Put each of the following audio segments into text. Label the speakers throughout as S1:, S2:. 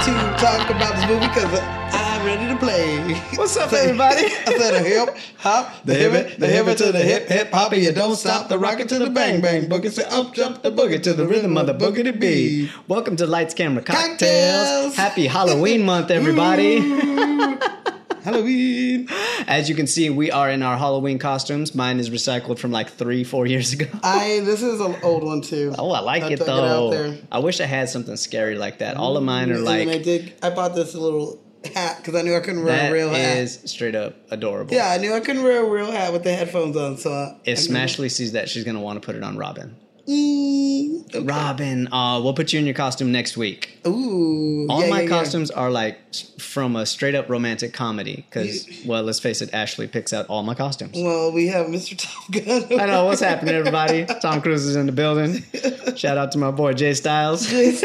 S1: to talk about this movie because I'm ready to play.
S2: What's up, everybody?
S1: I said a hip hop, the hip, the hip to the hip hip hop, you don't stop the rocket to the bang bang boogie. Say up jump the boogie to the rhythm of the boogity bee.
S2: Welcome to Lights Camera Cocktails.
S1: Cocktails.
S2: Happy Halloween month, everybody.
S1: Ooh, Halloween.
S2: As you can see, we are in our Halloween costumes. Mine is recycled from like three, four years ago.
S1: I this is an old one too.
S2: Oh, I like
S1: I'll
S2: it
S1: throw it
S2: though.
S1: out there.
S2: I wish I had something scary like that. All of mine are
S1: and then I
S2: like
S1: did. I bought this little hat because I knew I couldn't wear
S2: that
S1: a real hat.
S2: is straight up adorable.
S1: yeah, I knew I couldn't wear a real hat with the headphones on, so I,
S2: If
S1: I
S2: Smashley sees that, she's gonna want to put it on Robin.
S1: Mm, okay.
S2: Robin, uh, we'll put you in your costume next week.
S1: Ooh,
S2: All
S1: yeah,
S2: my
S1: yeah, yeah.
S2: costumes are like s- from a straight up romantic comedy because, well, let's face it, Ashley picks out all my costumes.
S1: Well, we have Mr. Top Gun.
S2: I know what's happening, everybody. Tom Cruise is in the building. Shout out to my boy Jay Styles.
S1: What's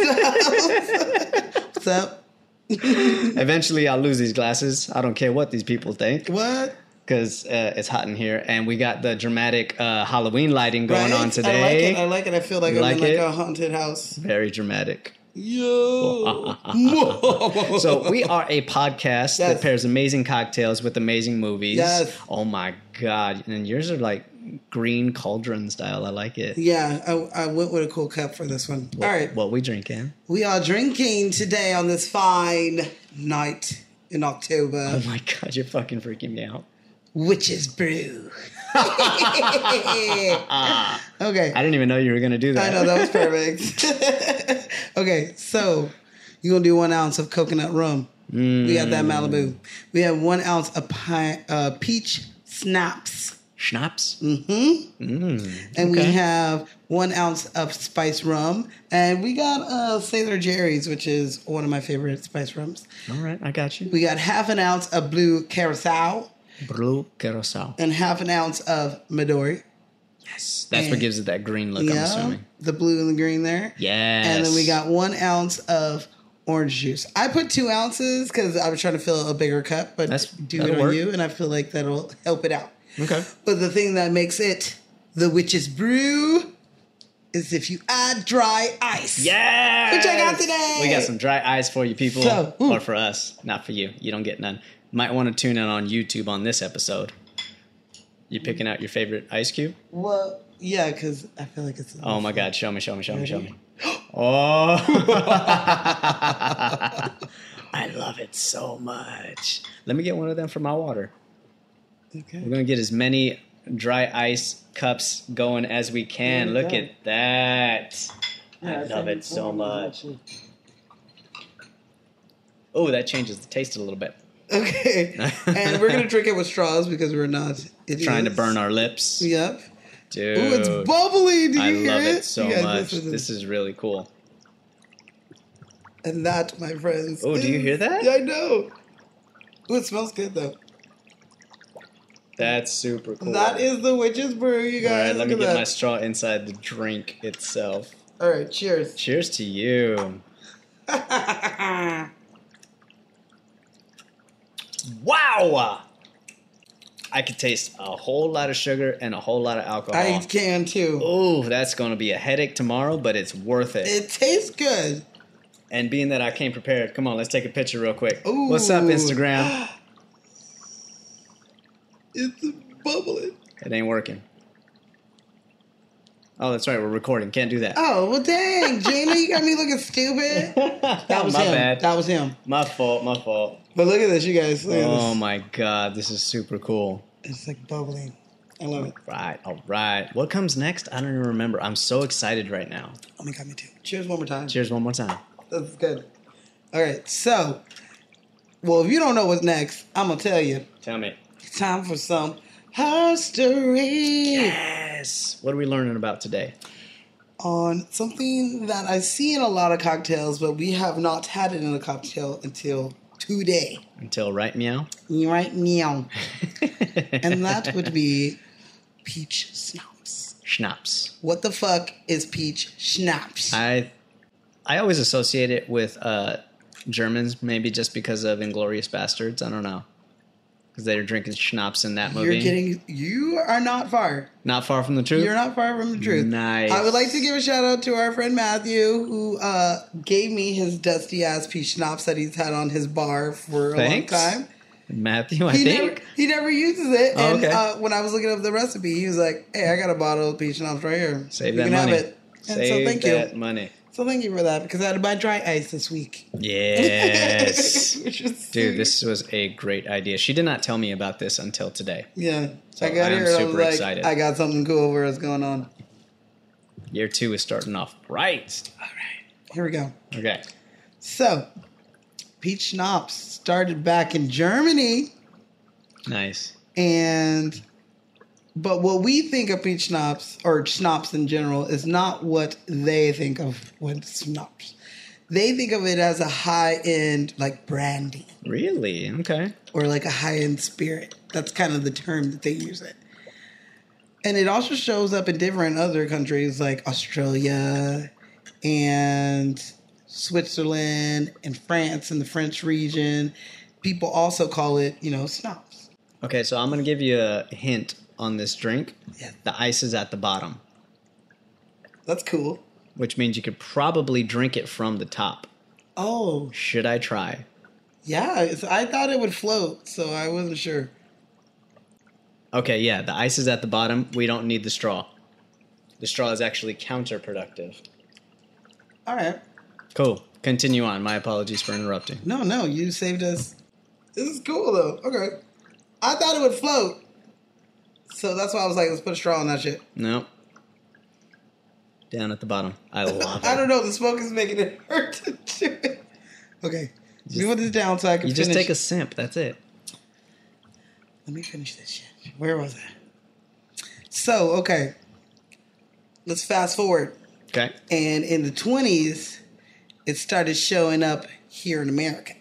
S1: up?
S2: Eventually, I'll lose these glasses. I don't care what these people think
S1: What?
S2: because uh, it's hot in here, and we got the dramatic uh, Halloween lighting going
S1: Right?
S2: on today.
S1: I like it. I like it. I feel like
S2: You
S1: I'm
S2: like
S1: in like
S2: it?
S1: a haunted house.
S2: Very dramatic.
S1: Yo.
S2: So we are a podcast that
S1: Yes.
S2: pairs amazing cocktails with amazing movies.
S1: Yes.
S2: Oh my god! And yours are like green cauldron style. I like it.
S1: yeah, I, I went with a cool cup for this one. All right.
S2: What we drinking?
S1: We are drinking today on this fine night in October.
S2: Oh my god! You're fucking freaking me out.
S1: Witch's Brew. okay.
S2: I didn't even know you were gonna do that.
S1: I know that was perfect. okay, so you're gonna do one ounce of coconut rum. We got that
S2: Mm.
S1: Malibu. We have one ounce of pi- uh, peach snaps, Mm-hmm.
S2: Schnapps.
S1: Mm. and
S2: Mm, Okay.
S1: we have one ounce of spice rum, and we got uh, Sailor Jerry's, which is one of my favorite spice rums.
S2: All right, I got you.
S1: We got half an ounce of blue carousel
S2: Blue carousel.
S1: and half an ounce of Midori.
S2: Yes, that's what gives it that green look. I'm
S1: Yeah,
S2: assuming.
S1: the blue and the green there.
S2: Yes.
S1: And then we got one ounce of orange juice. I put two ounces because I was trying to fill a bigger cup, but
S2: That's-
S1: do
S2: that'll
S1: it on
S2: work.
S1: you, and I feel like that'll help it out.
S2: okay.
S1: But the thing that makes it the witch's brew is if you add dry ice.
S2: Yeah.
S1: Which I got today.
S2: We got some dry eyes for you people,
S1: So, ooh.
S2: or for us, not for you. You don't get none. Might want to tune in on YouTube on this episode. You picking out your favorite ice cube?
S1: Well, yeah, because I feel like it's.
S2: Oh my God! Show me, show me, show me, show me. Oh. I love it so much. Let me get one of them for my water. We're
S1: Okay.
S2: gonna get as many dry ice cups going as we can.
S1: There you
S2: Look
S1: go.
S2: at that. I love it so much. Oh, that changes the taste a little bit.
S1: Okay. and we're going to drink it with straws because we're not idiots.
S2: Trying to burn our lips.
S1: Yep.
S2: Dude.
S1: Ooh, it's bubbly. Do you
S2: I
S1: hear
S2: love
S1: it?
S2: it so
S1: You guys
S2: much.
S1: listen.
S2: This is really cool.
S1: And that, my friends.
S2: Oh, do you
S1: is-
S2: hear that?
S1: Yeah, I know. Ooh, it smells good though.
S2: That's super cool.
S1: That is the witch's brew, you
S2: All
S1: guys.
S2: right, let me
S1: Look
S2: get
S1: at
S2: my straw inside the drink itself.
S1: that. All right, cheers.
S2: Cheers to you. Wow! I could taste a whole lot of sugar and a whole lot of alcohol.
S1: I can too.
S2: Oh, that's going to be a headache tomorrow, but it's worth it.
S1: It tastes good.
S2: And being that I came prepared, come on, let's take a picture real quick. What's up,
S1: Ooh.
S2: Instagram?
S1: It's bubbling.
S2: It ain't working. Oh, that's right, we're recording. Can't do that.
S1: Oh well, dang, Gina, you got me looking stupid. That was
S2: Oh, my
S1: him.
S2: bad.
S1: That was him.
S2: my fault. My fault.
S1: But look at this, you guys. Look
S2: Oh
S1: at
S2: my god, this is super cool.
S1: this. It's like bubbling. I love it.
S2: Right. All right. What comes next? I don't even remember. I'm so excited right now.
S1: Oh my god, me too. Cheers one more time.
S2: Cheers one more time.
S1: That's good. All right, so, well, if you don't know what's next, I'm gonna tell you.
S2: Tell me.
S1: Time for some history
S2: Yes. What are we learning about today?
S1: on something that I see in a lot of cocktails, but we have not had it in a cocktail until today,
S2: Until right meow.
S1: right now. And that would be peach schnapps.
S2: schnapps.
S1: What the fuck is peach schnapps?
S2: I I always associate it with uh Germans, maybe just because of Inglorious Bastards. I don't know. because they were drinking schnapps in that movie.
S1: You're getting. You are not far.
S2: Not far from the truth.
S1: You're not far from the truth.
S2: Nice.
S1: I would like to give a shout out to our friend Matthew, who uh, gave me his dusty ass peach schnapps that he's had on his bar for a
S2: Thanks.
S1: long time.
S2: Matthew, I
S1: He
S2: think.
S1: never, he never uses it.
S2: Oh,
S1: and
S2: okay.
S1: uh, when I was looking up the recipe, he was like, "Hey, I got a bottle of peach schnapps right here.
S2: Save
S1: you
S2: that
S1: can
S2: money.
S1: have it." And
S2: Save
S1: so thank
S2: that
S1: you.
S2: money.
S1: So thank you for that because I had to buy dry ice this week.
S2: Yes.
S1: Which was
S2: Dude,
S1: sweet.
S2: this was a great idea. She did not tell me about this until today.
S1: Yeah.
S2: So
S1: I got
S2: Oh, I am
S1: here and I was
S2: super
S1: like,
S2: excited.
S1: I got something cool over what's going on.
S2: Year two is starting off right.
S1: Here we go.
S2: Okay.
S1: So, peach schnapps started back in Germany,
S2: Nice.
S1: and but what we think of peach schnapps or schnapps in general is not what they think of when schnapps. They think of it as a high end like brandy
S2: Really? Okay.
S1: or like a high end spirit. That's kind of the term that they use it. And it also shows up in different other countries like Australia and Switzerland and France and the French region. People also call it, you know, schnapps.
S2: Okay, so I'm going to give you a hint on this drink.
S1: Yeah.
S2: The ice is at the bottom,
S1: That's cool.
S2: which means you could probably drink it from the top.
S1: Oh,
S2: Should I try?
S1: yeah. It's, I thought it would float, so I wasn't sure.
S2: Okay, yeah, the ice is at the bottom. We don't need the straw. The straw is actually counterproductive.
S1: All right.
S2: Cool. Continue on. My apologies for interrupting.
S1: No, no, you saved us. This is cool though. Okay. I thought it would float. So that's why I was like, let's put a straw on that shit.
S2: No. Down at the bottom. I love it.
S1: I don't know. The smoke is making it hurt to do it. Okay. Let me
S2: Just-
S1: put this down so I can
S2: You
S1: finish.
S2: just take a sip. That's it.
S1: Let me finish this shit. Where was I? So, okay. Let's fast forward.
S2: Okay.
S1: And in the 20s, it started showing up here in America.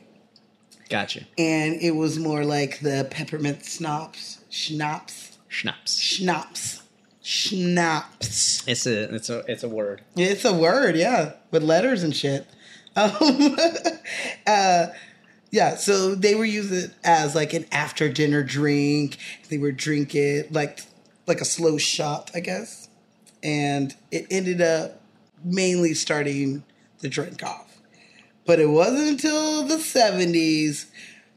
S2: Gotcha.
S1: And it was more like the peppermint schnapps, schnapps,
S2: Schnapps.
S1: schnapps, schnapps.
S2: It's a it's a it's a word.
S1: It's a word, yeah, with letters and shit. Um, uh, yeah, so they were using it as like an after dinner drink. They were drink it like like a slow shot, I guess. And it ended up mainly starting the drink off. But it wasn't until the 70s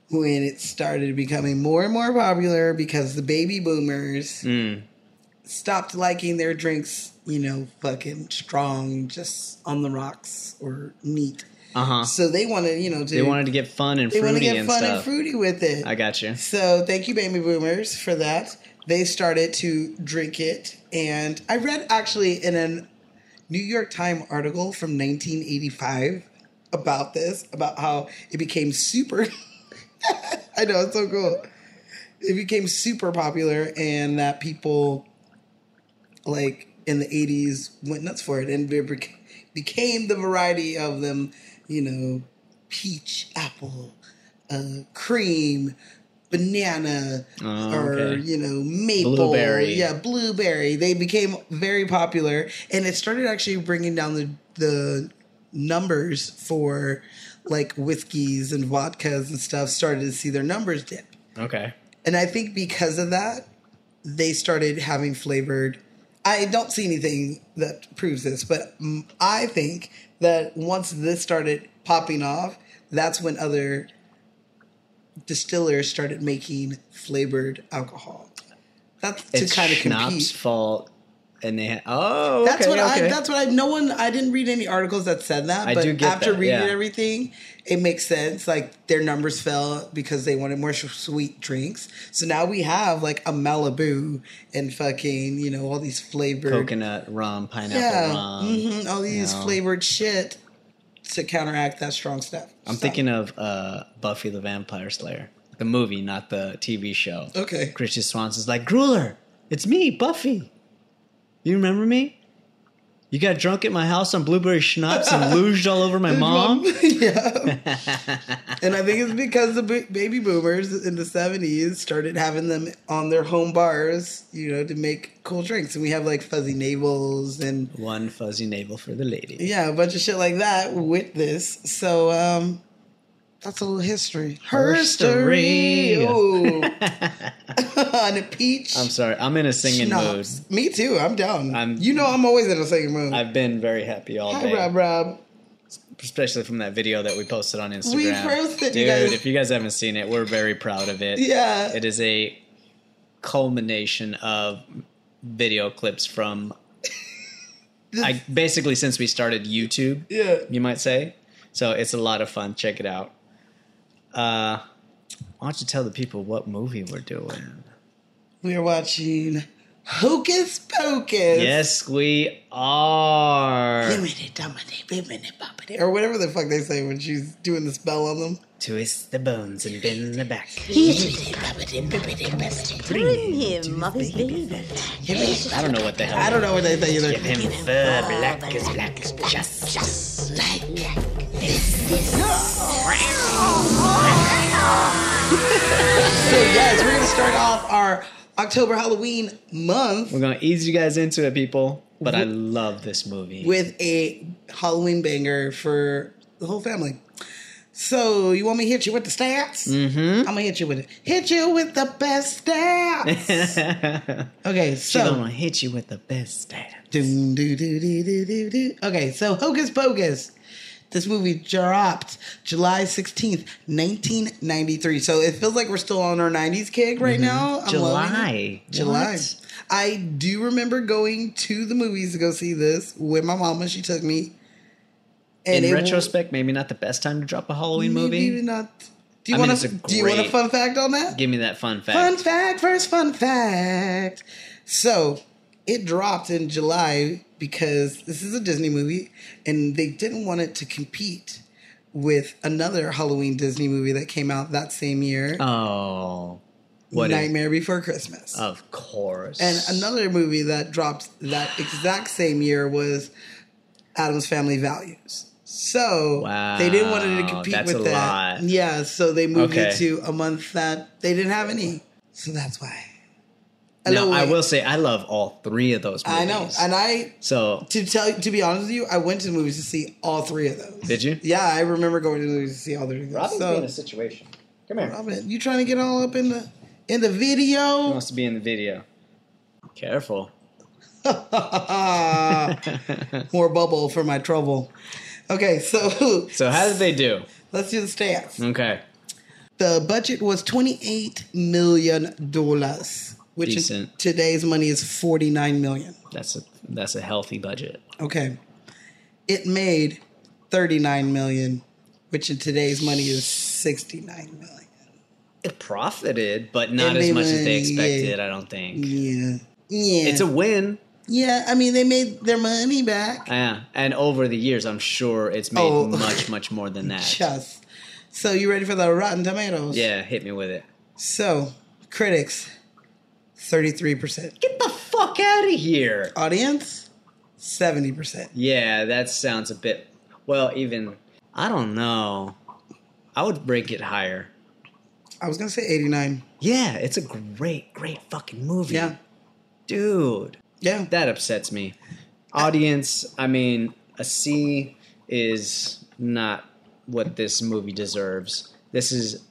S1: when it started becoming more and more popular because the baby boomers
S2: Mm.
S1: stopped liking their drinks, you know, fucking strong, just on the rocks or neat.
S2: Uh huh.
S1: So they wanted, you know, to,
S2: They wanted to get fun and
S1: they wanted
S2: fruity
S1: to get
S2: and
S1: fun
S2: stuff.
S1: and fruity with it.
S2: I got you.
S1: so thank you, baby boomers, for that. They started to drink it, and I read actually in a New York Times article from 1985 about this, about how it became super. I know it's so cool. It became super popular, and that people like in the 80s went nuts for it and it bec- became the variety of them you know peach apple uh, cream banana
S2: Oh,
S1: or
S2: okay.
S1: you know maple
S2: Blueberry.
S1: yeah blueberry they became very popular and it started actually bringing down the the numbers for like whiskeys and vodkas and stuff started to see their numbers dip
S2: Okay.
S1: and I think because of that, they started having flavored. I don't see anything that proves this, but mm, I think that once this started popping off, that's when other distillers started making flavored alcohol. That's to
S2: it's
S1: kind of
S2: Schnapp's
S1: compete.
S2: fault, and they ha- oh
S1: That's
S2: okay,
S1: what I.
S2: okay.
S1: That's what I. No one. I didn't read any articles that said that.
S2: I
S1: but
S2: do get
S1: after
S2: that,
S1: reading
S2: yeah.
S1: everything, it makes sense. Like their numbers fell because they wanted more sh- sweet drinks. So now we have like a Malibu and fucking you know all these flavored
S2: coconut rum, pineapple
S1: yeah,
S2: rum.
S1: mhm, all these
S2: know.
S1: flavored shit to counteract that strong stuff.
S2: I'm
S1: stuff.
S2: thinking of uh, Buffy the Vampire Slayer, the movie, not the TV show.
S1: Okay.
S2: Christian Swanson's like, Grueler, it's me, Buffy. You remember me? You got drunk at my house on blueberry schnapps and luged all over my mom.
S1: yeah. and I think it's because the b- baby boomers in the 70s started having them on their home bars, you know, to make cool drinks. And we have like fuzzy navels and,
S2: One fuzzy navel for the lady.
S1: yeah, a bunch of shit like that with this. So, um, That's a little history.
S2: Herstory.
S1: Herstory. Ooh. On a peach.
S2: I'm sorry. I'm in a singing
S1: schnapps. Me too. I'm down.
S2: I'm-
S1: you know I'm always in a singing mood.
S2: mood. I've been very happy all
S1: Hi,
S2: day,
S1: Rob Rob.
S2: especially from that video that we posted on Instagram.
S1: We posted,
S2: dude.
S1: you guys.
S2: If you guys haven't seen it, we're very proud of it.
S1: Yeah.
S2: It is a culmination of video clips from I basically since we started YouTube,
S1: yeah.
S2: you might say. So it's a lot of fun. Check it out. Uh, why don't you tell the people what movie we're doing?
S1: We're watching Hocus Pocus.
S2: Yes, we are.
S1: Bimini, domini, bimini, boppity, Or whatever the fuck they say when she's doing the spell on them.
S2: Twist the bones and bend the back.
S3: Bring him of his baby.
S2: I don't know what the hell.
S1: I don't know what they say either.
S2: Him fur black as black as just.
S1: So, yes, we're going to start off our October Halloween month
S2: We're gonna ease you guys into it, people. But I love this movie.
S1: with a Halloween banger for the whole family. So, you want me to hit you with the stats? Mm-hmm. I'm going to hit you with it. Hit you with the best stats. okay, so.
S2: She's gonna hit you with the best stats.
S1: Doom, doo, doo, doo, doo, doo, doo. Okay, so Hocus Pocus. This movie dropped July 16th, 1993. So it feels like we're still on our 90s kick right now. I'm loving it.
S2: Mm-hmm. July.
S1: July.
S2: What?
S1: I do remember going to the movies to go see this with my mama. She took me.
S2: In
S1: it wa-
S2: retrospect, maybe not the best time to drop a Halloween movie.
S1: Maybe not. Do you,
S2: I mean,
S1: want
S2: it's
S1: a,
S2: a
S1: do you want a
S2: great-
S1: fun fact on that?
S2: Give me that fun fact.
S1: Fun fact, first fun fact. So it dropped in July because this is a Disney movie and they didn't want it to compete with another Halloween Disney movie that came out that same year
S2: Oh, what? is-
S1: Nightmare Before Christmas.
S2: of course.
S1: And another movie that dropped that exact same year was Adam's Family Values. So
S2: Wow,
S1: they didn't want it to compete
S2: that's
S1: with
S2: a
S1: that.
S2: lot.
S1: Yeah, so they moved
S2: Okay.
S1: it to a month that they didn't have any. So that's why.
S2: Now,
S1: Hello,
S2: I
S1: wait.
S2: will say I love all three of those. movies.
S1: I know, and I
S2: so
S1: to tell to be honest with you, I went to the movies to see all three of those.
S2: Did you?
S1: Yeah, I remember going to the movies to see all three of those. so,
S2: situation. Come here.
S1: Robin, you trying to get all up in the in the video?
S2: wants to be in the video. Careful.
S1: More bubble for my trouble. Okay, so
S2: So how did they do?
S1: let's do the stats.
S2: Okay.
S1: The budget was twenty-eight million dollars, which in
S2: Decent.
S1: today's money is forty-nine million.
S2: That's a that's a healthy budget.
S1: Okay, it made thirty-nine million, which in today's money is sixty-nine million.
S2: It profited, but not
S1: It
S2: as
S1: made
S2: much as they
S1: money, yeah.
S2: expected, I don't think.
S1: Yeah, yeah.
S2: It's a win.
S1: yeah. I mean, they made their money back.
S2: Yeah. And over the years I'm sure it's made
S1: Oh.
S2: much, much more than that.
S1: Just. So you ready for the Rotten Tomatoes?
S2: Yeah, hit me with it.
S1: So critics, thirty-three percent.
S2: Get the fuck out of here.
S1: Audience, seventy percent.
S2: Yeah, that sounds a bit well, even I don't know. I would break it higher.
S1: I was gonna say eighty-nine.
S2: Yeah, it's a great, great fucking movie.
S1: Yeah,
S2: Dude.
S1: yeah.
S2: That upsets me. Audience, I mean, a C is not what this movie deserves. This is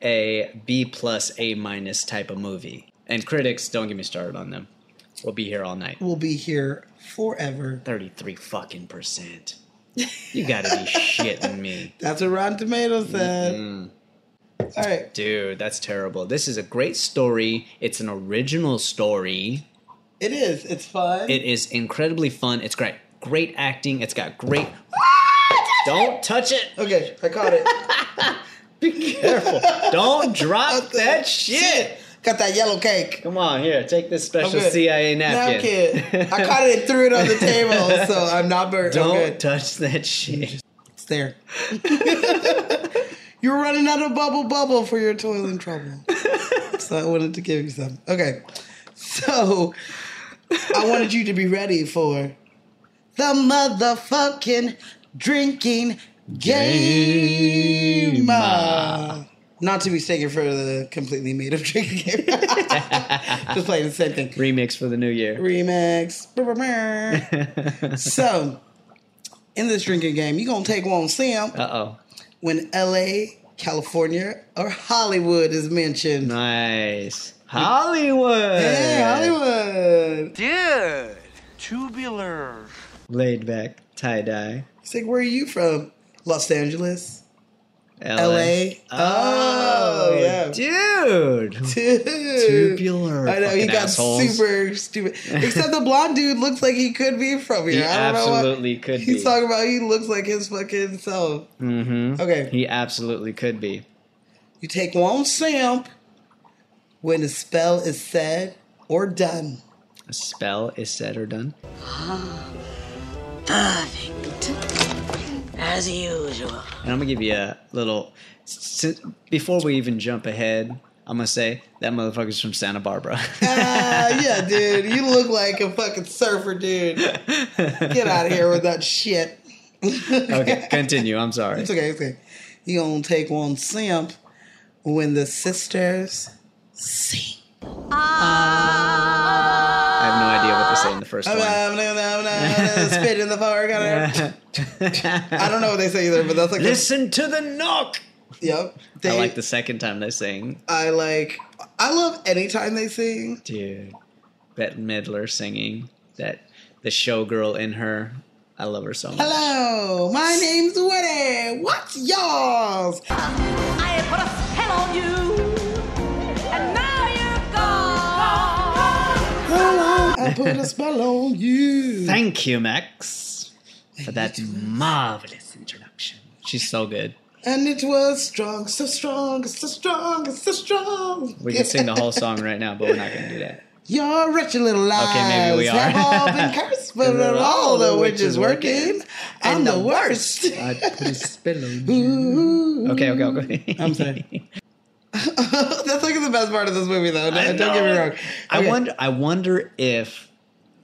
S2: a B plus A minus type of movie. And critics, don't get me started on them. We'll be here all night.
S1: will be here forever.
S2: 33 fucking percent. You gotta be shitting me.
S1: That's what Rotten Tomatoes said.
S2: Mm-hmm.
S1: All right.
S2: Dude, that's terrible. This is a great story. It's an original story.
S1: It is. It's fun.
S2: It is incredibly fun. It's great. Great acting. It's got great. Don't touch it.
S1: okay, I caught it.
S2: Be careful. Don't drop that shit.
S1: Got that yellow cake.
S2: Come on, here. Take this
S1: I'm
S2: special
S1: good.
S2: CIA napkin.
S1: Napkin. I caught it and threw it on the table, so I'm not burned.
S2: Don't
S1: I'm good.
S2: touch that shit.
S1: It's there. you were running out of bubble bubble for your toil and trouble. so I wanted to give you some. Okay. So I wanted you to be ready for the motherfucking drinking game. Uh, Not to be mistaken for the completely made of drinking game. Just playing the same thing
S2: Remix for the new year.
S1: remix. Brr, brr, brr. so, in this drinking game, you're going to take one sip
S2: Uh oh.
S1: when LA California or Hollywood is mentioned.
S2: Nice. Hollywood.
S1: Hey, Hollywood.
S4: Dude! Tubular.
S2: Laid back tie dye.
S1: It's like, where are you from? Los Angeles?
S2: LA.
S1: LA? Oh, yeah.
S2: Dude.
S1: Dude.
S2: Tubular.
S1: I know, he
S2: fucking
S1: got
S2: assholes.
S1: super stupid. Except the blonde dude looks like he could be from
S2: He
S1: here. I don't know what.
S2: absolutely could be.
S1: He's talking about he looks like his fucking self.
S2: hmm
S1: Okay.
S2: He absolutely could be.
S1: You take one sip when a spell is said or done.
S2: A spell is said or done.
S3: Perfect. As usual.
S2: And I'm gonna give you a little. si- Before we even jump ahead, I'm gonna say that motherfucker's from Santa Barbara.
S1: Ah, yeah, dude. You look like a fucking surfer, dude. Get out of here with that shit.
S2: okay, continue. I'm sorry.
S1: It's okay, it's okay. You gonna take one simp when the sisters sing.
S2: I have no idea what they say in the first
S1: Um,
S2: one.
S1: um, um, um, um, Spit in the fire. gotta- I don't know what they say either, but that's like
S2: Listen to the knock.
S1: A, yep.
S2: I
S1: They-
S2: like the second time they sing,
S1: I like. I love anytime they sing.
S2: dude. Bette Midler singing that the showgirl in her. I love her so much.
S1: Hello, my name's Woody. What's yours?
S5: I put a spell on you, and now you're gone.
S1: Hello, I put a spell on you.
S2: Thank you, Max, for that marvelous introduction. She's so good.
S1: and it was strong, so strong, so strong, so strong.
S2: We could sing the whole song right now, but we're not going to do that.
S1: Your wretched little lies
S2: maybe we
S1: have
S2: are.
S1: all been cursed, but
S2: We're
S1: all,
S2: all
S1: the
S2: the
S1: witches
S2: witches
S1: working, I'm the worst.
S2: I put a spell on
S1: Ooh.
S2: Okay, okay, okay.
S1: I'm sorry. That's like the best part of this movie, though. Don't, don't get me wrong.
S2: I
S1: Okay.
S2: wonder. I wonder if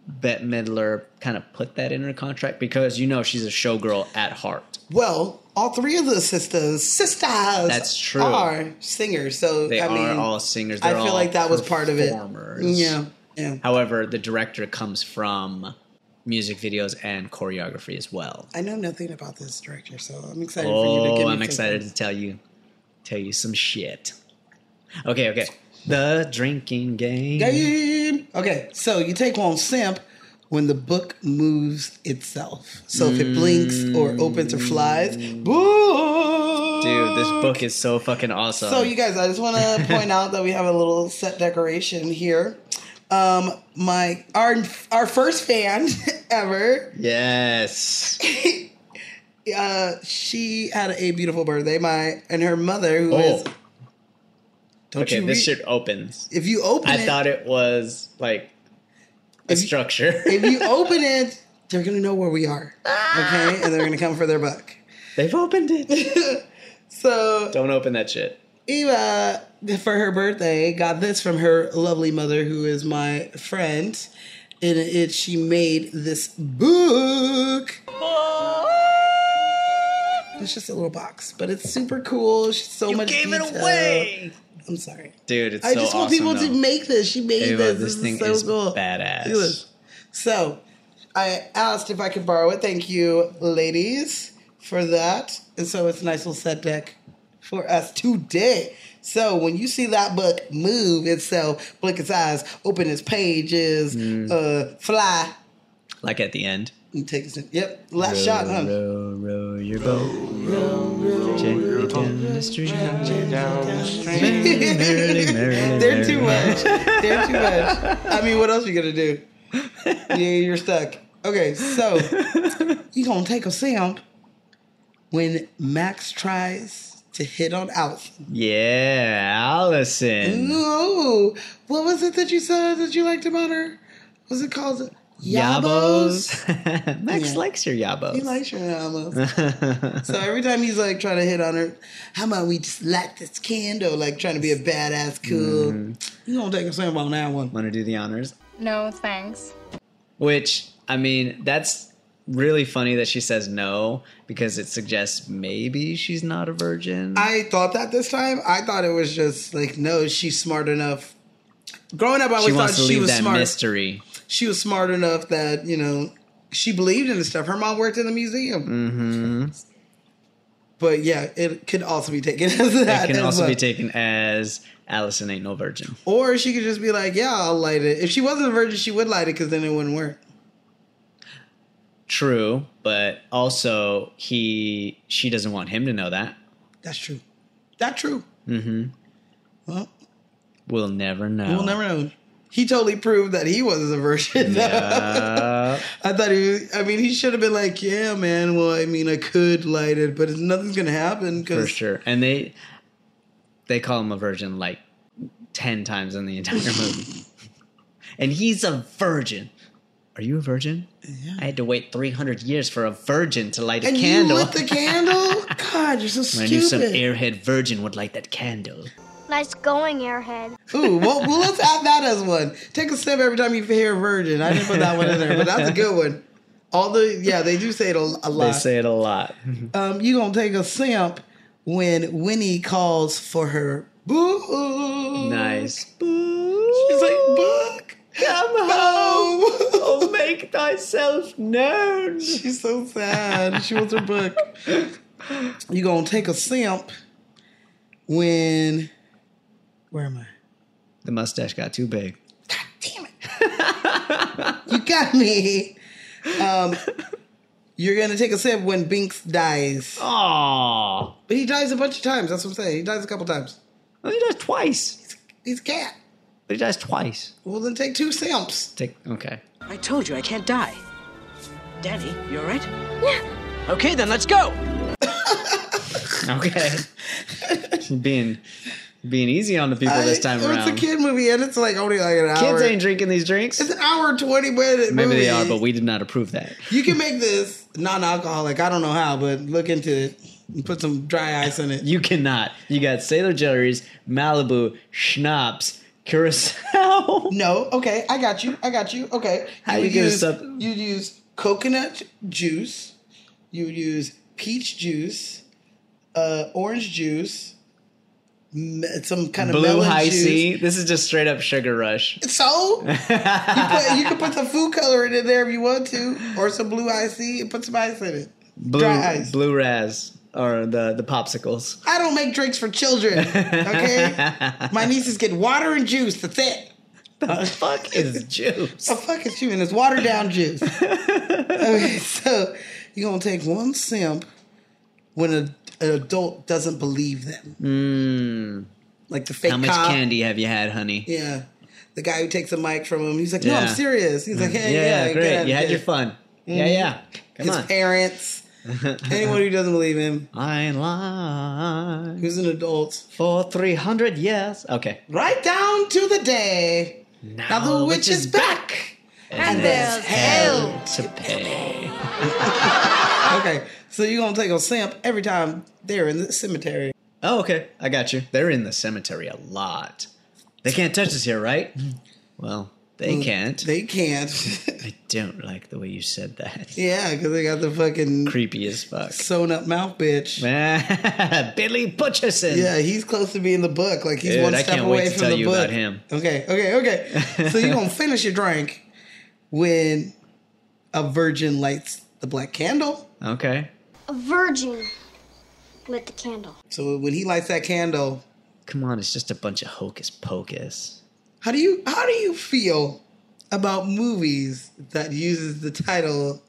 S2: Bette Midler kind of put that in her contract because you know she's a showgirl at heart.
S1: Well, all three of the sisters, sisters,
S2: That's true.
S1: are singers. So
S2: They
S1: I
S2: are
S1: mean,
S2: all singers.
S1: I
S2: They're
S1: feel
S2: all
S1: like that was part of it.
S2: performers.
S1: Yeah, yeah.
S2: However, the director comes from music videos and choreography as well.
S1: I know nothing about this director, so I'm excited for you to
S2: Oh,
S1: give me.
S2: I'm
S1: some-
S2: excited to tell you, tell you some shit. Okay, okay. The drinking game.
S1: Game. Okay, so you take one simp when the book moves itself. So if it blinks or opens or flies, boo.
S2: Dude, this book is so fucking awesome.
S1: So, you guys, I just want to point out that we have a little set decoration here. Um, my our our first fan ever.
S2: yes.
S1: Uh, she had a beautiful birthday. My and her mother, who is-
S2: Oh.
S1: don't
S2: okay,
S1: you
S2: this
S1: read-
S2: shit opens.
S1: If you open,
S2: I
S1: it,
S2: thought it was like a
S1: If you-
S2: structure.
S1: if you open it, they're gonna know where we are. Okay, and they're gonna come for their buck.
S2: They've opened it.
S1: So
S2: Don't open that shit.
S1: Eva, for her birthday, got this from her lovely mother, who is my friend, and it she made this book. It's just a little box, but it's super cool. She's so much. detail. I'm sorry.
S2: Dude, it's
S1: I
S2: so
S1: just want
S2: awesome,
S1: people
S2: though.
S1: to make this. She made
S2: Ava,
S1: this.
S2: this
S1: This,
S2: thing
S1: is so
S2: is
S1: cool.
S2: badass.
S1: Look. So, I asked if I could borrow it. Thank you, ladies, for that. And so it's a nice little set deck for us today. So when you see that book move itself, blink its eyes, open its pages, uh, fly,
S2: Like at the end.
S1: and take its yep, last shot. Huh?
S2: Row, row your boat. Gently down the stream. Merrily, merrily,
S1: They're too
S2: merrily.
S1: much. They're too much. I mean, what else are you gonna do? Yeah, you're stuck. Okay, so you gonna take a sound when Max tries to hit on Allison.
S2: Yeah, Allison.
S1: No, what was it that you said that you liked about her? Was it called Yabos?
S2: Yabos. Max
S1: Yeah.
S2: likes your yabos.
S1: He likes her Yabos. so every time he's like trying to hit on her, how about we just light this candle, like trying to be a badass cool. You gonna take a sound on that one?
S2: Want to do the honors?
S6: No, thanks.
S2: Which, I mean, that's really funny that she says no because it suggests maybe she's not a virgin.
S1: I thought that this time. I thought it was just like, no, she's smart enough. Growing up, I
S2: she
S1: always thought
S2: wants to
S1: she
S2: leave
S1: was
S2: that
S1: smart.
S2: mystery.
S1: She was smart enough that
S2: Mm-hmm.
S1: you know she believed in the stuff. Her mom worked in the museum. But yeah, it could also be taken as that.
S2: It can
S1: as
S2: also be
S1: well.
S2: taken as Allison ain't no virgin.
S1: Or she could just be like, yeah, I'll light it. If she wasn't a virgin, she would light it because then it wouldn't work.
S2: True, but also he she doesn't want him to know that.
S1: That's true. That's true.
S2: Mm-hmm.
S1: Well,
S2: We'll never know.
S1: we'll never know. He totally proved that he was a virgin.
S2: Yeah.
S1: I thought he was, I mean, he should have been like, yeah, man, well, I mean, I could light it, but it's, nothing's going to happen
S2: for
S1: because
S2: sure. And they they call him a virgin like ten times in the entire movie. and he's a virgin. Are you a virgin? I had to wait three hundred years for a virgin to light a
S1: And
S2: candle.
S1: you lit the candle? God, you're so
S2: I knew some
S1: stupid.
S2: airhead virgin would light that candle.
S6: Nice going, Airhead.
S1: Ooh, well, well, let's add that as one. Take a sip every time you hear virgin. I didn't put that one in there, but that's a good one. All the, yeah, they do say it a, a lot.
S2: They say it a lot.
S1: um, you going to take a sip when Winnie calls for her boo.
S2: nice.
S1: She's like, book, come home.
S2: make thyself known.
S1: She's so sad. She wants her book. You gonna take a simp when? Where am I?
S2: The mustache got too big.
S1: Damn it! you got me. Um, you're gonna take a sip when Binks dies,
S2: Aww.
S1: but he dies a bunch of times. That's what I'm saying. He dies a couple times.
S2: He dies twice.
S1: He's a cat.
S2: He dies twice.
S1: Well, then take two simps.
S2: Take okay.
S3: I told you I can't die. Danny, you alright?
S6: Yeah.
S3: Okay, then let's go!
S2: Okay. being being easy on the people this time
S1: I-
S2: around.
S1: It's a kid movie, and it's like only like an hour.
S2: Kids ain't drinking these drinks.
S1: it's an hour and twenty minute
S2: Maybe
S1: movie.
S2: they are, but we did not approve that.
S1: You can make this non-alcoholic. I don't know how, but look into it and put some dry ice in it.
S2: You cannot. You got Sailor Jerry's, Malibu, Schnapps, Curacao.
S1: no, okay, I got you. I got you. Okay.
S2: How
S1: would
S2: you gonna
S1: use,
S2: stop-
S1: You'd use coconut juice. You would use peach juice, uh, orange juice, me- some kind of
S2: Blue
S1: melon
S2: High
S1: juice.
S2: C. This is just straight up sugar rush.
S1: So you, put, you can put some food coloring in there if you want to, or some blue icy and put some ice in it.
S2: Blue
S1: Dry ice.
S2: Blue Raz or the the popsicles.
S1: I don't make drinks for children. Okay, my nieces get water and juice. That's it.
S2: The fuck is juice?
S1: The fuck is you in this watered down juice? okay, so you're gonna take one simp when a, an adult doesn't believe them,
S2: Mm.
S1: like the fake
S2: How much
S1: cop.
S2: candy have you had, honey?
S1: Yeah, the guy who takes the mic from him. He's like, "No, I'm
S2: Yeah.
S1: serious." He's like, "Yeah, yeah,
S2: yeah,
S1: yeah
S2: great.
S1: good,
S2: you had
S1: good." Mm-hmm.
S2: your fun. Yeah, yeah. Come
S1: His
S2: on.
S1: parents, anyone who doesn't believe him,
S2: I lied
S1: who's an adult,
S2: for 300 years. Okay.
S1: right down to the day. Now the witch is back.
S2: And
S1: there's hell
S2: to pay.
S1: Okay, so you're gonna take a simp every time they're in the cemetery.
S2: Oh, okay. I got you. They're in the cemetery a lot. They can't touch us here, right? Well, they can't.
S1: Mm-hmm. Mm. They can't.
S2: I don't like the way you said that.
S1: yeah, because they got the fucking
S2: Creepy as fuck.
S1: sewn up mouth bitch.
S2: Billy Butcherson.
S1: Yeah, he's close to being the book. Like he's
S2: Dude,
S1: one
S2: I
S1: step
S2: can't wait
S1: away
S2: to
S1: from
S2: tell
S1: the
S2: you
S1: book.
S2: about him.
S1: Okay, okay, okay. so you're gonna finish your drink when a virgin lights the black candle.
S2: Okay.
S6: A virgin lit the candle.
S1: So when he lights that candle,
S2: Come on, it's just a bunch of hocus pocus.
S1: how do you how do you feel about movies that uses the title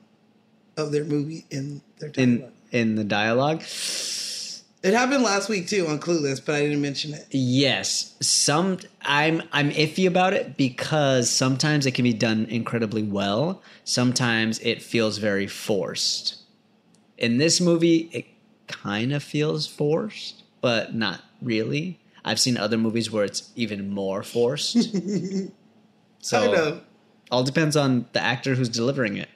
S1: of their movie in their title?
S2: in in the dialogue
S1: it happened last week too on Clueless, but I didn't mention it.
S2: yes some i'm i'm iffy about it because sometimes it can be done incredibly well sometimes it feels very forced in this movie it kind of feels forced but not really i've seen other movies where it's even more forced so
S1: I know.
S2: all depends on the actor who's delivering it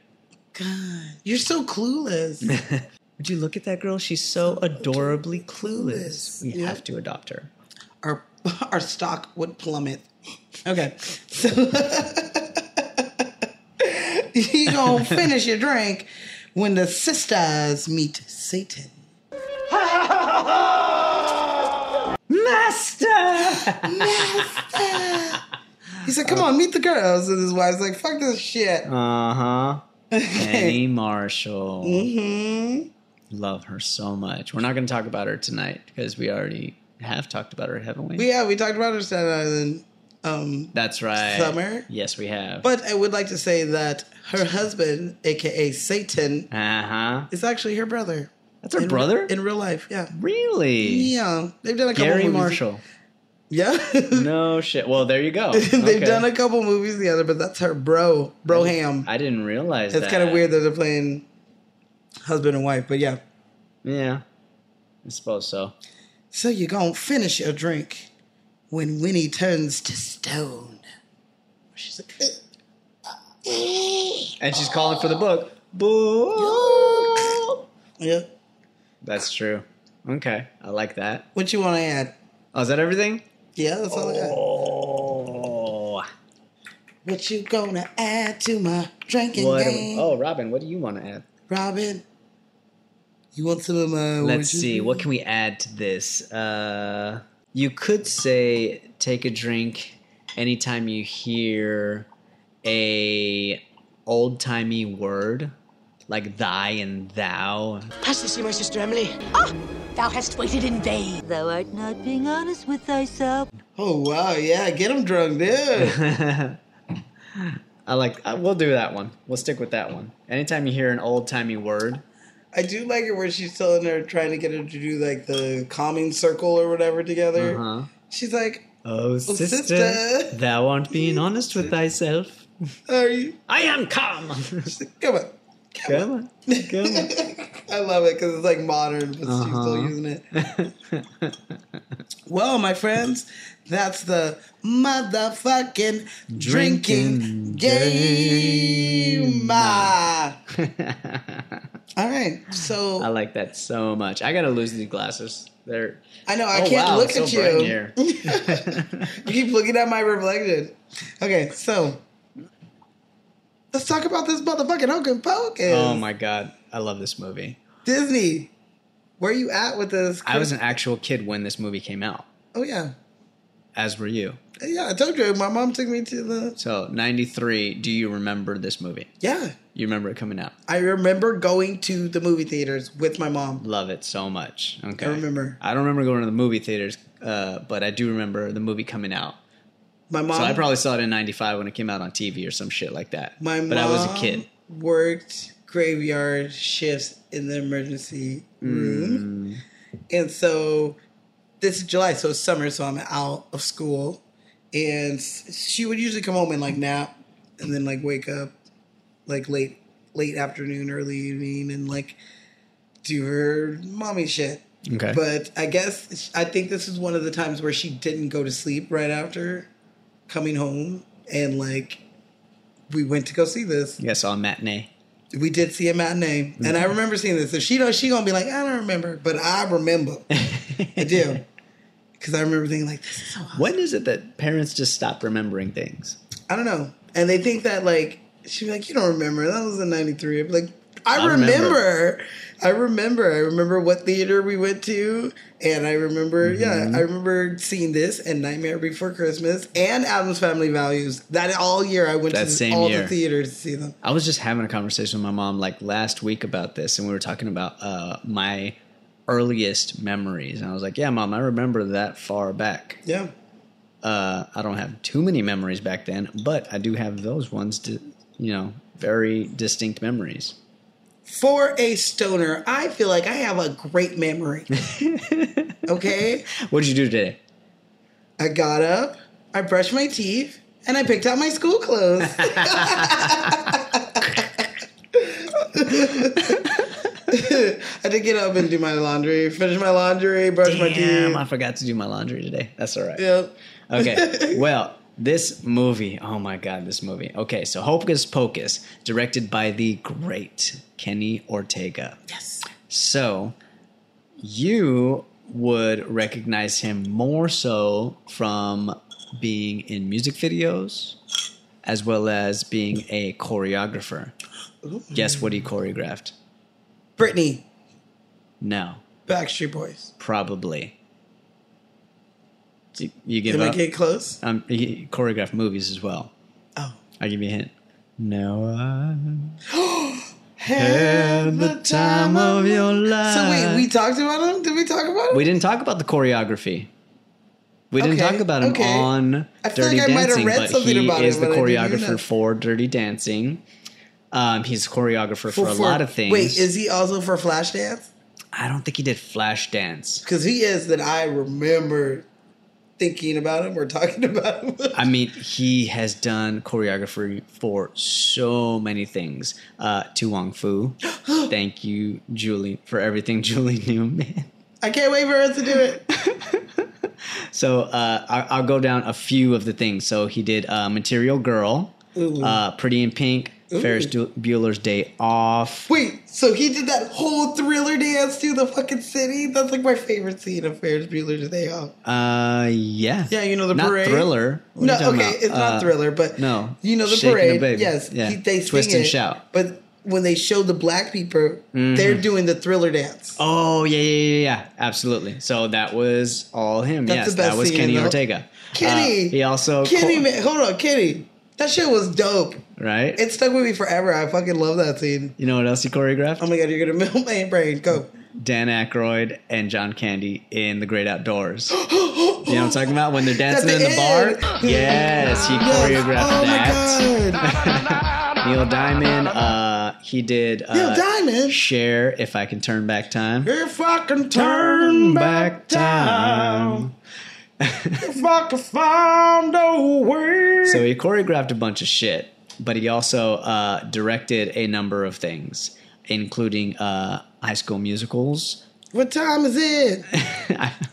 S1: God, you're so clueless.
S2: would you look at that girl she's so adorably clueless we
S1: Yeah.
S2: have to adopt her
S1: our our stock would plummet. Okay, so you gonna finish your drink when the sisters meet Satan.
S2: Master!
S1: He said, "Come on, meet the girls." And his wife's like,
S2: Uh-huh.
S1: "Fuck this shit." Mm-hmm.
S2: Uh huh. Penny Marshall.
S1: hmm
S2: Love her so much. We're not going to talk about her tonight because we already have talked about her, haven't we?
S1: But yeah, we talked about her Staten Island. Um,
S2: That's right.
S1: Summer?
S2: Yes, we have.
S1: but I would like to say that her husband, aka Satan,
S2: uh huh.
S1: is actually her brother.
S2: That's her
S1: In-
S2: brother.
S1: in real life. Yeah,
S2: really?
S1: yeah. They've done a couple
S2: Gary
S1: movies.
S2: Marshall.
S1: Yeah,
S2: No shit. Well, there you go.
S1: they've done a couple movies together, but that's her bro, broham.
S2: I didn't realize
S1: It's
S2: that.
S1: kind of weird that they're playing husband and wife, but yeah.
S2: Yeah, I suppose so.
S1: So you're gonna finish your drink when Winnie turns to stone. She's like, "Uh, "Ugh."
S2: And she's calling for the book. Book.
S1: yeah.
S2: That's true. Okay, I like that.
S1: What you want to add?
S2: Oh, is that everything?
S1: Yeah, that's all I got.
S2: Oh,
S1: What you gonna add to my drinking
S2: what?
S1: game,
S2: Oh, Robin, what do you want to add?
S1: Robin? You want some of my? what
S2: Let's
S1: you-
S2: see. What can we add to this? Uh, you could say take a drink anytime you hear a old timey word like thy and thou.
S3: Pass this to my sister Emily.
S5: Thou hast waited in vain.
S7: Thou art not being honest with thyself.
S1: Oh wow, yeah, get them drunk, dude.
S2: I like. uh, We'll do that one. We'll stick with that one. Anytime you hear an old timey word,
S1: I do like it where she's telling her, trying to get her to do like the calming circle or whatever together.
S2: uh-huh.
S1: She's like,
S2: oh sister,
S1: sister.
S2: thou art being honest with thyself.
S1: "Are you?
S2: I am calm.
S1: Come on."
S2: Come on, come on.
S1: I love it because it's like modern, but she's
S2: Uh-huh.
S1: still using it. well, my friends, that's the motherfucking drinking,
S2: Drinking
S1: game.
S2: game.
S1: Ah. All right, so
S2: I like that so much. I gotta lose these glasses. They're
S1: I know I
S2: oh,
S1: can't
S2: wow,
S1: look
S2: so
S1: at
S2: bright in
S1: you.
S2: here.
S1: You keep looking at my reflection. Okay, so let's talk about this motherfucking Hocus Pocus.
S2: oh my god, I love this movie.
S1: Disney, where you at with this?
S2: I was an actual kid when this movie came out,
S1: oh yeah,
S2: as were you.
S1: yeah. I told you, my mom took me to the
S2: So ninety three. Do you remember this movie?
S1: yeah.
S2: You remember it coming out?
S1: I remember going to the movie theaters with my mom.
S2: Love it so much. Okay.
S1: I remember.
S2: I don't remember going to the movie theaters, uh, but I do remember the movie coming out.
S1: My mom.
S2: So I probably saw it in '95 when it came out on TV or some shit like that.
S1: my
S2: but I was a kid.
S1: mom Worked graveyard shifts in the emergency room, and so this is July, so it's summer, so I'm out of school, and s- she would usually come home and like nap, and then like wake up, like late late afternoon, early evening, and like do her mommy shit.
S2: Okay.
S1: But I guess I think this is one of the times where she didn't go to sleep right after coming home, and like we went to go see this.
S2: you guys saw a matinee.
S1: We did see a matinee, and
S2: Mm-hmm.
S1: I remember seeing this. So she knows she gonna be like, I don't remember, but I remember. I do, because I remember thinking like, this is so. Awesome.
S2: When is it that parents just stop remembering things?
S1: I don't know, and they think that like she'd be like, you don't remember that was in '93. Like I
S2: I remember.
S1: remember, I remember, I remember what theater we went to, and I remember,
S2: Mm-hmm.
S1: yeah, I remember seeing this and Nightmare Before Christmas and Adam's Family Values. That all year I went
S2: That
S1: to
S2: same
S1: all
S2: year.
S1: the theaters to see them.
S2: I was just having a conversation with my mom like last week about this, and we were talking about uh, my earliest memories, and I was like, "Yeah, mom, I remember that far back."
S1: Yeah.
S2: uh, I don't have too many memories back then, but I do have those ones, to, you know, very distinct memories.
S1: For a stoner, I feel like I have a great memory. okay?
S2: What did you do today?
S1: I got up, I brushed my teeth, and I picked out my school clothes. I did get up and do my laundry, finish my laundry, brush my
S2: Damn, I
S1: teeth.
S2: forgot to do my laundry today. That's all right.
S1: Yep.
S2: Okay. Well, this movie. Oh my God, this movie. Okay, so Hocus Pocus, directed by the great Kenny Ortega.
S1: Yes.
S2: So you would recognize him more so from being in music videos as well as being a choreographer. Guess what he choreographed?
S1: Brittany,
S2: No,
S1: Backstreet Boys.
S2: probably. Do You give
S1: Did I
S2: up?
S1: get close?
S2: Um, he choreographed movies as well.
S1: Oh.
S2: I'll give you a hint. No, Had the time of your life.
S1: So wait, we talked about him? Did we talk about him?
S2: We didn't talk about the choreography. We didn't
S1: Okay,
S2: talk about him
S1: okay.
S2: on
S1: I feel
S2: Dirty
S1: like I might have
S2: Dancing,
S1: read
S2: but
S1: something
S2: he
S1: about it,
S2: is the
S1: but I didn't even know.
S2: choreographer for Dirty Dancing. Um, he's a choreographer for, a
S1: For-
S2: lot of things.
S1: Wait, is he also for Flashdance?
S2: I don't think he did Flashdance.
S1: Because he is that I remember thinking about him or talking about him.
S2: I mean, he has done choreography for so many things. Uh, to Wong Fu, thank you, Julie, for everything Julie Newman.
S1: I can't wait for us to do it.
S2: So uh, I- I'll go down a few of the things. So he did uh, Material Girl,
S1: Ooh.
S2: uh, Pretty in Pink, Ferris Du- Bueller's Day Off.
S1: Wait, so he did that whole thriller dance to the fucking city? That's like my favorite scene of Ferris Bueller's Day Off.
S2: Uh, yeah.
S1: Yeah, you know, the
S2: Not
S1: parade.
S2: Thriller. What are
S1: no,
S2: you talking
S1: okay,
S2: about?
S1: it's not
S2: Uh,
S1: thriller, but
S2: no,
S1: you know the
S2: Shaking the
S1: parade.
S2: Baby.
S1: Yes,
S2: Yeah.
S1: he, they sing
S2: Twist and
S1: it,
S2: shout. Mm-hmm.
S1: But when they show the black people, they're doing the thriller dance.
S2: Oh yeah, yeah, yeah, yeah. Absolutely. So that was all him.
S1: That's
S2: yes,
S1: the best
S2: that was
S1: scene,
S2: Kenny
S1: though.
S2: Ortega.
S1: Kenny,
S2: Uh, he also
S1: Kenny,
S2: co-
S1: man, hold on, Kenny, that shit was dope.
S2: right.
S1: It stuck with me forever. I fucking love that scene.
S2: you know what else he choreographed?
S1: Oh my god, you're gonna melt my brain. Go.
S2: Dan Aykroyd and John Candy in The Great Outdoors. you know what I'm talking about when they're dancing
S1: the
S2: in the
S1: end.
S2: bar? Yes, he
S1: Yes.
S2: choreographed
S1: oh
S2: that.
S1: my god.
S2: Neil Diamond, uh, he did uh,
S1: Neil Diamond?
S2: Share If I Can Turn Back Time.
S1: If I can turn back time, if I can find a way.
S2: So he choreographed a bunch of shit, but he also uh, directed a number of things, including uh, high school musicals.
S1: What time is it?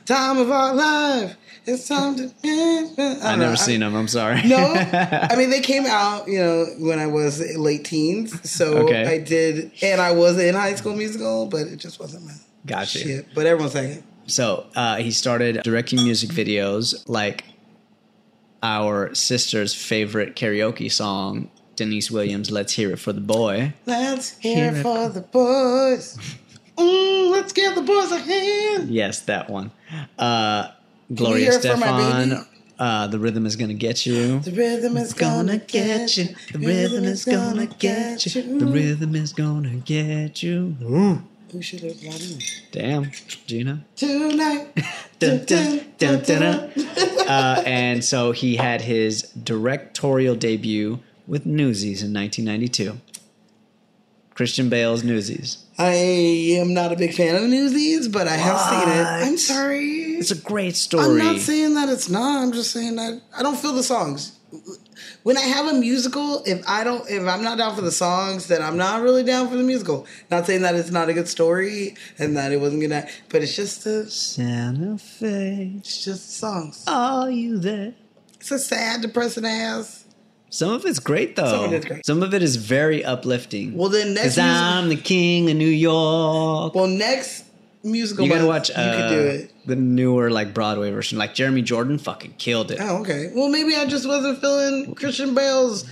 S1: time of our life. It's time to. Uh, I
S2: I've never seen them. I'm sorry.
S1: No, I mean they came out, you know, when I was late teens. So
S2: Okay.
S1: I did, and I was in High School Musical, but it just wasn't my
S2: Gotcha.
S1: shit. But everyone's saying it.
S2: So uh, he started directing music videos like our sister's favorite karaoke song, Denise Williams, Let's Hear It for the Boy.
S1: Let's hear it for the boys. Mm, let's give the boys a hand.
S2: Yes, that one. Uh, Gloria
S1: hear it for my baby?
S2: Stefan, uh, The Rhythm Is Gonna Get You.
S1: The rhythm is gonna get you.
S2: The rhythm is gonna get you. The
S1: Mm.
S2: rhythm is gonna get you. Ooh.
S1: Who should have got in?
S2: Damn, Gina.
S1: Tonight.
S2: Dun, dun, dun, dun, dun.
S1: dun.
S2: Uh, and so he had his directorial debut with Newsies in 1992. Christian Bale's Newsies.
S1: I am not a big fan of Newsies, but I have seen it.
S2: What?
S1: I'm sorry.
S2: It's a great
S1: I'm
S2: story.
S1: not saying that it's not. I'm just saying that I don't feel the songs. When I have a musical, if I don't, if I'm not down for the songs, then I'm not really down for the musical. Not saying that it's not a good story and that it wasn't gonna, but it's just the, it's
S2: Santa Fe,
S1: just songs.
S2: are you there?
S1: It's a sad, depressing ass.
S2: Some of it's great though.
S1: Some of it's great.
S2: Some of it is very uplifting.
S1: Well, then next
S2: Cause I'm the king of New York.
S1: Well, next musical,
S2: you gotta watch.
S1: month,
S2: Uh,
S1: You could do it.
S2: The newer like Broadway version, like Jeremy Jordan, fucking killed it.
S1: Oh, okay. Well, maybe I just wasn't feeling Christian Bale's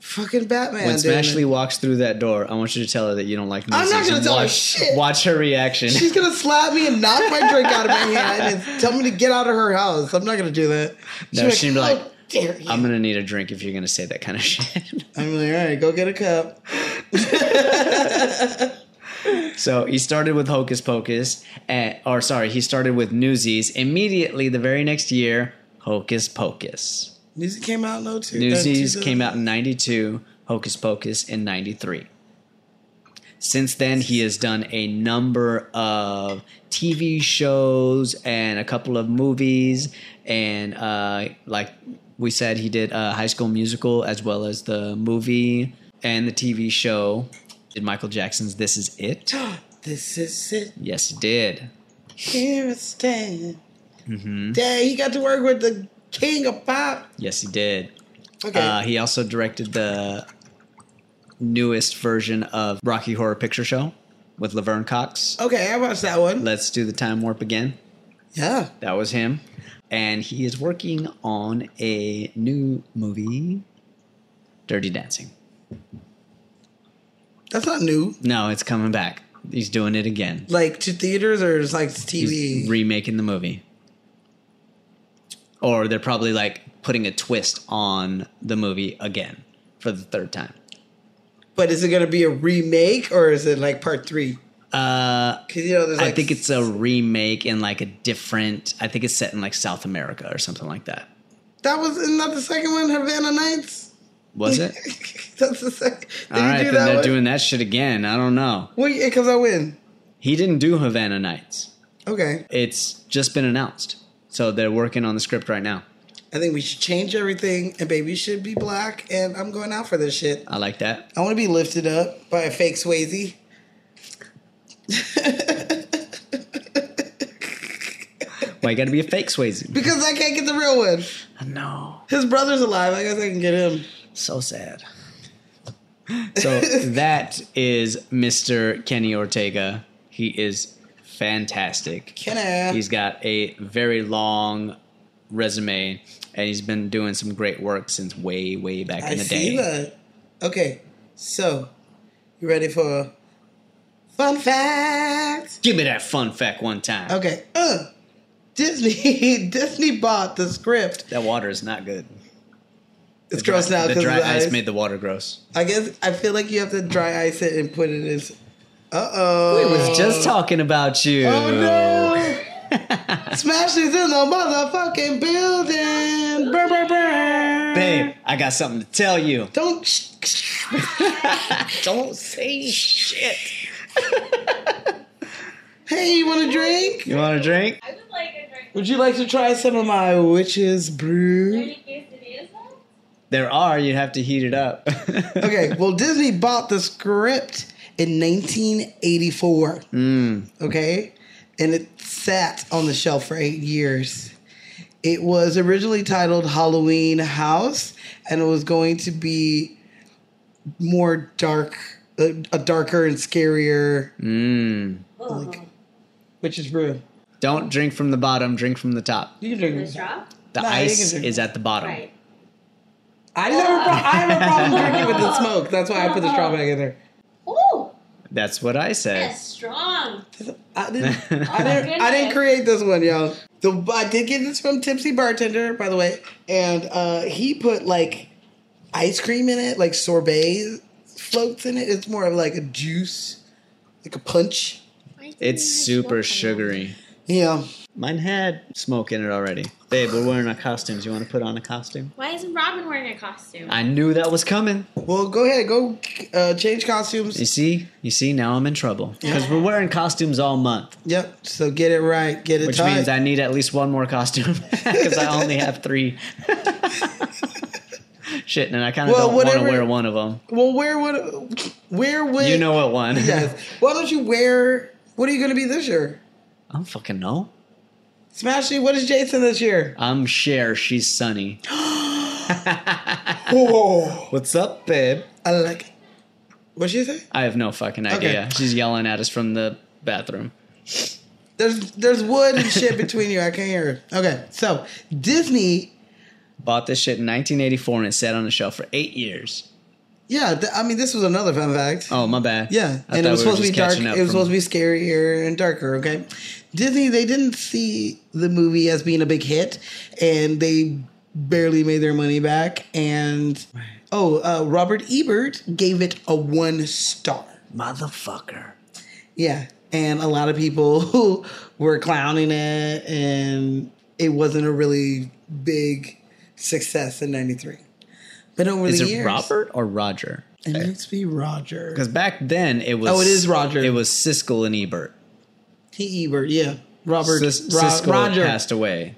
S1: fucking Batman.
S2: when
S1: damn it.
S2: Smashley walks through that door, I want you to tell her that you don't like
S1: not
S2: Newsies.
S1: gonna
S2: and
S1: tell her
S2: watch,
S1: shit.
S2: Watch her reaction.
S1: She's gonna slap me and knock my drink out of my hand and tell me to get out of her house. I'm not gonna do that.
S2: No, she'd be like,
S1: "How dare you?"
S2: I'm
S1: I'm,
S2: gonna need a drink if you're gonna say that kind of shit.
S1: like, all right, go get a cup.
S2: so he started with Hocus Pocus, and, or sorry, he started with Newsies. Immediately, the very next year, Hocus Pocus.
S1: Newsies came out no two.
S2: Newsies came out in '92, Hocus Pocus in '93. Since then, he has done a number of TV shows and a couple of movies, and uh, like we said, he did a High School Musical as well as the movie and the TV show. Did Michael Jackson's "This Is It"?
S1: This is it.
S2: yes, he did.
S1: Here it stands.
S2: Mm-hmm.
S1: Dang, he got to work with the king of pop.
S2: Yes, he did.
S1: Okay.
S2: Uh, he also directed the newest version of Rocky Horror Picture Show with Laverne Cox.
S1: okay, I watched that one.
S2: Let's do the time warp again.
S1: yeah.
S2: That was him. And he is working on a new movie, Dirty Dancing.
S1: That's not new.
S2: No, it's coming back. He's doing it again.
S1: Like to theaters or it's like TV.
S2: He's remaking the movie. Or they're probably like putting a twist on the movie again for the third time.
S1: But is it going to be a remake or is it like part three?
S2: Uh,
S1: Because you know, there's
S2: I
S1: like
S2: think it's a remake in like a different. I think it's set in like South America or something like that.
S1: that was not the second one, Havana Nights.
S2: Was it?
S1: That's the second. Did
S2: All
S1: you
S2: right,
S1: do
S2: then
S1: that
S2: they're
S1: one?
S2: doing that shit again. I don't know.
S1: Wait, because I win.
S2: He didn't do Havana Nights.
S1: Okay,
S2: It's just been announced, so they're working on the script right now.
S1: I think we should change everything, and baby should be black. And I'm going out for this shit.
S2: I like that.
S1: I want to be lifted up by a fake Swayze.
S2: Why you got to be a fake Swayze?
S1: Because I can't get the real one.
S2: No,
S1: His brother's alive. I guess I can get him.
S2: so sad. So that is Mr. Kenny Ortega. He is fantastic.
S1: Can I?
S2: He's got a very long resume, and he's been doing some great work since way, way back
S1: I
S2: in the day.
S1: see that. Okay, so you ready for a fun fact?
S2: Give me that fun fact one time.
S1: Okay, uh, Disney Disney bought the script.
S2: That water is not good.
S1: It's
S2: The
S1: gross
S2: dry- The
S1: now because
S2: dry
S1: the
S2: ice
S1: ice.
S2: made the water gross.
S1: I guess I feel like you have to dry ice it and put it in. Uh oh.
S2: I was just talking about you.
S1: Oh no! Smash is in the motherfucking building. Brr, brr, brr.
S2: Babe, I got something to tell you.
S1: Don't sh- don't say shit. hey, you want a drink?
S2: You want a drink?
S8: I would like a drink.
S1: Would you like to try some of my witch's brew?
S8: Any quesadillas? though?
S2: There are. You'd have to heat it up.
S1: Okay. Well, Disney bought the script in 1984. Okay, and it sat on the shelf for eight years. It was originally titled Halloween House, and it was going to be more dark, a, a darker and scarier
S2: Mm.
S1: Which is brew.
S2: Don't drink from the bottom. Drink from the top.
S1: You can drink
S8: The
S1: this.
S8: drop?
S2: The
S1: Nah, you
S2: ice
S1: can drink-
S2: is at the bottom.
S8: Right.
S1: I never. Pro- I have a problem drinking with the smoke. That's why I put the straw back in there.
S8: Ooh,
S2: That's what I said.
S8: that's strong.
S1: I didn't. I didn't, I didn't create this one, y'all. The I did get this from Tipsy Bartender, by the way, and uh, he put like ice cream in it, like sorbet floats in it. It's more of like a juice, like a punch.
S2: It's super sugary.
S1: Yeah,
S2: Mine had smoke in it already. Babe, we're wearing our costumes. You want to put on a costume?
S8: Why isn't Robin wearing a costume?
S2: I knew that was coming.
S1: Well, go ahead, go uh, change
S2: You
S1: costumes.
S2: see? You see? Now I'm in trouble. Because we're wearing costumes all month,
S1: Yep. So get it right, get it
S2: which
S1: tight.
S2: means I need at least one more costume because I only have three. Shit, and I kind of
S1: Well,
S2: don't want to
S1: whatever-
S2: wear one of them.
S1: well, where would where would
S2: You know what one?
S1: Yes. Why don't you wear? What are you going to be this year?
S2: I don't fucking know.
S1: Smashy, what is Jason this year?
S2: I'm Cher. She's Sunny.
S1: Oh,
S2: What's up, babe?
S1: I like it. What'd you say?
S2: I have no fucking idea.
S1: Okay.
S2: She's yelling at us from the bathroom.
S1: There's there's wood and shit between you. I can't hear it. Okay, so Disney,
S2: Bought this shit in 1984 and it sat on the shelf for eight years.
S1: yeah. Th- I mean, this was another fun fact.
S2: Oh, my bad.
S1: yeah,
S2: I
S1: and
S2: thought
S1: it was
S2: we were
S1: supposed to
S2: just
S1: be dark.
S2: catching
S1: It
S2: up
S1: was
S2: from-
S1: supposed to be scarier and darker. Okay, Disney they didn't see the movie as being a big hit, and they barely made their money back. And oh, uh, Robert Ebert gave it a one star.
S2: motherfucker.
S1: Yeah. And a lot of people who were clowning it and it wasn't a really big success in 93. But over
S2: Is
S1: the
S2: it
S1: years,
S2: Robert or Roger?
S1: it needs to be Roger.
S2: Because back then it was.
S1: Oh, it is Roger.
S2: It was Siskel and Ebert.
S1: T. Ebert, E yeah. Robert
S2: Sis-
S1: Ro-
S2: Siskel
S1: Roger.
S2: passed away,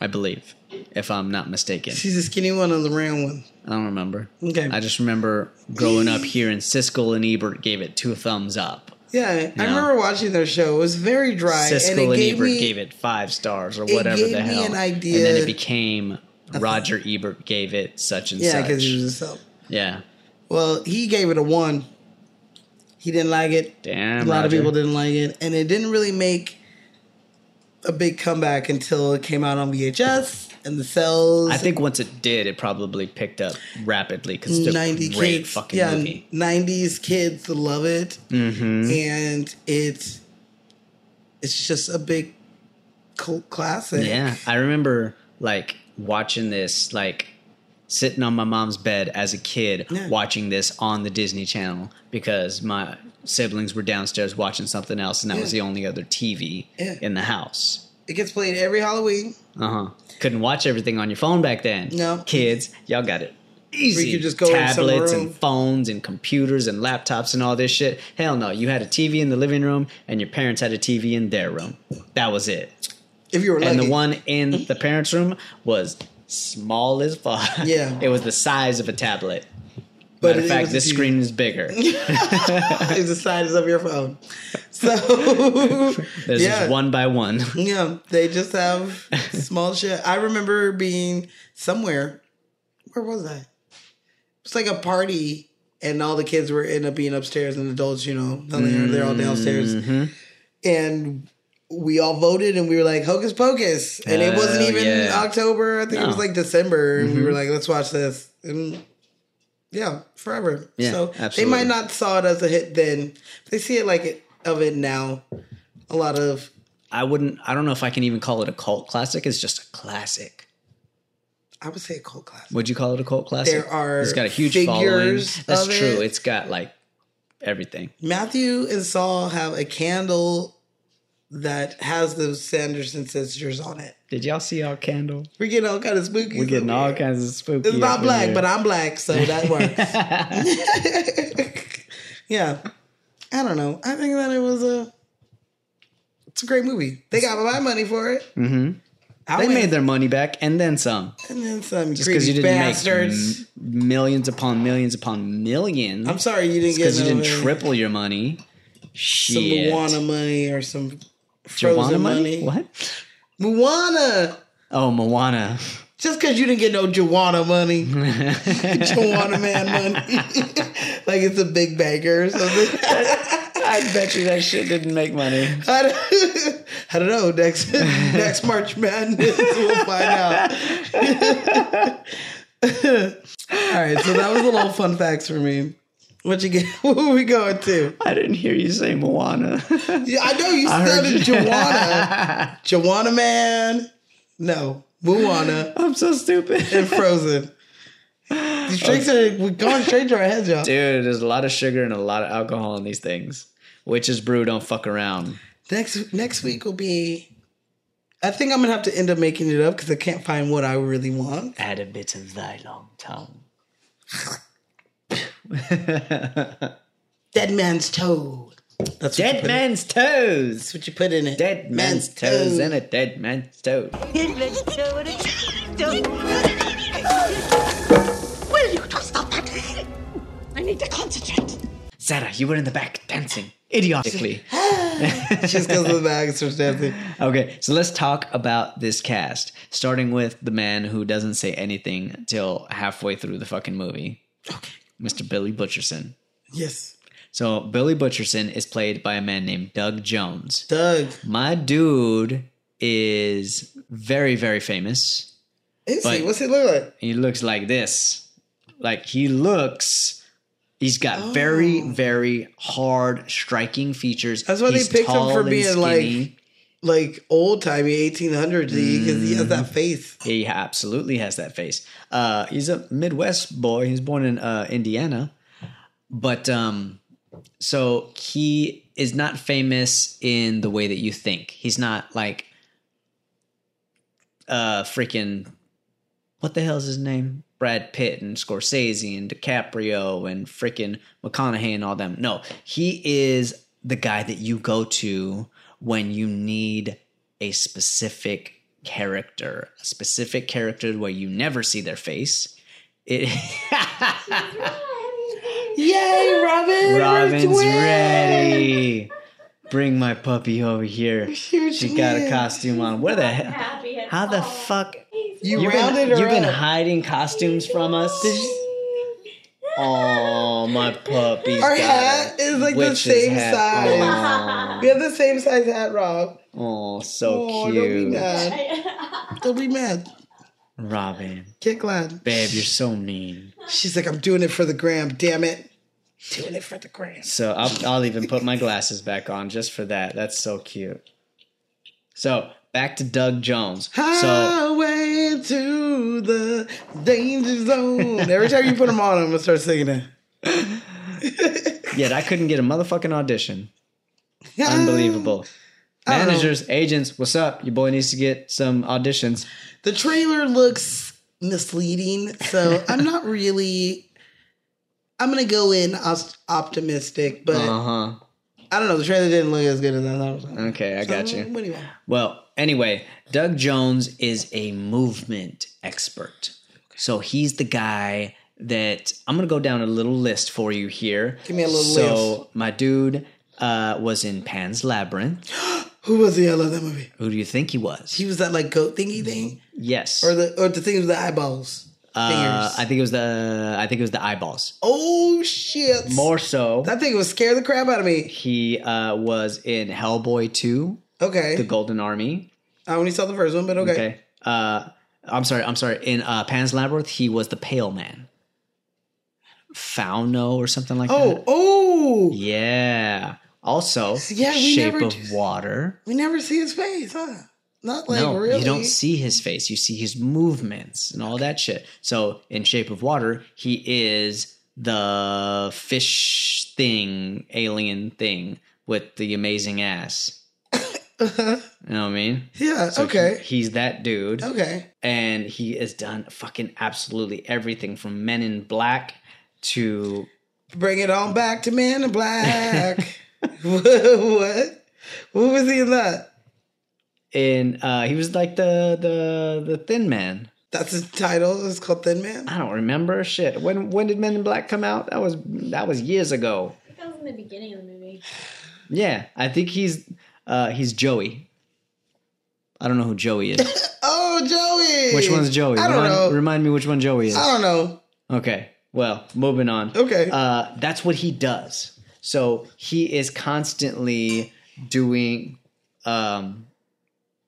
S2: I believe, if I'm not mistaken.
S1: She's the skinny one or the round one.
S2: I don't remember.
S1: Okay.
S2: I just remember growing up here and Siskel and Ebert gave it two thumbs up.
S1: Yeah, I
S2: No.
S1: remember watching their show. It was very dry.
S2: Siskel
S1: and
S2: and,
S1: it gave
S2: Ebert
S1: me,
S2: gave it five stars or whatever
S1: gave
S2: the
S1: me
S2: hell.
S1: an idea-
S2: And then it became Roger Ebert gave it such and
S1: Yeah,
S2: such.
S1: because he was himself.
S2: yeah.
S1: Well, he gave it a one. He didn't like it.
S2: Damn.
S1: a lot of
S2: Roger.
S1: people didn't like it, and it didn't really make a big comeback until it came out on VHS and the cells.
S2: I think once it did, it probably picked up rapidly because it's a
S1: ninety
S2: great
S1: kids,
S2: fucking
S1: yeah,
S2: movie. Mm-hmm.
S1: nineties kids love it, and it's it's just a big cult classic.
S2: Yeah, I remember like watching this like sitting on my mom's bed as a kid
S1: Yeah.
S2: watching this on the Disney Channel because my siblings were downstairs watching something else, and that was
S1: Yeah.
S2: the only other TV
S1: Yeah.
S2: in the house.
S1: It gets played every Halloween.
S2: Uh huh. Couldn't watch everything on your phone back then.
S1: No.
S2: kids, y'all got it easy.
S1: could just go in some
S2: tablets
S1: room.
S2: and phones and computers and laptops and all this shit. Hell no, you had a TV in the living room, and your parents had a TV in their room. That was it.
S1: If you were lucky.
S2: And the one in the parents' room was small as fuck.
S1: Yeah.
S2: it was the size of a tablet.
S1: But
S2: Matter
S1: it
S2: of fact,
S1: was a
S2: this
S1: TV.
S2: screen is bigger.
S1: is the size of your phone. So
S2: There's
S1: yeah,
S2: just one by one.
S1: Yeah, they just have small shit. I remember being somewhere. Where was I? It's like a party, and all the kids were end up being upstairs, and adults, you know, they're, they're all
S2: Mm.
S1: downstairs,
S2: Mm-hmm.
S1: and. We all voted and we were like hocus pocus, and it wasn't
S2: Hell
S1: even
S2: yeah. Mm-hmm.
S1: October. I think it was
S2: No.
S1: like December, and we were like, "Let's watch this." And yeah, forever.
S2: Yeah,
S1: so they
S2: absolutely.
S1: might not saw it as a hit then. But they see it like it, of it now. A lot of
S2: I wouldn't. I don't know if I can even call it a cult classic. It's just a classic.
S1: I would say a cult classic.
S2: Would you call it a cult classic?
S1: There are
S2: It's got a huge
S1: figures
S2: following. That's
S1: of
S2: true.
S1: it.
S2: It's got like everything.
S1: Matthew and Saul have a candle that has the Sanderson sisters on it.
S2: Did y'all see our candle?
S1: We're getting all kind of spooky.
S2: We're getting all
S1: over here.
S2: kinds of spooky.
S1: It's not
S2: up in
S1: black,
S2: here.
S1: but I'm black, so that works. yeah, I don't know. I think that it was a. It's a great movie. They got my money for it. Mm-hmm. I
S2: they
S1: went-
S2: made their money back and then some.
S1: and then some
S2: Just because
S1: greedy
S2: you didn't
S1: bastards.
S2: make m- millions upon millions upon 1000000s
S1: I'm sorry you didn't get
S2: because you didn't
S1: no, uh,
S2: triple your money.
S1: some
S2: Shit.
S1: Moana money or some frozen
S2: Joanna money?
S1: money.
S2: What?
S1: Moana.
S2: Oh, Moana.
S1: Just because you didn't get no Joanna money, Joanna man money, like it's a big banker or something.
S2: I bet you that shit didn't make money.
S1: I don't, I don't know. Next next March Madness, we'll find out. All right, so that was a little fun facts for me. What you get? Who we going to?
S2: I didn't hear you say Moana.
S1: Yeah, I know you
S2: I heard
S1: started
S2: you.
S1: Joanna, Joanna man. No, Moana
S2: I'm so stupid.
S1: and Frozen. These drinks are we're going straight to our heads, y'all.
S2: Dude, there's a lot of sugar and a lot of alcohol in these things. Witch's brew don't fuck around.
S1: Next next week will be. I think I'm gonna have to end up making it up because I can't find what I really want.
S2: Add a bit of thy long tongue.
S1: Dead man's toe. That's what you
S2: Dead
S1: put in-
S2: man's toes.
S1: That's what you put in it.
S2: Dead man's toes and a dead man's toe.
S5: Will you just stop that? I need to concentrate.
S2: Sarah, you were in the back dancing idiotically.
S1: Just goes to the bag and starts dancing.
S2: Okay, so let's talk about this cast, starting with the man who doesn't say anything till halfway through the fucking movie. Okay. Mr. Billy Butcherson.
S1: Yes,
S2: So Billy Butcherson is played by a man named Doug Jones.
S1: Doug.
S2: My dude is very, very famous.
S1: Is he?
S2: But-
S1: What's he look like?
S2: He looks like this. Like he looks he's got very, very hard striking features.
S1: Oh. That's why they
S2: He's
S1: picked him
S2: tall
S1: for
S2: and
S1: being, like-
S2: skinny.
S1: Like old timey 1800s because he has
S2: Mm.
S1: that face.
S2: He absolutely has that face. Uh, he's a Midwest boy. He was born in uh, Indiana, but um, so he is not famous in the way that you think. He's not like uh, freaking what the hell's his name? Brad Pitt and Scorsese and DiCaprio and freaking McConaughey and all them. No, he is the guy that you go to when you need a specific character, a specific character where you never see their face. It
S1: Yay, Robin! we're
S2: Robin's
S1: twins!
S2: ready. Bring my puppy over here.
S1: You're
S2: She got a
S1: twins.
S2: costume on. Where the hell?
S8: Happy and
S2: How the
S8: all.
S2: fuck?
S1: You
S2: You've
S1: rounded
S2: been,
S1: her
S2: you've been
S1: up.
S2: hiding costumes from us. Oh, my puppy.
S1: Our hat is like the same size. We have the same size hat, Rob.
S2: Oh, so
S1: Oh, don't be
S2: cute.
S1: mad. Don't be mad.
S2: Robin,
S1: Get glad.
S2: babe, you're so mean.
S1: She's like, I'm doing it for the gram, damn it. Doing it for the gram.
S2: So I'll, I'll even put my glasses back on just for that. That's so cute. So back to Doug Jones. So
S1: Highway to the danger zone. Every time you put them on, I'm gonna start singing it.
S2: yet I couldn't get a motherfucking audition. Unbelievable. Managers, agents, what's up? Your boy needs to get some auditions.
S1: The trailer looks misleading, so I'm not really. I'm gonna go in os- optimistic, but
S2: Uh huh.
S1: I don't know. The trailer didn't look as good as I thought. it was gonna.
S2: Okay, I got
S1: So,
S2: you.
S1: What do you want?
S2: Well, anyway, Doug Jones is a movement expert. So he's the guy that I'm going to go down a little list for you here.
S1: Give me a little
S2: so my dude uh, was in Pan's Labyrinth.
S1: Who was he? I love that movie.
S2: Who do you think he was?
S1: He was that like goat thingy thing,
S2: yes.
S1: or the or the thing with the eyeballs,
S2: uh,
S1: fingers.
S2: I think it was the I think it was the eyeballs.
S1: oh shit!
S2: More so,
S1: That thing would scare the crap out of me.
S2: he uh, was in Hellboy 2,
S1: Okay,
S2: The Golden Army.
S1: I only saw the first one, but okay.
S2: Okay. Uh, I'm sorry. I'm sorry. In uh, Pan's Labyrinth, he was the Pale Man. Fauno or something like
S1: Oh,
S2: that.
S1: oh!
S2: Yeah. Also,
S1: Yeah, we
S2: Shape
S1: never
S2: of
S1: do-
S2: Water.
S1: We never see his face, huh? Not like
S2: no,
S1: really.
S2: you don't see his face. You see his movements and all that shit. So in Shape of Water, he is the fish thing, alien thing with the amazing ass.
S1: Uh-huh.
S2: You know what I mean?
S1: yeah.
S2: So he-
S1: okay.
S2: he's that dude.
S1: okay.
S2: and he has done fucking absolutely everything from Men in Black to
S1: Bring it on back to Men in Black. what? What was he in that?
S2: in uh he was like the the the Thin Man.
S1: That's his title. It's called Thin Man.
S2: I don't remember shit. When when did Men in Black come out? That was that was years ago.
S8: I think that was in the beginning of the movie.
S2: Yeah, I think he's uh he's Joey. I don't know who Joey is.
S1: Oh, Joey.
S2: Which one's Joey?
S1: I don't
S2: remind,
S1: know.
S2: remind me which one Joey is.
S1: I don't know.
S2: Okay. Well, moving on.
S1: Okay.
S2: Uh, that's what he does. So he is constantly doing um,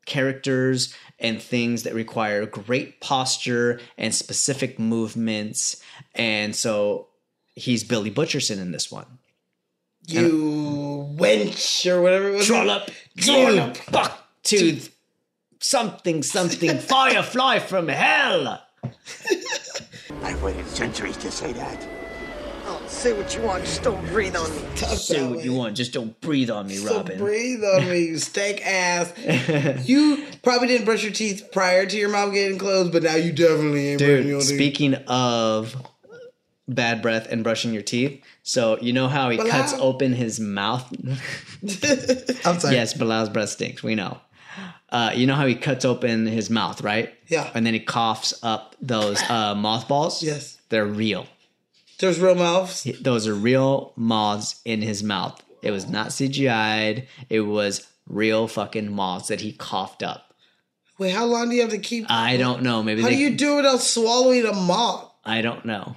S2: characters and things that require great posture and specific movements. And so he's Billy Butcherson in this one.
S1: You wench or whatever it was.
S2: Trollop,
S1: Trollop.
S2: buck tooth, something, something, firefly from hell.
S9: I've waited centuries to say that. Oh, say what you want, just don't breathe on me.
S1: Talk
S2: Say
S1: that
S2: what
S1: way.
S2: you want, just don't breathe on me,
S1: So
S2: Robin.
S1: breathe on me, you stank ass. you probably didn't brush your teeth prior to your mouth getting closed, but now you definitely ain't brushing your
S2: Dude,
S1: teeth.
S2: speaking of bad breath and brushing your teeth, so you know how he
S1: Bilal.
S2: cuts open his mouth?
S1: I'm sorry.
S2: yes, Bilal's breath stinks. We know. Uh, you know how he cuts open his mouth, right?
S1: Yeah.
S2: And then he coughs up those uh, mothballs?
S1: Yes.
S2: They're real.
S1: There's real mouths.
S2: Those are real moths in his mouth. It was not CGI'd. It was real fucking moths that he coughed up.
S1: Wait, how long do you have to keep?
S2: I don't know. Maybe
S1: how
S2: they,
S1: do you do it without swallowing a moth?
S2: I don't know.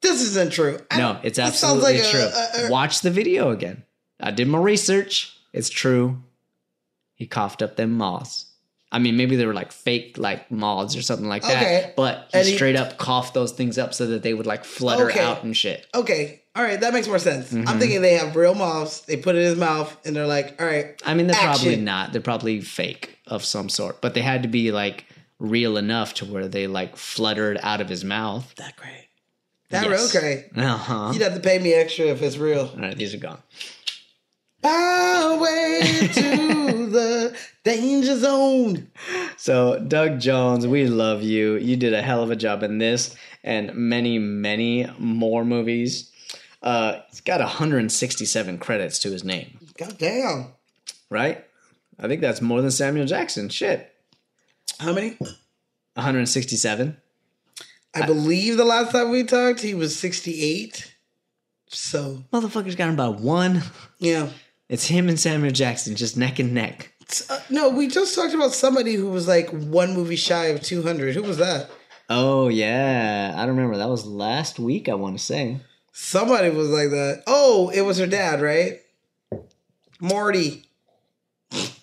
S1: This isn't true. I
S2: No,
S1: don't-
S2: it's
S1: this sounds
S2: absolutely
S1: like a-
S2: true.
S1: a- a-
S2: Watch the video again. I did my research. It's true. He coughed up them moths. I mean, maybe they were like fake, like moths or something like that.
S1: Okay.
S2: But he
S1: And he-
S2: straight up coughed those things up so that they would like flutter
S1: Okay.
S2: out and shit.
S1: okay, all right, that makes more sense.
S2: Mm-hmm.
S1: I'm thinking they have real moths. They put it in his mouth, and they're like, all right,
S2: I mean, they're probably
S1: Action.
S2: not. They're probably fake of some sort. But they had to be like real enough to where they like fluttered out of his mouth.
S1: that great. That
S2: Yes.
S1: real great.
S2: Uh huh.
S1: You'd have to pay me extra if it's real.
S2: All right, these are gone.
S1: Highway to the danger zone.
S2: So, Doug Jones, we love you. You did a hell of a job in this and many, many more movies. Uh, he's got 167 credits to his name,
S1: God damn.
S2: right? I think that's more than Samuel Jackson. Shit.
S1: How many?
S2: 167?
S1: I believe the last time we talked, he was 68. So,
S2: Motherfucker's got him by one.
S1: yeah.
S2: It's him and Samuel Jackson, just neck and neck.
S1: Uh, no, we just talked about somebody who was like one movie shy of 200. Who was that?
S2: Oh, yeah. I remember. That was last week, I want to say.
S1: Somebody was like that. Oh, it was her dad, right? Morty.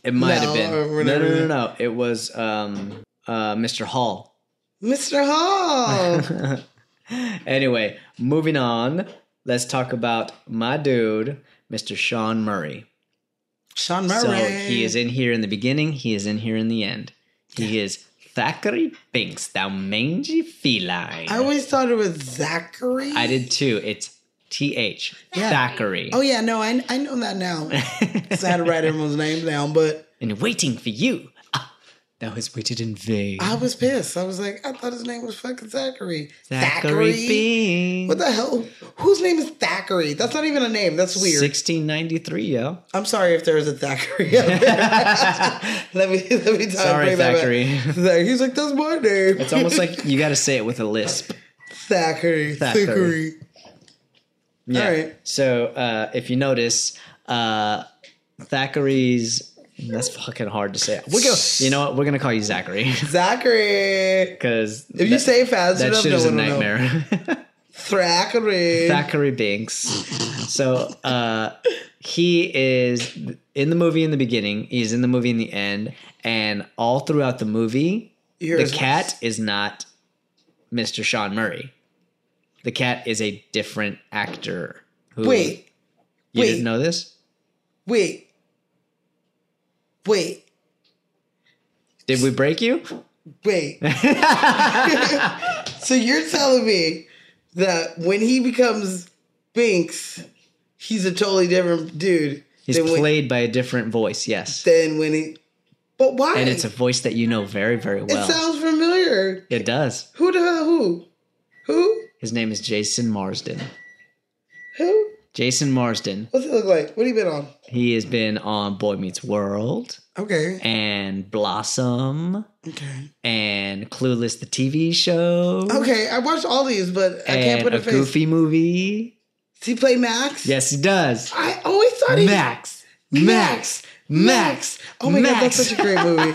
S2: It might have
S1: No,
S2: been.
S1: or
S2: No, no,
S1: whatever.
S2: no, no, no. It was um, uh, Mr. Hall.
S1: Mr. Hall.
S2: anyway, moving on. Let's talk about my dude, Mr. Sean Murray.
S1: Sean Murray.
S2: So he is in here in the beginning. He is in here in the end. He is Thackeray Binks, thou mangy feline.
S1: I always thought it was Zachary.
S2: I did too. It's T H
S1: Yeah.
S2: Thackeray.
S1: Oh yeah, no, I I know that now. 'Cause I had to write everyone's name down, but
S2: And waiting for you. Ah, thou hast waited in vain.
S1: I was pissed. I was like, I thought his name was fucking Zachary.
S2: Thackeray, Binks.
S1: What the hell? Whose name is Thackeray? That's not even a name. That's weird.
S2: 1693, yo.
S1: I'm sorry if there is a Thackeray out there. let me let me talk
S2: Sorry,
S1: bring that back.
S2: Thackeray.
S1: Zac- He's like, that's my name.
S2: It's almost like you got to say it with a lisp.
S1: Thackeray.
S2: Thackeray.
S1: Thackeray.
S2: Yeah.
S1: All right.
S2: So uh, if you notice, uh, Thackeray's. That's fucking hard to say. We're gonna, you know what? We're gonna call you Zachary
S1: Zachary.
S2: because
S1: If you say it fast
S2: that
S1: enough,
S2: shit
S1: no
S2: is a
S1: one will know.
S2: nightmare.
S1: Thackeray.
S2: Thackeray Binks. So uh, he is in the movie in the beginning. He's in the movie in the end, and all throughout the movie,
S1: You're
S2: the
S1: as-
S2: cat is not Mr. Sean Murray. The cat is a different actor. Who,
S1: Wait.
S2: you
S1: wait.
S2: didn't know this?
S1: Wait. Wait.
S2: Did we break you?
S1: Wait. so you're telling me that when he becomes Binks, he's a totally different dude
S2: He's
S1: than, when,
S2: played by a different voice, yes,
S1: than when he. But why?
S2: and it's a voice that you know very, very
S1: It
S2: well.
S1: sounds familiar.
S2: it does.
S1: Who the hell? Who? Who?
S2: His name is Jason Marsden.
S1: Who?
S2: Jason Marsden.
S1: What's it look like? What have you been on?
S2: He has been on Boy Meets World
S1: Okay.
S2: and Blossom
S1: Okay.
S2: and Clueless the TV show.
S1: Okay. I watched all these, but I can't
S2: and
S1: put a,
S2: a
S1: face.
S2: goofy movie.
S1: Does he play Max?
S2: Yes, he does.
S1: I always thought he
S2: Max. Max. Max.
S1: Oh my god,
S2: Max.
S1: that's such a great movie.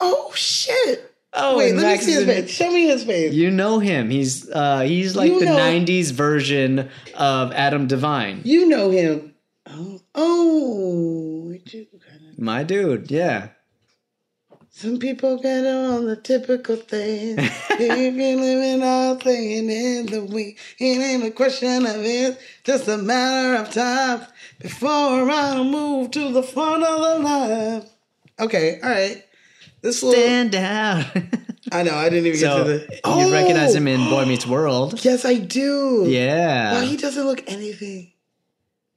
S1: oh shit.
S2: Oh,
S1: Wait,
S2: and
S1: let
S2: Max
S1: me see
S2: is
S1: his
S2: in
S1: face. Show me his face. You,
S2: You know him. He's uh he's like
S1: You
S2: the
S1: know-
S2: 90s version of Adam Devine.
S1: know him. Oh, oh. I do kinda-
S2: My dude, yeah.
S1: Some people get on the typical thing. They've been living all thing in the week. It ain't a question of it, just a matter of time before I move to the front of the line. Okay, all right. This little,
S2: Stand out.
S1: I know I didn't even
S2: so
S1: get to the. Oh,
S2: you recognize him in Boy Meets World.
S1: Yes, I do.
S2: Yeah.
S1: Wow, he doesn't look anything.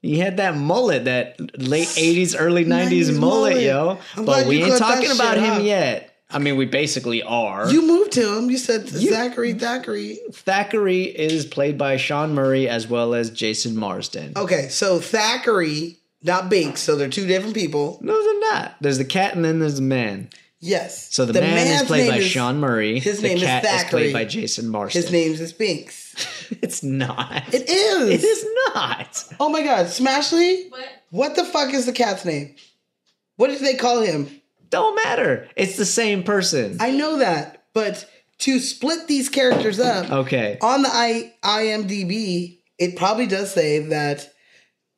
S2: He had that mullet, that late '80s, early '90s,
S1: 90s
S2: mullet,
S1: mullet.
S2: yo.
S1: I'm
S2: but
S1: glad
S2: we
S1: you
S2: ain't
S1: caught that
S2: talking about
S1: shit
S2: him
S1: up.
S2: yet. I mean, we basically are.
S1: You moved to him. You said
S2: You-
S1: Zachary Thackeray.
S2: Thackeray is played by Sean Murray as well as Jason Marsden.
S1: Okay, so Thackeray, not Binks. So they're two different people.
S2: No, they're not. There's the cat and then there's the man.
S1: Yes.
S2: So the, man is
S1: man's
S2: played
S1: name
S2: by
S1: is-
S2: Sean Murray.
S1: his
S2: the
S1: name is
S2: cat played
S1: Thackeray.
S2: by Jason Marsden.
S1: His name is Binks.
S2: It's not.
S1: It is.
S2: It is not.
S1: Oh my God, Smashly.
S8: What?
S1: What the fuck is the cat's name? What did they call him?
S2: Don't matter. It's the same person.
S1: I know that, but to split these characters up,
S2: okay.
S1: on the I- IMDb, it probably does say that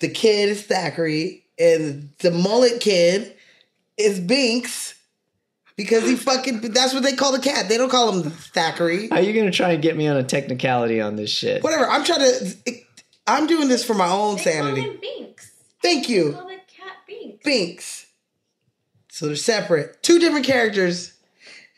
S1: the kid is Thackeray and the mullet kid is Binks because he fucking that's what they call the cat. They don't call him Thackeray.
S2: How are you gonna try and get me on a technicality on this shit?
S1: Whatever. I'm trying to. I'm doing this for my own
S8: They call
S1: sanity.
S8: him Binks.
S1: Thank
S8: They
S1: you,
S8: call the cat Binks.
S1: Binks. So they're separate, two different characters,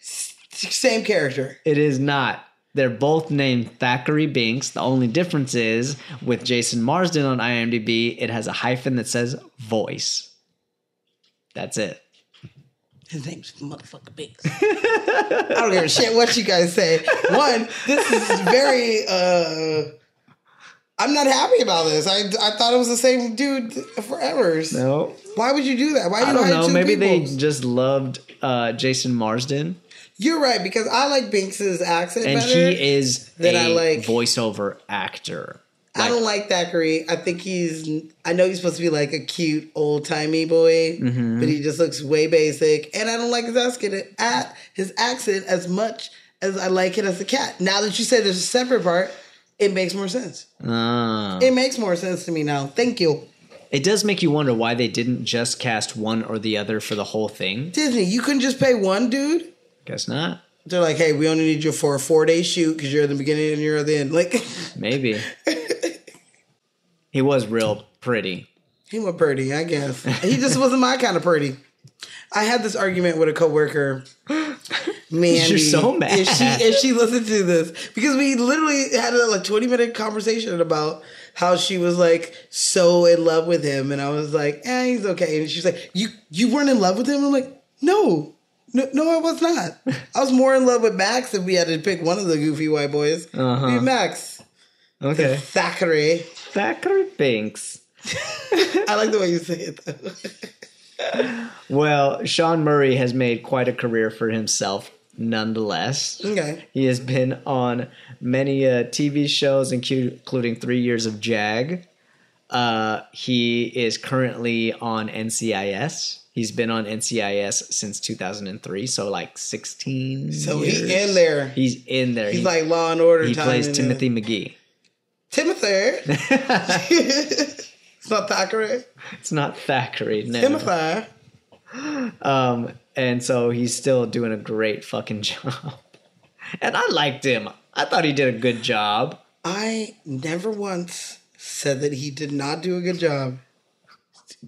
S1: s- same character.
S2: It is not. They're both named Thackeray Binks. The only difference is with Jason Marsden on IMDb, it has a hyphen that says voice. That's it.
S1: His name's motherfucker Biggs. I don't give a shit what you guys say. One, this is very. uh I'm not happy about this. I, I thought it was the same dude forever.
S2: No,
S1: Why would you do that? Why do
S2: I
S1: you
S2: don't
S1: hire
S2: know.
S1: two
S2: Maybe they
S1: people?
S2: just loved uh, Jason Marsden,
S1: You're right because I like Binks's accent
S2: and
S1: better.
S2: he is
S1: that
S2: a
S1: I like-
S2: voiceover actor.
S1: I don't like Thackeray. I think he's. I know he's supposed to be like a cute old timey boy, but he just looks way basic. And I don't like his accent at his accent as much as I like it as a cat. Now that you say there's a separate part, it makes more sense.
S2: Ah.
S1: It makes more sense to me now. Thank you,
S2: It does make you wonder why they didn't just cast one or the other for the whole thing.
S1: Disney. You couldn't just pay one dude.
S2: Guess not.
S1: They're like, hey, we only need you for a four day shoot because you're at the beginning and you're at the end. Like,
S2: Maybe. he was real pretty.
S1: He went pretty, I guess. He just wasn't my kind of pretty. I had this argument with a coworker. Man,
S2: You're so mad.
S1: If she if she listened to this, because we literally had a like 20 minute conversation about how she was like so in love with him, and I was like, eh, he's okay. And she's like, you you weren't in love with him? I'm like, no. No, no, I was not. I was more in love with Max if we had to pick one of the goofy white boys.
S2: Uh-huh.
S1: It'd be Max.
S2: Okay.
S1: Thackeray.
S2: Thackeray Binks.
S1: I like the way you say it though.
S2: Well, Sean Murray has made quite a career for himself, nonetheless.
S1: Okay.
S2: He has been on many uh, TV shows, incu- including three years of JAG. Uh, he is currently on NCIS. He's been on NCIS since 2003, so like 16.
S1: So
S2: years.
S1: he in there.
S2: He's in there.
S1: He's
S2: he,
S1: like Law and Order.
S2: he
S1: time
S2: plays
S1: in
S2: Timothy McGee.
S1: there. Timothy. it's not Thackeray.
S2: It's not Thackeray. No.
S1: Timothy.
S2: Um, and so he's still doing a great fucking job. And I liked him. I thought he did a good job.
S1: I never once said that he did not do a good job.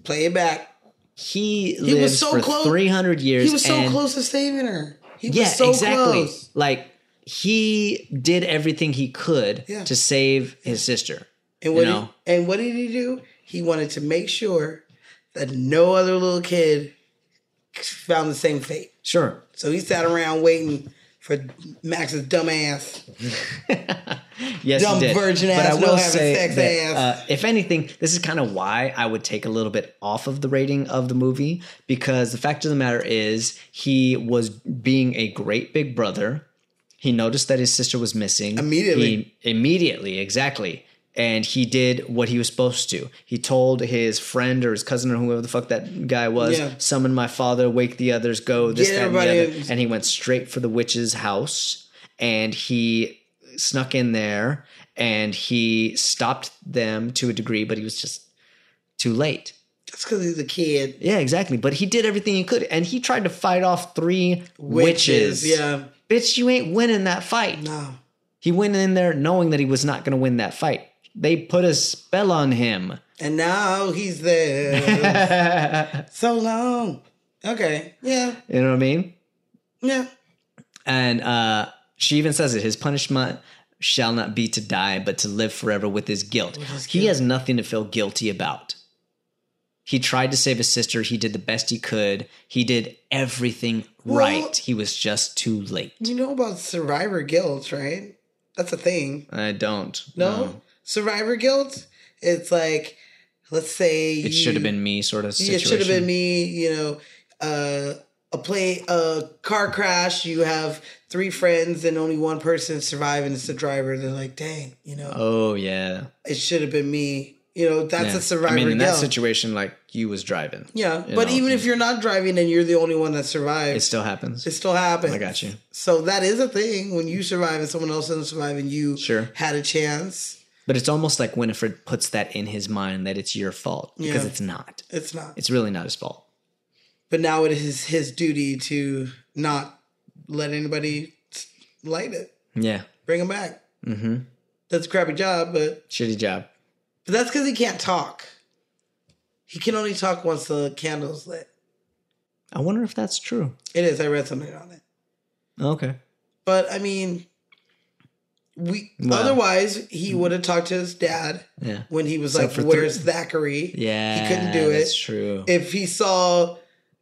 S1: Play it back.
S2: He,
S1: was
S2: lives
S1: so
S2: for
S1: close.
S2: 300 years.
S1: He was so
S2: and-
S1: close to saving her. He
S2: Yeah,
S1: was so
S2: exactly.
S1: close.
S2: Like he did everything he could
S1: Yeah.
S2: to save his sister.
S1: And what,
S2: You know.
S1: he, and what did he do? He wanted to make sure that no other little kid found the same fate.
S2: Sure.
S1: So he sat around waiting for Max's dumb ass.
S2: Yes,
S1: Dumb
S2: he did.
S1: virgin
S2: but
S1: ass,
S2: I
S1: no
S2: will
S1: having
S2: say
S1: sex
S2: that,
S1: ass.
S2: uh, if anything, this is kind of why I would take a little bit off of the rating of the movie because the fact of the matter is he was being a great big brother. He noticed that his sister was missing
S1: Immediately.
S2: He, immediately, exactly. And he did what he was supposed to. He told his friend or his cousin or whoever the fuck that guy was,
S1: Yeah.
S2: summon my father, wake the others, go, this,
S1: Get
S2: that, and the
S1: everybody
S2: other. And he went straight for the witch's house and he snuck in there and he stopped them to a degree, but he was just too late.
S1: That's because he's a kid.
S2: Yeah, exactly. But he did everything he could and he tried to fight off three witches.
S1: Yeah.
S2: Bitch, you ain't winning that fight.
S1: No.
S2: He went in there knowing that he was not going to win that fight. They put a spell on him.
S1: And now he's there. so long. Okay. Yeah.
S2: You know what I mean?
S1: Yeah.
S2: And uh, she even says it his punishment shall not be to die, but to live forever with his guilt. He has nothing to feel guilty about. He tried to save his sister. He did the best he could. He did everything
S1: Well-
S2: right. He was just too late.
S1: You know about survivor guilt, right? That's a thing.
S2: I don't.
S1: No? Survivor guilt? It's like, let's say
S2: It
S1: you-
S2: should have been me, sort of situation.
S1: Yeah, It should have been me, you know, uh, a plane, a car crash. You have three friends and only one person surviving. It's the driver. They're like, dang, you know,
S2: Oh, yeah.
S1: it should have been me. You know, that's
S2: Yeah.
S1: a survivor
S2: I mean, in
S1: guilt.
S2: that situation, like you was driving.
S1: yeah,
S2: you
S1: but
S2: know,
S1: even if you're not driving and you're the only one that survives,
S2: it still happens.
S1: It still happens.
S2: I got you.
S1: So that is a thing when you survive and someone else doesn't survive and you
S2: Sure.
S1: had a chance.
S2: But it's almost like Winifred puts that in his mind that it's your fault because
S1: Yeah.
S2: it's not.
S1: It's not.
S2: It's really not his fault.
S1: But now it is his duty to not let anybody s- light it.
S2: Yeah.
S1: Bring him back.
S2: Mm-hmm.
S1: That's a crappy job, but,
S2: Shitty job.
S1: but that's because he can't talk. He can only talk once the candle's lit.
S2: I wonder if that's true.
S1: It is. I read something on it.
S2: Okay.
S1: But I mean, we
S2: Well.
S1: otherwise he would have talked to his dad
S2: Yeah.
S1: when he was
S2: Except
S1: like,
S2: for
S1: "Where's
S2: three-
S1: Thackeray?"
S2: Yeah.
S1: he couldn't do it.
S2: That's true.
S1: if he saw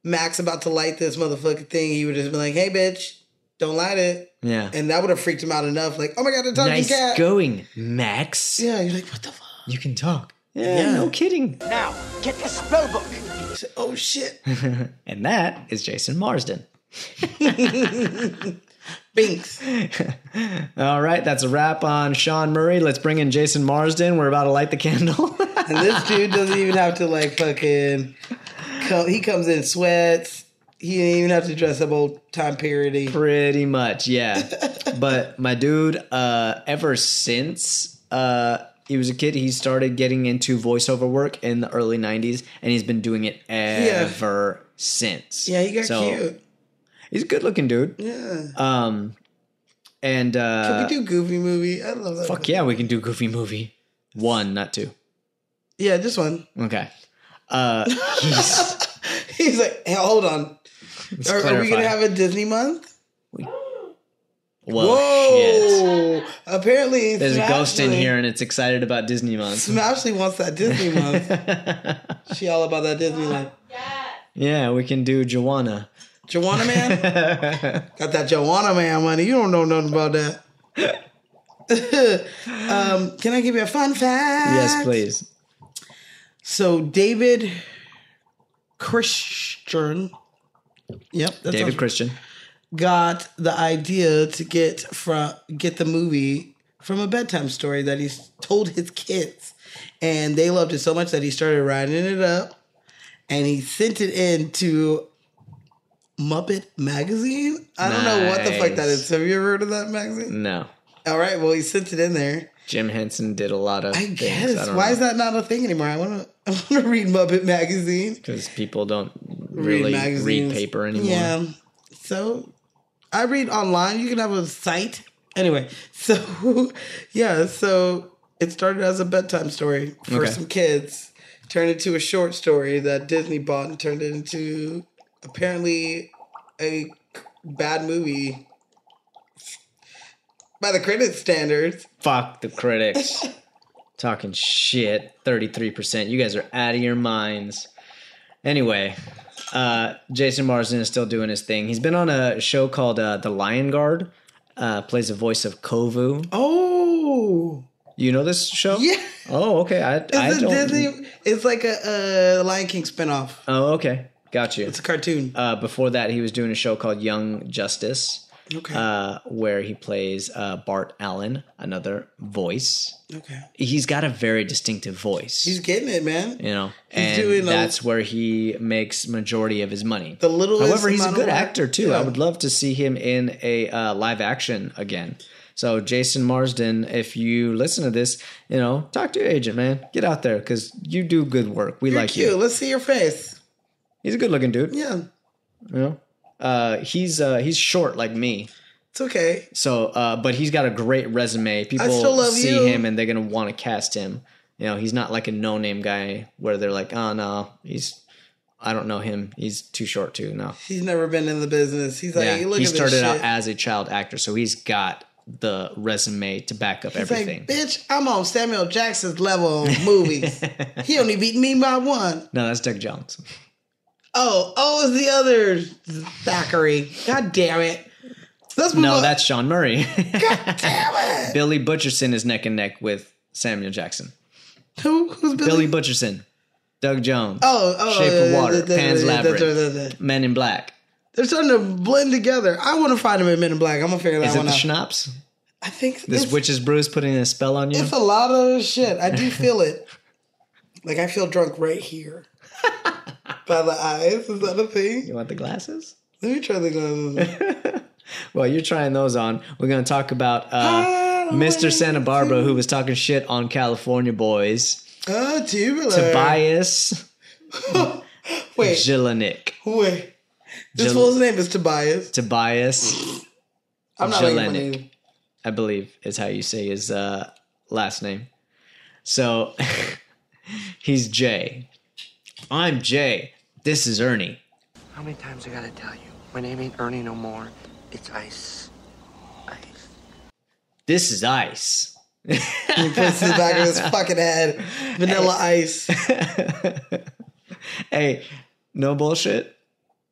S1: Max about to light this motherfucking thing, he would just be like, "Hey, bitch, don't light it,"
S2: yeah.
S1: and that would have freaked him out enough. Like, "Oh my god, the talking
S2: Nice
S1: cat!"
S2: going, Max.
S1: Yeah, you're like, "What the fuck?"
S2: You can talk. Yeah,
S1: Yeah.
S2: No kidding.
S4: Now, get the spellbook.
S1: He's like, oh shit,
S2: and that is Jason Marsden.
S1: Binks.
S2: All right. That's a wrap on Sean Murray. Let's bring in Jason Marsden. We're about to light the candle.
S1: And this dude doesn't even have to like fucking. Come, he comes in sweats. He didn't even have to dress up old time parody.
S2: Pretty much, yeah. but my dude, uh, ever since uh, he was a kid, he started getting into voiceover work in the early '90s, and he's been doing it ever since.
S1: Yeah, he got
S2: So,
S1: cute.
S2: He's a good-looking dude.
S1: Yeah.
S2: Um, and
S1: Can
S2: uh,
S1: we do Goofy movie? I love that.
S2: fuck yeah, we can do Goofy movie one, not two.
S1: Yeah, just one.
S2: Okay. Uh, he's
S1: He's like, hey, hold on.
S2: let's
S1: Are, are we
S2: clarify.
S1: gonna have a Disney month?
S2: Whoa! shit.
S1: Whoa! Apparently,
S2: There's a ghost in
S1: Smashly-
S2: here, and it's excited about Disney month.
S1: Smashly wants that Disney month. she all about that Disney month.
S2: yeah, we can do Joanna.
S1: Joanna man,
S2: That's
S1: got that Joanna man money. You don't know nothing about that. um, can I give you a fun fact?
S2: yes, please.
S1: So David Christian. Yep, that
S2: David
S1: sounds-
S2: Christian.
S1: got the idea to get from get the movie from a bedtime story that he told his kids, and they loved it so much that he started writing it up, and he sent it in to Muppet Magazine. I don't know what the fuck that
S2: Nice.
S1: is. Have you ever heard of that magazine?
S2: No,
S1: All right, well he sent it in there.
S2: Jim Henson did a lot of.
S1: I
S2: things.
S1: guess
S2: I don't
S1: why
S2: know.
S1: is that not a thing anymore? I want to I want to read Muppet Magazine.
S2: Because people don't
S1: read
S2: really read,
S1: magazines.
S2: paper anymore.
S1: Yeah. So I read online. You can have a site. Anyway, so yeah, so it started as a bedtime story for
S2: Okay.
S1: some kids, turned into a short story that Disney bought and turned it into apparently a bad movie by the credit standards.
S2: Fuck the critics. Talking shit. 33%. You guys are out of your minds. Anyway, uh, Jason Marsden is still doing his thing. He's been on a show called uh, The Lion Guard. Uh, plays the voice of Kovu.
S1: Oh,
S2: You know this show?
S1: yeah.
S2: Oh, okay. I, I
S1: It's a
S2: don't.
S1: Disney. It's like a, uh Lion King spinoff.
S2: Oh, okay. Got you.
S1: It's a cartoon.
S2: Uh, before that, he was doing a show called Young Justice,
S1: Okay.
S2: uh, where he plays uh, Bart Allen, another voice.
S1: okay.
S2: he's got a very distinctive voice.
S1: He's getting it, man.
S2: you know,
S1: he's
S2: and
S1: doing a-
S2: that's where he makes majority of his money.
S1: The littlest
S2: However, he's a
S1: amount of
S2: good
S1: work.
S2: actor too.
S1: Yeah.
S2: I would love to see him in a uh, live action again. So Jason Marsden, if you listen to this, you know, talk to your agent, man. Get out there because you do good work. We
S1: You're
S2: like
S1: cute.
S2: you.
S1: Let's see your face.
S2: He's a good looking dude.
S1: Yeah,
S2: You know, uh, he's uh, he's short like me.
S1: it's okay.
S2: So, uh, but he's got a great resume. People
S1: still love
S2: see
S1: you.
S2: him and they're gonna want to cast him. You know, he's not like a no-name guy where they're like, oh no, he's, I don't know him. He's too short to no.
S1: He's never been in the business. He's like,
S2: yeah,
S1: look
S2: he
S1: at
S2: started
S1: this
S2: out
S1: shit.
S2: as a child actor, so he's got the resume to back up
S1: He's
S2: everything.
S1: like, bitch, I'm on Samuel Jackson's level on movies. he only beat me by one.
S2: no, that's Doug Jones.
S1: Oh, oh, is the other Thackeray. God damn it. Let's move
S2: No,
S1: on.
S2: that's Sean Murray.
S1: damn it.
S2: Billy Butcherson is neck and neck with Samuel Jackson.
S1: Who, who's Billy?
S2: Billy Butcherson, Doug Jones,
S1: Oh, oh,
S2: Shape
S1: yeah,
S2: of
S1: yeah,
S2: Water,
S1: yeah, yeah,
S2: Pan's
S1: yeah, yeah,
S2: Labyrinth,
S1: yeah, yeah, yeah.
S2: Men in Black.
S1: They're starting to blend together. I want to find him in Men in Black. I'm gonna figure that
S2: Is it
S1: one
S2: the
S1: out.
S2: schnapps?
S1: I think
S2: This
S1: it's-
S2: witch's brew is putting a spell on you.
S1: It's a lot of shit. I do feel it. Like I feel drunk right here. By the eyes. Is that a thing?
S2: you want the glasses?
S1: Let me try the glasses.
S2: Well, you're trying those on. We're going to talk about
S1: I
S2: uh,
S1: don't
S2: Mr.
S1: want
S2: Santa Barbara, who was talking shit on California boys.
S1: Ah, tubular.
S2: Tobias
S1: Wait,
S2: Jelinek.
S1: wait. This
S2: Jel-
S1: fool's name is Tobias.
S2: Tobias,
S1: I'm not like my
S2: Jelenic.
S1: name.
S2: I believe, is how you say his uh, last name. So he's Jay. I'm Jay. This is Ernie.
S9: How many times I gotta tell you? My name ain't Ernie no more. It's Ice. Ice.
S2: This is Ice.
S1: He puts it back in his fucking head. Vanilla ice.
S2: hey, no bullshit.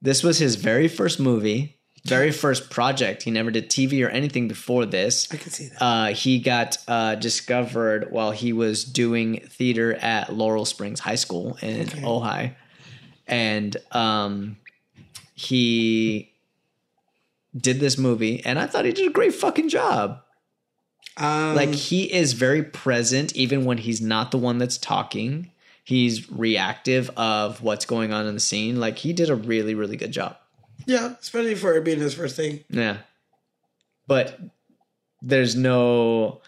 S2: This was his very first movie, very first project. He never did TV or anything before this.
S1: I can see that.
S2: Uh, he got uh, discovered while he was doing theater at Laurel Springs High School in Ojai. And um, he did this movie, and I thought he did a great fucking job
S1: Um,
S2: like he is very present even when he's not the one that's talking he's reactive of what's going on in the scene like he did a really really good job
S1: yeah, especially for it being his first thing.
S2: yeah but there's no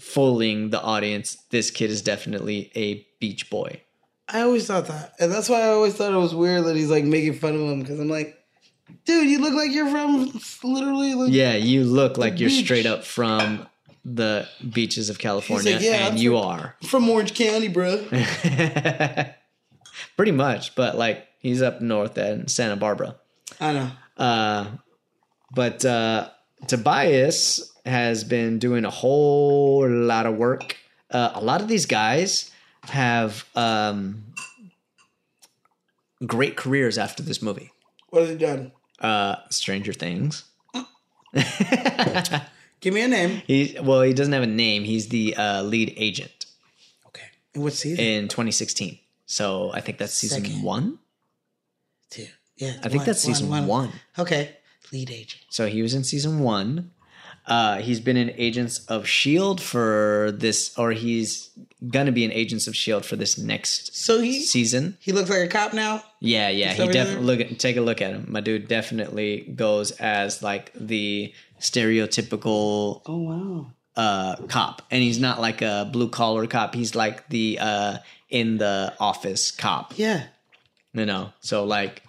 S2: fooling the audience this kid is definitely a beach boy
S1: I always thought that. And that's why I always thought it was weird that he's like making fun of him because I'm like, dude, you look like you're from literally like
S2: yeah you look like you're
S1: beach.
S2: straight up from the beaches of California,
S1: "Yeah,
S2: and
S1: I'm
S2: you
S1: from-
S2: are
S1: From Orange County, bro.
S2: pretty much. But like he's up north at Santa Barbara.
S1: I know.
S2: Uh, but uh, Tobias has been doing a whole lot of work. Uh, a lot of these guys have um, great careers after this movie.
S1: What has he done?
S2: Uh, Stranger Things.
S1: Give me a name.
S2: He well, he doesn't have a name. He's the uh, lead agent
S1: Okay. And what season?
S2: in 2016. So I think that's season
S1: Second.
S2: one.
S1: Two. Yeah.
S2: I think that's season one.
S1: Okay. Lead agent.
S2: So he was in season one. Uh, he's been in Agents of Shield E for this, or he's gonna be in Agents of Shield E for this next
S1: So he
S2: season.
S1: he looks like a cop now.
S2: Yeah, yeah.
S1: that
S2: He
S1: what he
S2: definitely look at, take a look at him. My dude definitely goes as like the stereotypical
S1: Oh wow.
S2: uh, cop, and he's not like a blue collar cop. He's like the uh, in the office cop.
S1: Yeah.
S2: You know, so like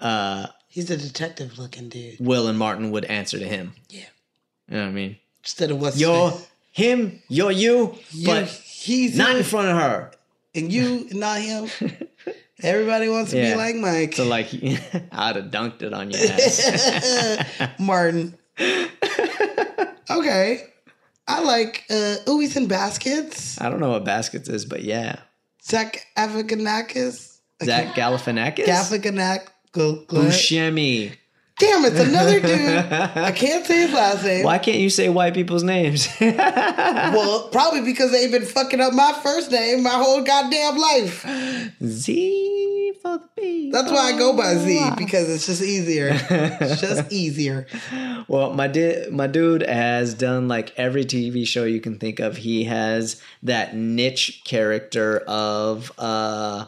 S2: uh,
S1: He's a detective looking dude.
S2: Will and Martin would answer to him.
S1: Yeah.
S2: You know what I mean?
S1: Instead of what's
S2: You're him, you're you,
S1: you,
S2: but
S1: he's
S2: not in front of her.
S1: and you and not him. Everybody wants to
S2: Yeah.
S1: be like Mike.
S2: So like, I'd have dunked it on your ass.
S1: Martin. okay. I like uh oh he's in baskets.
S2: I don't know what baskets is, but yeah,
S1: Zach Avaganakis.
S2: Zach Galifianakis,
S1: Gaffiganak
S2: Buscemi.
S1: Damn, it's another dude. I can't say his last name.
S2: Why can't you say white people's names?
S1: Well, probably because they've been fucking up my first name my whole goddamn life.
S2: Z for the B.
S1: That's why I go by
S2: Oh,
S1: Z because it's just easier. It's just easier.
S2: Well, my di- my dude has done like every TV show you can think of. He has that niche character of uh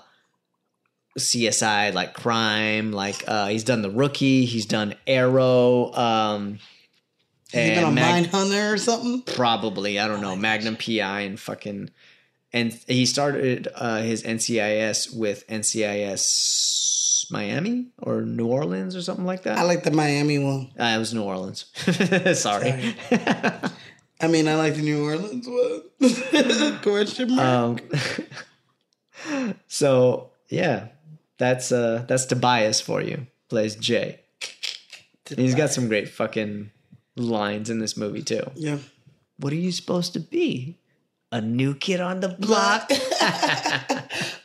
S2: CSI like crime, like uh he's done The Rookie, he's done Arrow, um
S1: He's been a
S2: and Mag-
S1: mind Oh, hunter or something.
S2: probably, I don't know, Magnum PI and fucking and he started uh his NCIS with NCIS Miami or New Orleans or something like that.
S1: I like the Miami one.
S2: Uh, it was New Orleans. Sorry.
S1: I mean, I like the New Orleans one. Question mark.
S2: Um, so yeah, that's uh that's Tobias for you. Plays Jay. And He's got some great fucking lines in this movie too.
S1: yeah.
S2: What are you supposed to be? A new kid on the block?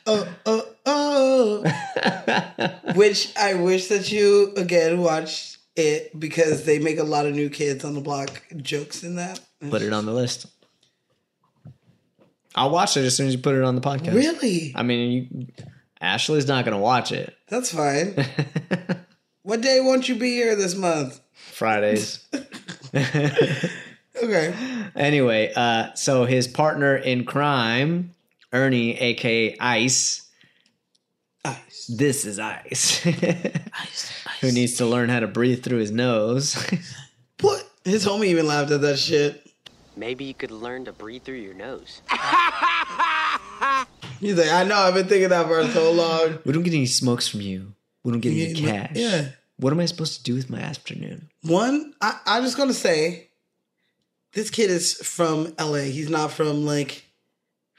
S1: Oh, oh. Which I wish that you again watched it because they make a lot of new kids on the block jokes in that.
S2: put it on the list. I'll watch it as soon as you put it on the podcast.
S1: Really?
S2: I mean, you, Ashley's not gonna watch it
S1: That's fine. what day won't you be here this month?
S2: Fridays.
S1: Okay.
S2: Anyway, uh, so his partner in crime, Ernie, aka Ice.
S1: Ice.
S2: This is Ice. Who needs to learn how to breathe through his nose?
S1: What? His homie even laughed at that shit.
S10: Maybe you could learn to breathe through your nose.
S1: He's like, I know, I've been thinking that for so long.
S2: we don't get any smokes from you. We don't get any
S1: Yeah,
S2: cash.
S1: yeah.
S2: What am I supposed to do with my afternoon?
S1: One, I, I'm just gonna say, this kid is from LA. He's not from like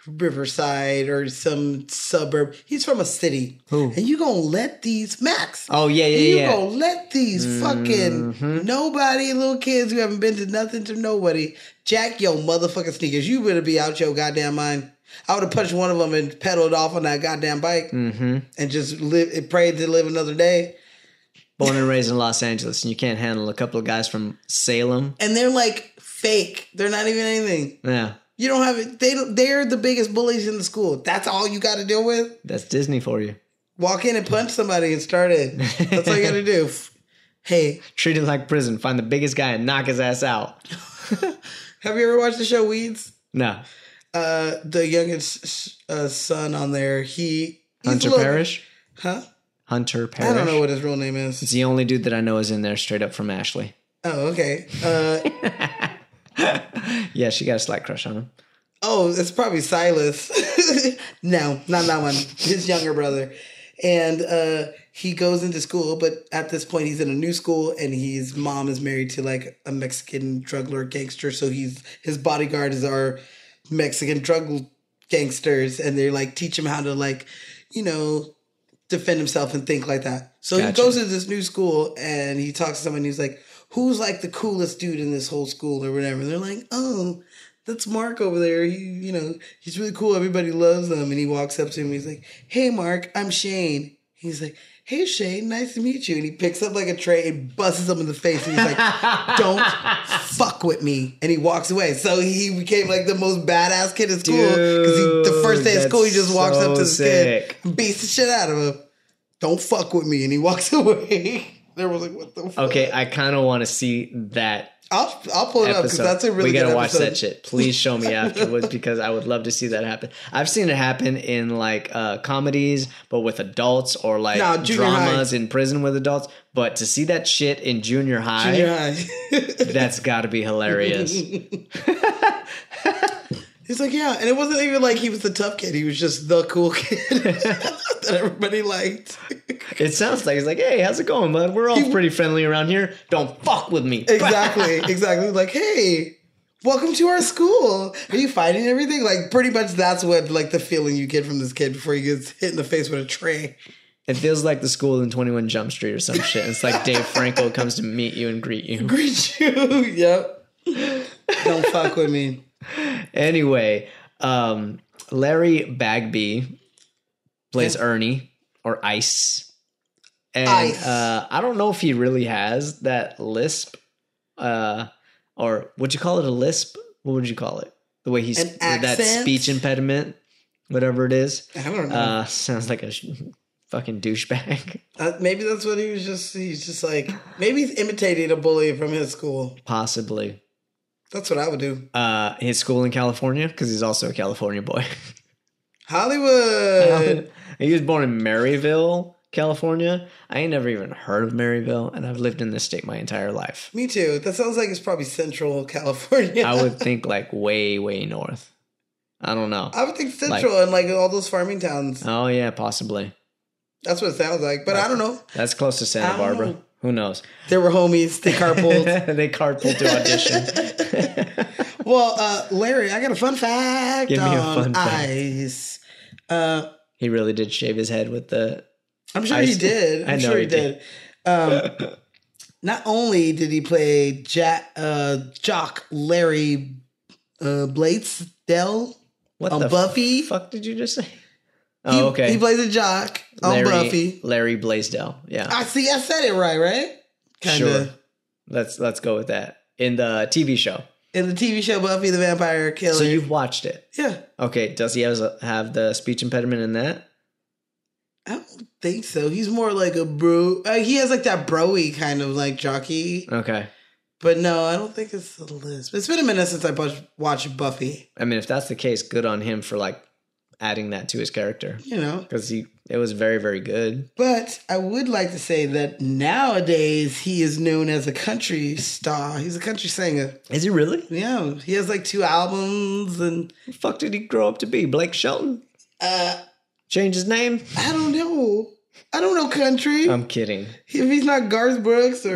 S1: Riverside or some suburb. He's from a city.
S2: Who?
S1: And you gonna let these Max?
S2: Oh yeah, yeah,
S1: you
S2: yeah. Mm-hmm.
S1: gonna let these fucking nobody little kids who haven't been to nothing to nobody jack your motherfucking sneakers? You better be out your goddamn mind. I would have punched one of them and pedaled off on that goddamn bike and just live and prayed to live another day.
S2: Born and raised in Los Angeles, and you can't handle a couple of guys from Salem.
S1: And they're like fake. They're not even anything.
S2: Yeah,
S1: You don't have it. They don't, they're the biggest bullies in the school. That's all you got to deal with.
S2: that's Disney for you.
S1: Walk in and punch somebody and start it. That's all you got to do. Hey,
S2: Treat it like prison. Find the biggest guy and knock his ass out.
S1: have you ever watched the show Weeds?
S2: No,
S1: uh the youngest uh, son on there. He he's
S2: Hunter
S1: a little-
S2: Parrish.
S1: huh?
S2: Hunter Parrish.
S1: I don't know what his real name is.
S2: It's the only dude that I know is in there straight up from Ashley.
S1: Oh, okay. Uh,
S2: Yeah, she got a slight crush on him.
S1: oh, it's probably Silas. no, not that one. His younger brother, and uh, he goes into school, but at this point he's in a new school and his mom is married to like a Mexican drug lord gangster, so he's his bodyguards are Mexican drug gangsters and they like teach him how to like, you know, defend himself and think like that. So he
S2: Gotcha.
S1: goes to this new school and he talks to someone who's like, Who's like the coolest dude in this whole school or whatever? And they're like, Oh, that's Mark over there. He, you know, he's really cool. Everybody loves him. And he walks up to him. He's like, Hey, Mark, I'm Shane. He's like, Hey, Shane, nice to meet you. And he picks up like a tray and busts him in the face. And he's like, Don't fuck with me. And he walks away. So he became like the most badass kid in school. Because the first day of
S2: Dude,
S1: school, he just
S2: that's
S1: walks up to
S2: so
S1: this kid
S2: sick.
S1: and beats the shit out of him. Don't fuck with me. And he walks away. Everyone's like, What the fuck?
S2: Okay, I kind of want to see that
S1: I'll, I'll pull it up because
S2: episode.
S1: Oh, that's a really
S2: we gotta
S1: good
S2: watch
S1: episode.
S2: that shit. Please show me afterwards because I would love to see that happen. I've seen it happen in like uh, comedies, but with adults or like
S1: Nah, junior high.
S2: dramas in prison with adults. But to see that shit in junior high,
S1: Yeah.
S2: that's got to be hilarious.
S1: He's like, yeah, and it wasn't even like he was the tough kid. He was just the cool kid that everybody liked.
S2: it sounds like it's like, hey, how's it going, bud? We're all pretty friendly around here. Don't fuck with me.
S1: exactly, exactly. Like, hey, welcome to our school. Are you fighting everything? Like, pretty much that's what like the feeling you get from this kid before he gets hit in the face with a tray.
S2: It feels like the school in Twenty One Jump Street or some shit. It's like Dave Frankel comes to meet you and greet you.
S1: Greet you. yep. Don't fuck with me.
S2: Anyway, um, Larry Bagby plays Ernie or Ice. And
S1: Ice.
S2: Uh, I don't know if he really has that lisp uh, or would you call it a lisp? What would you call it? The way he's
S1: An
S2: that
S1: accent? Uh-huh.
S2: speech impediment, whatever it is.
S1: I don't know.
S2: Uh, sounds like a sh- fucking douchebag.
S1: Uh, maybe that's what he was just. He's just like maybe he's imitating a bully from his school.
S2: Possibly.
S1: That's what I would do.
S2: Uh, his school in California because he's also a California boy.
S1: Hollywood.
S2: he was born in Maryville, California. I ain't never even heard of Maryville, and I've lived in this state my entire life.
S1: Me too. That sounds like it's probably Central California.
S2: I would think like way, way north. I don't know.
S1: I would think Central and like all those farming towns.
S2: Oh yeah, possibly.
S1: That's what it sounds like. But I don't know.
S2: That's close to
S1: I
S2: Santa
S1: don't
S2: Barbara.
S1: know.
S2: Who knows?
S1: They were homies. They carpooled.
S2: they carpool to audition.
S1: well, uh, Larry, I got a fun fact
S2: Give me a
S1: on
S2: fun fact.
S1: ice. Uh,
S2: he really did shave his head with the.
S1: I'm sure he
S2: Ice.
S1: did. I'm
S2: I know
S1: sure
S2: he
S1: he did. Um, not only did he play Jack, uh, Jock Larry uh, Blades Dell
S2: What
S1: on
S2: the
S1: Buffy.
S2: fuck did you just say?
S1: he,
S2: Oh, okay.
S1: He plays a jock on
S2: Larry,
S1: Buffy.
S2: Larry Blaisdell. Yeah.
S1: I see. I said it right, right? Kinda.
S2: Sure. Let's let's go with that. In the TV show.
S1: in the TV show Buffy the Vampire Killer.
S2: So you've watched it.
S1: yeah,
S2: Okay, does he have, have the speech impediment in that?
S1: I don't think so. He's more like a bro. Uh, he has like that broy kind of like jockey,
S2: Okay.
S1: but no, I don't think it's a lisp. It's been a minute since I bu- watched Buffy.
S2: I mean, if that's the case, good on him for like adding that to his character
S1: You know,
S2: because he it was very very good.
S1: but I would like to say that nowadays he is known as a country star. He's a country singer.
S2: Is he really?
S1: Yeah, he has like two albums, and
S2: The fuck did he grow up to be? Blake Shelton?
S1: uh,
S2: Change his name?
S1: I don't know. I don't know country.
S2: I'm kidding.
S1: if he's not Garth Brooks or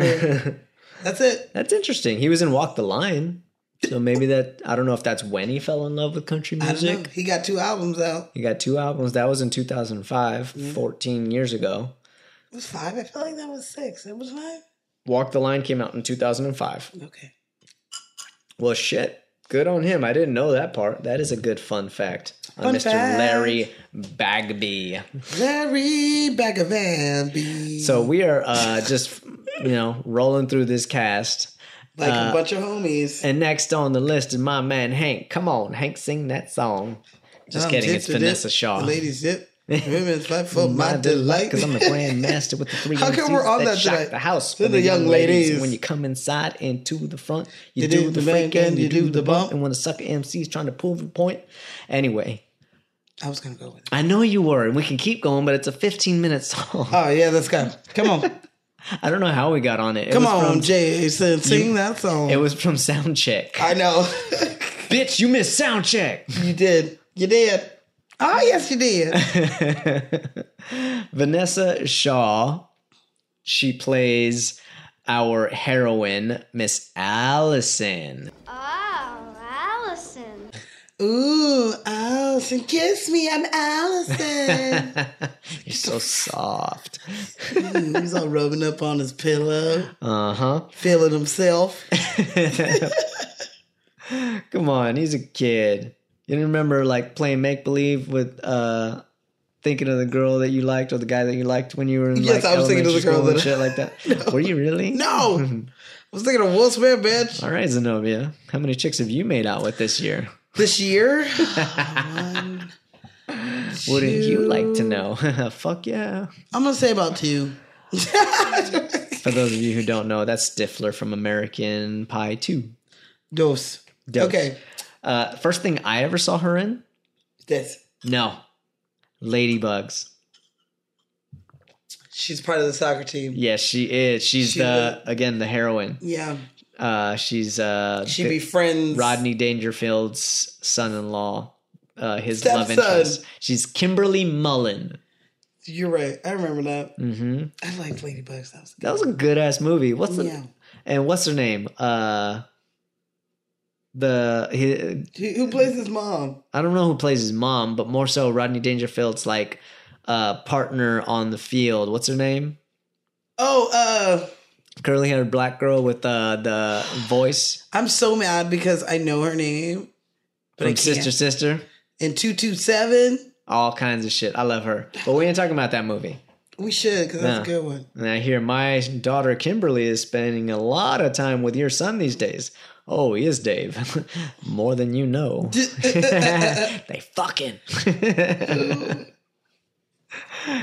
S1: that's it.
S2: That's interesting. He was in Walk the Line, so maybe that I don't know if that's when he fell in love with country
S1: I don't know.
S2: music.
S1: He got two albums out.
S2: He got two albums. That was in 2005,
S1: Mm-hmm.
S2: 14 years ago.
S1: It was five. I feel like that was six. It was five.
S2: Walk the Line came out in 2005.
S1: Okay.
S2: Well, shit. Good on him. I didn't know that part. That is a good fun fact. on
S1: Fun
S2: Mr.
S1: fact.
S2: Larry Bagby.
S1: Larry Bagavambi.
S2: So we are uh, just, you know, rolling through this cast.
S1: like a bunch of homies.
S2: And next on the list is my man Hank. Come on, Hank, sing that song. Just
S1: I'm
S2: kidding.
S1: dip
S2: It's
S1: to dip,
S2: Vanessa Shaw.
S1: The ladies zip. Women's life for my,
S2: My
S1: delight.
S2: because I'm a grandmaster with the three
S1: How come
S2: MCs
S1: we're on
S2: that,
S1: that
S2: shock
S1: tonight?
S2: the house
S1: To
S2: for
S1: the young ladies.
S2: When you come inside and to the front, you,
S1: You
S2: do,
S1: do
S2: the
S1: the
S2: freak
S1: bang
S2: and you do the bump. And when the sucker MC is trying to prove a point, anyway,
S1: I was gonna go with it.
S2: I know you were, and we can keep going, but it's a 15 minute song.
S1: Oh yeah, let's go. Come on,
S2: I don't know how we got on it. it
S1: come
S2: was
S1: on,
S2: from-
S1: Jason, sing
S2: You-
S1: that song.
S2: it was from Soundcheck.
S1: I know
S2: Bitch, you missed Soundcheck.
S1: you did. You did. Oh, yes, you did.
S2: Vanessa Shaw, she plays our heroine, Miss Allison.
S6: Oh, Allison.
S1: Ooh, Allison, kiss me. I'm Allison.
S2: You're so soft.
S1: Ooh, Mm, he's all rubbing up on his pillow,
S2: Uh huh.
S1: feeling himself.
S2: Come on, he's a kid. You remember like playing make believe with uh thinking of the girl that you liked or the guy that you liked when you were in like
S1: Yes, I was thinking of the
S2: elementary
S1: girl
S2: school and
S1: that-
S2: shit like that. Were you really?
S1: No, I was thinking of Will Smith, bitch.
S2: All right, Zenobia. How many chicks have you made out with this year?
S1: This year,
S2: Wouldn't you like to know? Fuck yeah.
S1: I'm gonna say about two.
S2: For those of you who don't know, that's Stifler from American Pie 2.
S1: Dos.
S2: Dos.
S1: Okay,
S2: Uh, first thing I ever saw her in?
S1: this.
S2: No. Ladybugs.
S1: She's part of the soccer team.
S2: Yes, she is. She's
S1: She
S2: the, again, the heroine.
S1: Yeah,
S2: Uh, she's uh,
S1: she
S2: the-
S1: befriends
S2: Rodney Dangerfield's son in law, uh, his
S1: Stepson.
S2: love interest. She's Kimberly Mullen.
S1: You're right. I remember that.
S2: hmm
S1: I liked Ladybugs. That was
S2: That was a good ass movie. What's the,
S1: yeah.
S2: and what's her name? Uh, the he,
S1: Who- Who plays his mom?
S2: I don't know who plays his mom, but more so Rodney Dangerfield's like uh partner on the field. What's her name?
S1: Oh, uh,
S2: Curly haired black girl with uh the voice
S1: I'm so mad because I know her name, but I
S2: from
S1: can't.
S2: Sister Sister.
S1: And two two seven,
S2: All kinds of shit. I love her. But we ain't talking about that movie.
S1: we should because that's
S2: No.
S1: a good one.
S2: And I hear my daughter Kimberly is spending a lot of time with your son these days. Oh, he is Dave. More than you know. they fucking.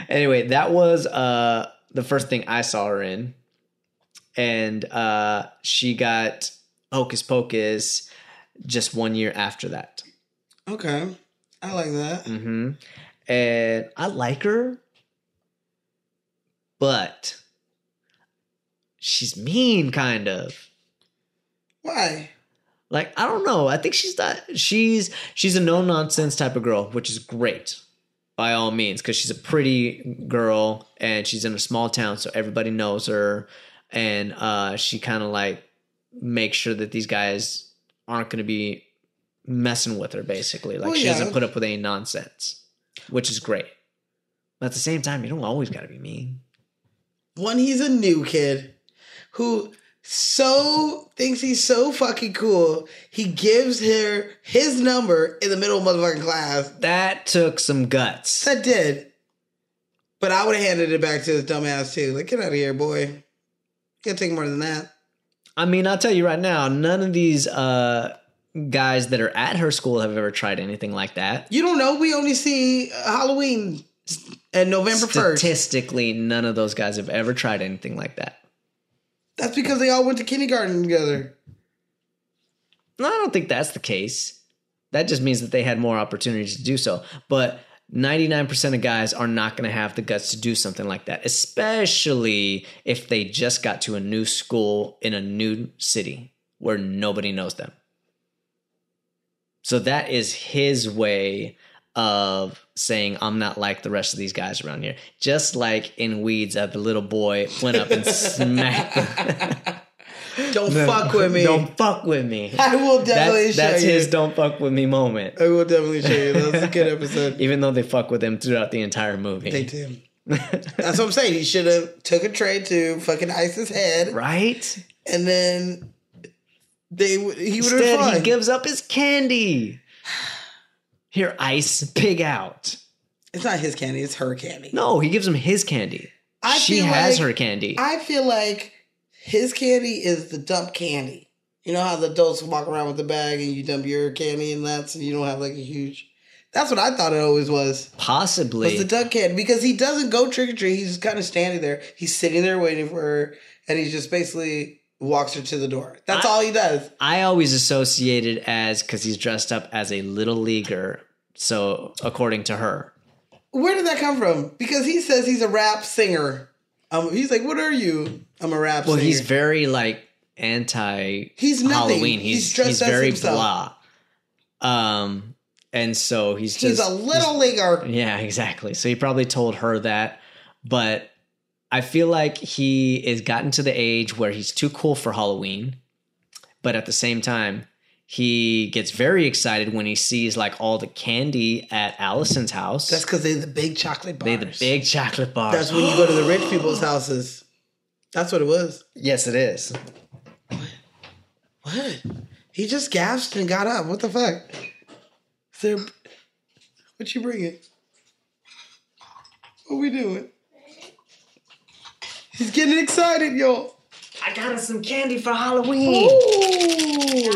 S2: anyway, that was uh, the first thing I saw her in. And uh, she got Hocus Pocus just one year after that.
S1: Okay, I like that.
S2: hmm And I like her, but she's mean, kind of.
S1: Why?
S2: Like I don't know. I think she's not. She's she's a no nonsense type of girl, which is great by all means because she's a pretty girl and she's in a small town, so everybody knows her. And uh, she kind of like makes sure that these guys aren't going to be messing with her. Basically, like
S1: Well,
S2: she
S1: yeah.
S2: doesn't put up with any nonsense, which is great. But at the same time, you don't always got to be mean.
S1: One, he's a new kid who so thinks he's so fucking cool. He gives her his number in the middle of motherfucking class.
S2: That took some guts.
S1: That did. But I would have handed it back to his dumbass too. Like, get out of here, boy. You gotta take more than that.
S2: I mean, I'll tell you right now, none of these uh, guys that are at her school have ever tried anything like that.
S1: You don't know. We only see uh, Halloween and November first.
S2: Statistically, none of those guys have ever tried anything like that.
S1: That's because they all went to kindergarten together.
S2: No, I don't think that's the case. That just means that they had more opportunities to do so. But 99% of guys are not going to have the guts to do something like that, especially if they just got to a new school in a new city where nobody knows them. So that is his way of saying, I'm not like the rest of these guys around here. Just like in Weeds, uh, the little boy went up and smacked
S1: Don't fuck with me.
S2: Don't fuck with me
S1: I will definitely
S2: that's,
S1: show
S2: that's
S1: you.
S2: his don't fuck with me moment.
S1: I will definitely show you. That was a good episode.
S2: Even though they fuck with him throughout the entire movie.
S1: They did. That's what I'm saying. He should have took a tray to fucking ice his head,
S2: Right?
S1: and then they would. He would have
S2: Instead,
S1: fine.
S2: he gives up his candy. Here, ice, pig out.
S1: it's not his candy. It's her candy.
S2: No, he gives him his candy.
S1: I
S2: she
S1: feel
S2: has
S1: like-
S2: her candy.
S1: I feel like his candy is the dump candy. You know how the adults walk around with the bag and you dump your candy in that, so you don't have like a huge. That's what I thought it always was.
S2: Possibly.
S1: Was the dump candy because he doesn't go trick or treat. He's just kind of standing there. He's sitting there waiting for her, and he just basically walks her to the door. That's
S2: I-
S1: all he does.
S2: I always associated as because he's dressed up as a little leaguer. So, according to her,
S1: Where did that come from? Because he says he's a rap singer. Um, he's like, "What are you? I'm a rap
S2: well,
S1: singer."
S2: he's very like anti
S1: He's nothing.
S2: Halloween. He's
S1: He's
S2: he's,
S1: dressed as
S2: very
S1: himself.
S2: blah. Um, and so he's just
S1: He's a little leaguer.
S2: yeah, exactly. So he probably told her that, but I feel like he is gotten to the age where he's too cool for Halloween, but at the same time, he gets very excited when he sees like all the candy at Allison's house.
S1: That's because they're the big chocolate
S2: they
S1: bars.
S2: had the big chocolate bars.
S1: That's when you go to the rich people's houses. That's what it was.
S2: yes, it is.
S1: What? He just gasped and got up. What the fuck? Is there? What you bringing? What we doing? He's getting excited, y'all.
S2: I got us some candy for Halloween.
S8: So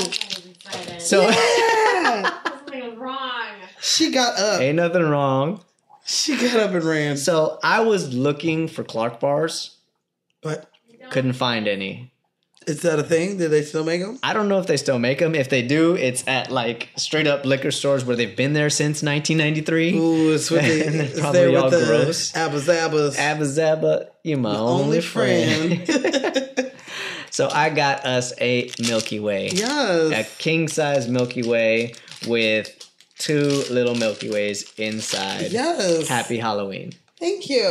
S2: So
S1: Yeah.
S8: something wrong.
S1: she got up.
S2: ain't nothing wrong.
S1: She got up and ran.
S2: So I was looking for Clark bars,
S1: But
S2: couldn't find any.
S1: is that a thing? Did they still make them?
S2: I don't know if they still make them. If they do, it's at like straight up liquor stores where they've been there since 1993.
S1: Ooh, it's with
S2: And
S1: the,
S2: they're
S1: it's
S2: probably
S1: there
S2: all
S1: with the
S2: gross.
S1: Abba Zabbas.
S2: Abba Zabba, you my only,
S1: only
S2: friend.
S1: friend.
S2: so I got us a Milky Way, a
S1: yes.
S2: king size Milky Way with two little Milky Ways inside.
S1: Yes.
S2: Happy Halloween.
S1: Thank you.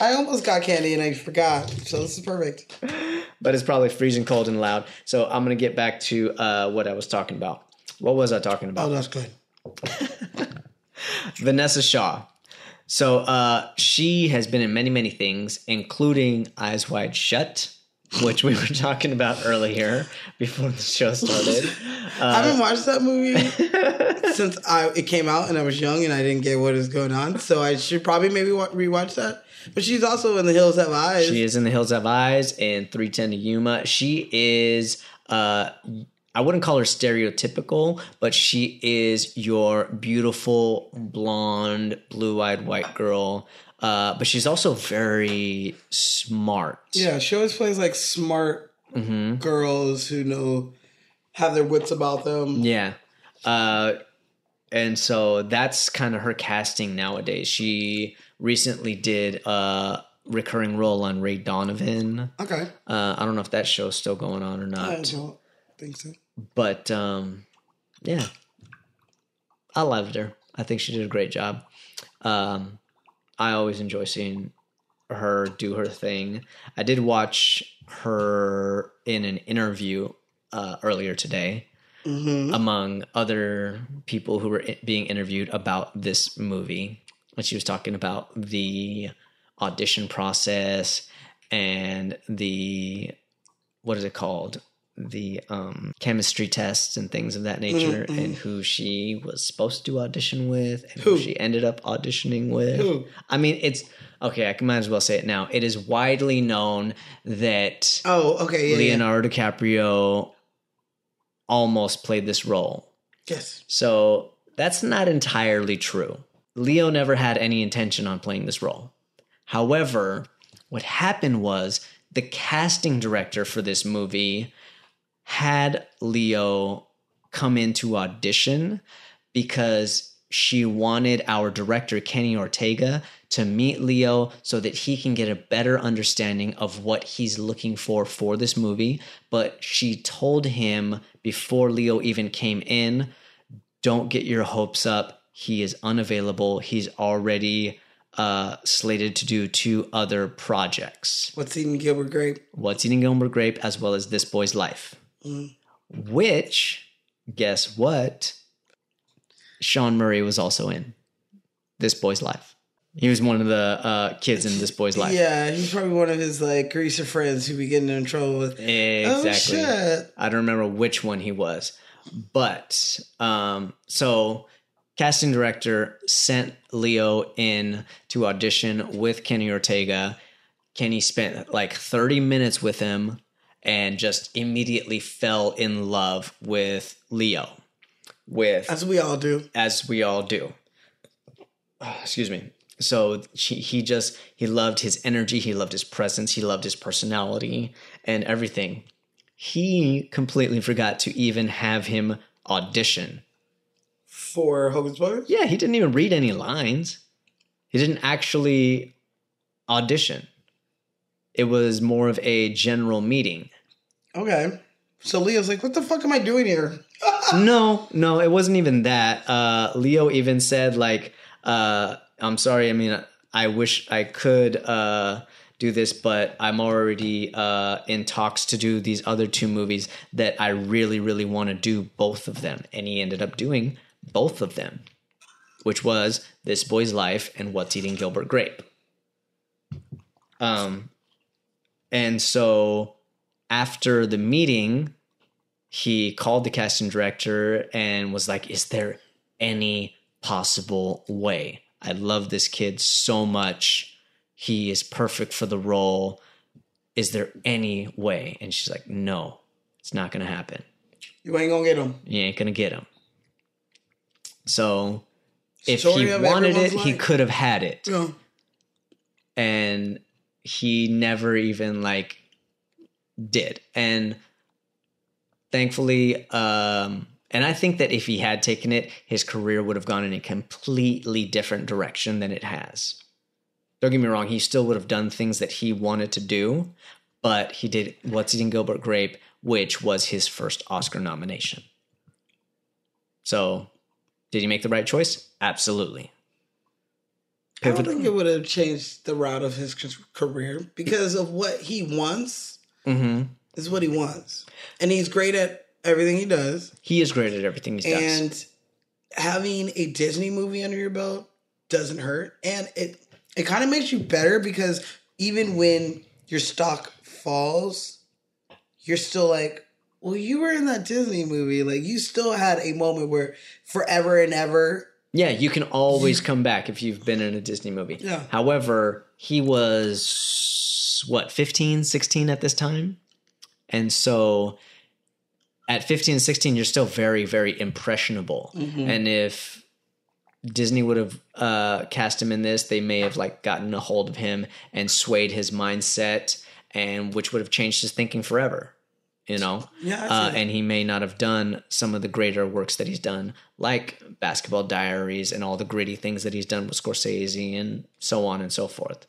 S1: I almost got candy and I forgot. So this is perfect.
S2: But it's probably freezing cold and loud. So I'm gonna get back to uh, what I was talking about. What was I talking about?
S1: Oh, that's good.
S2: Vanessa Shaw. So uh, she has been in many, many things, including Eyes Wide Shut, which we were talking about earlier before the show started.
S1: I
S2: Uh,
S1: haven't watched that movie since I it came out and I was young and I didn't get what is going on. So I should probably maybe wa- rewatch that. But she's also in The Hills Have Eyes.
S2: She is in The Hills Have Eyes and 310 to Yuma. She is, uh, I wouldn't call her stereotypical, but she is your beautiful, blonde, blue eyed white girl. Uh, but she's also very smart.
S1: Yeah, she always plays like smart
S2: hmm
S1: girls who know have their wits about them.
S2: Yeah. Uh, and so that's kind of her casting nowadays. She recently did a recurring role on Ray Donovan.
S1: Okay.
S2: Uh, I don't know if that show's still going on or
S1: I
S2: not,
S1: don't think so.
S2: but um, yeah, I loved her. I think she did a great job. Um, I always enjoy seeing her do her thing. I did watch her in an interview uh, earlier today
S1: hmm
S2: among other people who were i- being interviewed about this movie. And she was talking about the audition process and the what is it called? The um, chemistry tests and things of that nature,
S1: Mhm, mhm.
S2: and who she was supposed to audition with, and who,
S1: Who?
S2: she ended up auditioning with.
S1: Who?
S2: I mean, it's okay. I can- might as well say it now. It is widely known that
S1: Oh, okay. Yeah, yeah.
S2: Leonardo DiCaprio almost played this role.
S1: Yes.
S2: So that's not entirely true. Leo never had any intention on playing this role. However, what happened was the casting director for this movie had Leo come into audition because she wanted our director, Kenny Ortega, to meet Leo so that he can get a better understanding of what he's looking for for this movie. But she told him before Leo even came in don't get your hopes up. He is unavailable. He's already uh, slated to do two other projects.
S1: What's eating Gilbert Grape?
S2: What's Eating Gilmore Grape, as well as This Boy's Life.
S1: Mm.
S2: Which, guess what? Sean Murray was also in This Boy's Life. He was one of the uh, kids in This Boy's Life.
S1: Yeah, he's probably one of his like greaser friends who be getting in trouble with.
S2: Exactly.
S1: Oh shit!
S2: I don't remember which one he was. But um, so casting director sent Leo in to audition with Kenny Ortega. Kenny spent like 30 minutes with him and just immediately fell in love with Leo. With
S1: As we all do.
S2: as we all do. Excuse me. So she, he just he loved his energy, he loved his presence, he loved his personality and everything. He completely forgot to even have him audition.
S1: For Hogan's Pocus?
S2: Yeah, he didn't even read any lines. He didn't actually audition. It was more of a general meeting.
S1: Okay. So Leo's like, what the fuck am I doing here?
S2: no, no, it wasn't even that. Uh, Leo even said like, uh, "I'm sorry. I mean, I wish I could uh, do this, but I'm already uh, in talks to do these other two movies that I really, really want to do both of them." And he ended up doing both of them, which was This Boy's Life and What's Eating Gilbert Grape. Um, and so after the meeting, he called the casting director and was like, Is there any possible way? I love this kid so much. He is perfect for the role. Is there any way? And she's like, No, it's not going to happen.
S1: You ain't gonna get him.
S2: You ain't going to get him. So if
S1: Story
S2: he
S1: of
S2: wanted it,
S1: everyone's
S2: he
S1: life.
S2: could have had it
S1: No.
S2: and he never even like did and thankfully um and i think that if he had taken it his career would have gone in a completely different direction than it has don't get me wrong he still would have done things that he wanted to do but he did what's eating gilbert grape which was his first oscar nomination so did he make the right choice absolutely
S1: I don't think it would have changed the route of his c- career because of what he wants
S2: hmm
S1: is what he wants, and he's great at everything he does.
S2: he is great at everything he does
S1: And having a Disney movie under your belt doesn't hurt, and it it kind of makes you better because even when your stock falls, you're still like, well, you were in that Disney movie, like you still had a moment where forever and ever.
S2: Yeah, you can always come back if you've been in a Disney movie.
S1: Yeah.
S2: However, he was what, 15, 16 at this time? And so at 15, 16, you're still very, very impressionable.
S1: Mm-hmm.
S2: And if Disney would have uh, cast him in this, they may have like gotten a hold of him and swayed his mindset and which would have changed his thinking forever. You know?
S1: Yeah, I see
S2: uh,
S1: that.
S2: and he may not have done some of the greater works that he's done, like Basketball Diaries and all the gritty things that he's done with Scorsese and so on and so forth.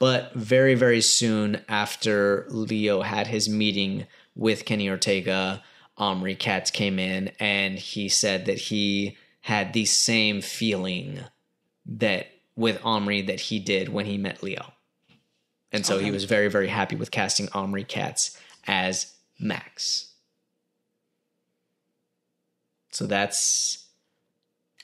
S2: But very, very soon after Leo had his meeting with Kenny Ortega, Omri Katz came in and he said that he had the same feeling that with Omri that he did when he met Leo. And so he was very, very happy with casting Omri Katz as Max. So that's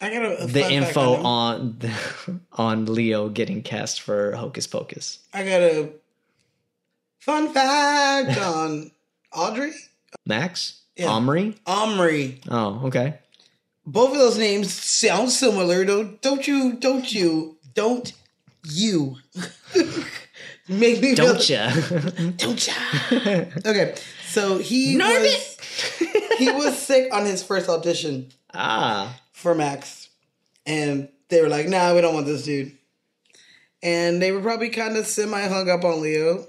S1: I got a, a
S2: the
S1: fun fact
S2: info
S1: him.
S2: on on Leo getting cast for Hocus Pocus.
S1: I got a fun fact on Audrey
S2: Max?
S1: Yeah.
S2: Omri?
S1: Omri.
S2: Oh, okay.
S1: Both of those names sound similar. Don't don't you don't you don't you make me feel-
S2: Don't ya?
S1: don't ya? okay, so he was he was sick on his first audition
S2: ah.
S1: for Max, and they were like, "Nah, we don't want this dude." And they were probably kind of semi hung up on Leo,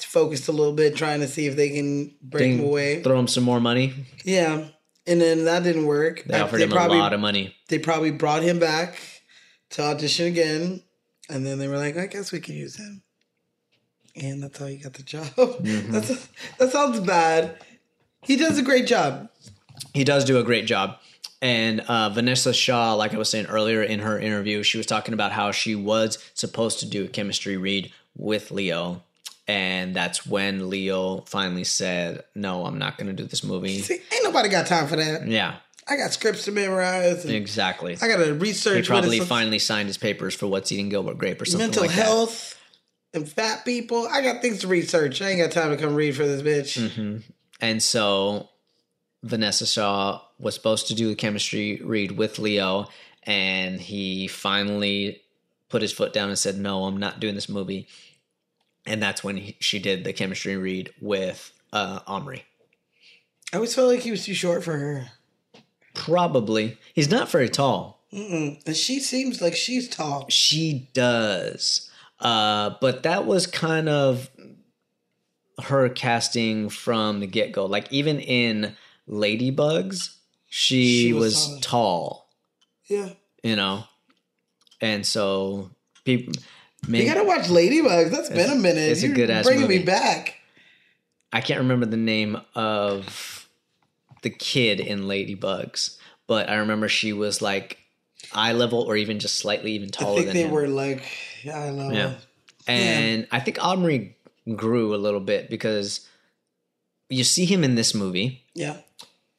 S1: focused a little bit, trying to see if they can break him
S2: Ding.
S1: away.
S2: Throw him some more money.
S1: Yeah, and then that didn't work.
S2: They offered him
S1: probably
S2: a lot of money.
S1: they probably brought him back to audition again, and then they were like, "I guess we could use him," and that's how he got the job.
S2: Mm-hmm.
S1: That's, that sounds bad. He does a great job.
S2: he does do a great job. And uh, Vanessa Shaw, like I was saying earlier in her interview, she was talking about how she was supposed to do a chemistry read with Leo. And that's when Leo finally said, No, I'm not going to do this movie.
S1: See, ain't nobody got time for that.
S2: Yeah,
S1: I got scripts to memorize. And
S2: exactly.
S1: I gotta
S2: He
S1: research.
S2: probably
S1: what it's
S2: finally signed his papers for What's Eating Gilbert Grape or something
S1: mental
S2: like
S1: health and fat people. I got things to research. I ain't got time to come read for this bitch.
S2: that. hmm And so Vanessa Shaw was supposed to do a chemistry read with Leo. And he finally put his foot down and said, No, I'm not doing this movie. and that's when he, she did the chemistry read with uh Omri.
S1: I always felt like he was too short for her.
S2: Probably. He's not very tall.
S1: Mm-mm. And she seems like she's tall.
S2: She does. Uh but that was kind of her casting from the get-go. Like even in Ladybugs, she,
S1: She was
S2: was,
S1: taller.
S2: tall,
S1: Yeah.
S2: you know. And so people
S1: You
S2: maybe
S1: gotta watch Ladybugs. That's been a
S2: It's-
S1: minute.
S2: it's a
S1: You're
S2: good-ass
S1: bringing
S2: movie.
S1: me back.
S2: I can't remember the name of the kid in Ladybugs, but I remember she was like eye level or even just slightly even
S1: I
S2: taller
S1: think
S2: than
S1: they
S2: him.
S1: were like, I don't know.
S2: Yeah. And I think Omri grew a little bit because you see him in this movie
S1: Yeah.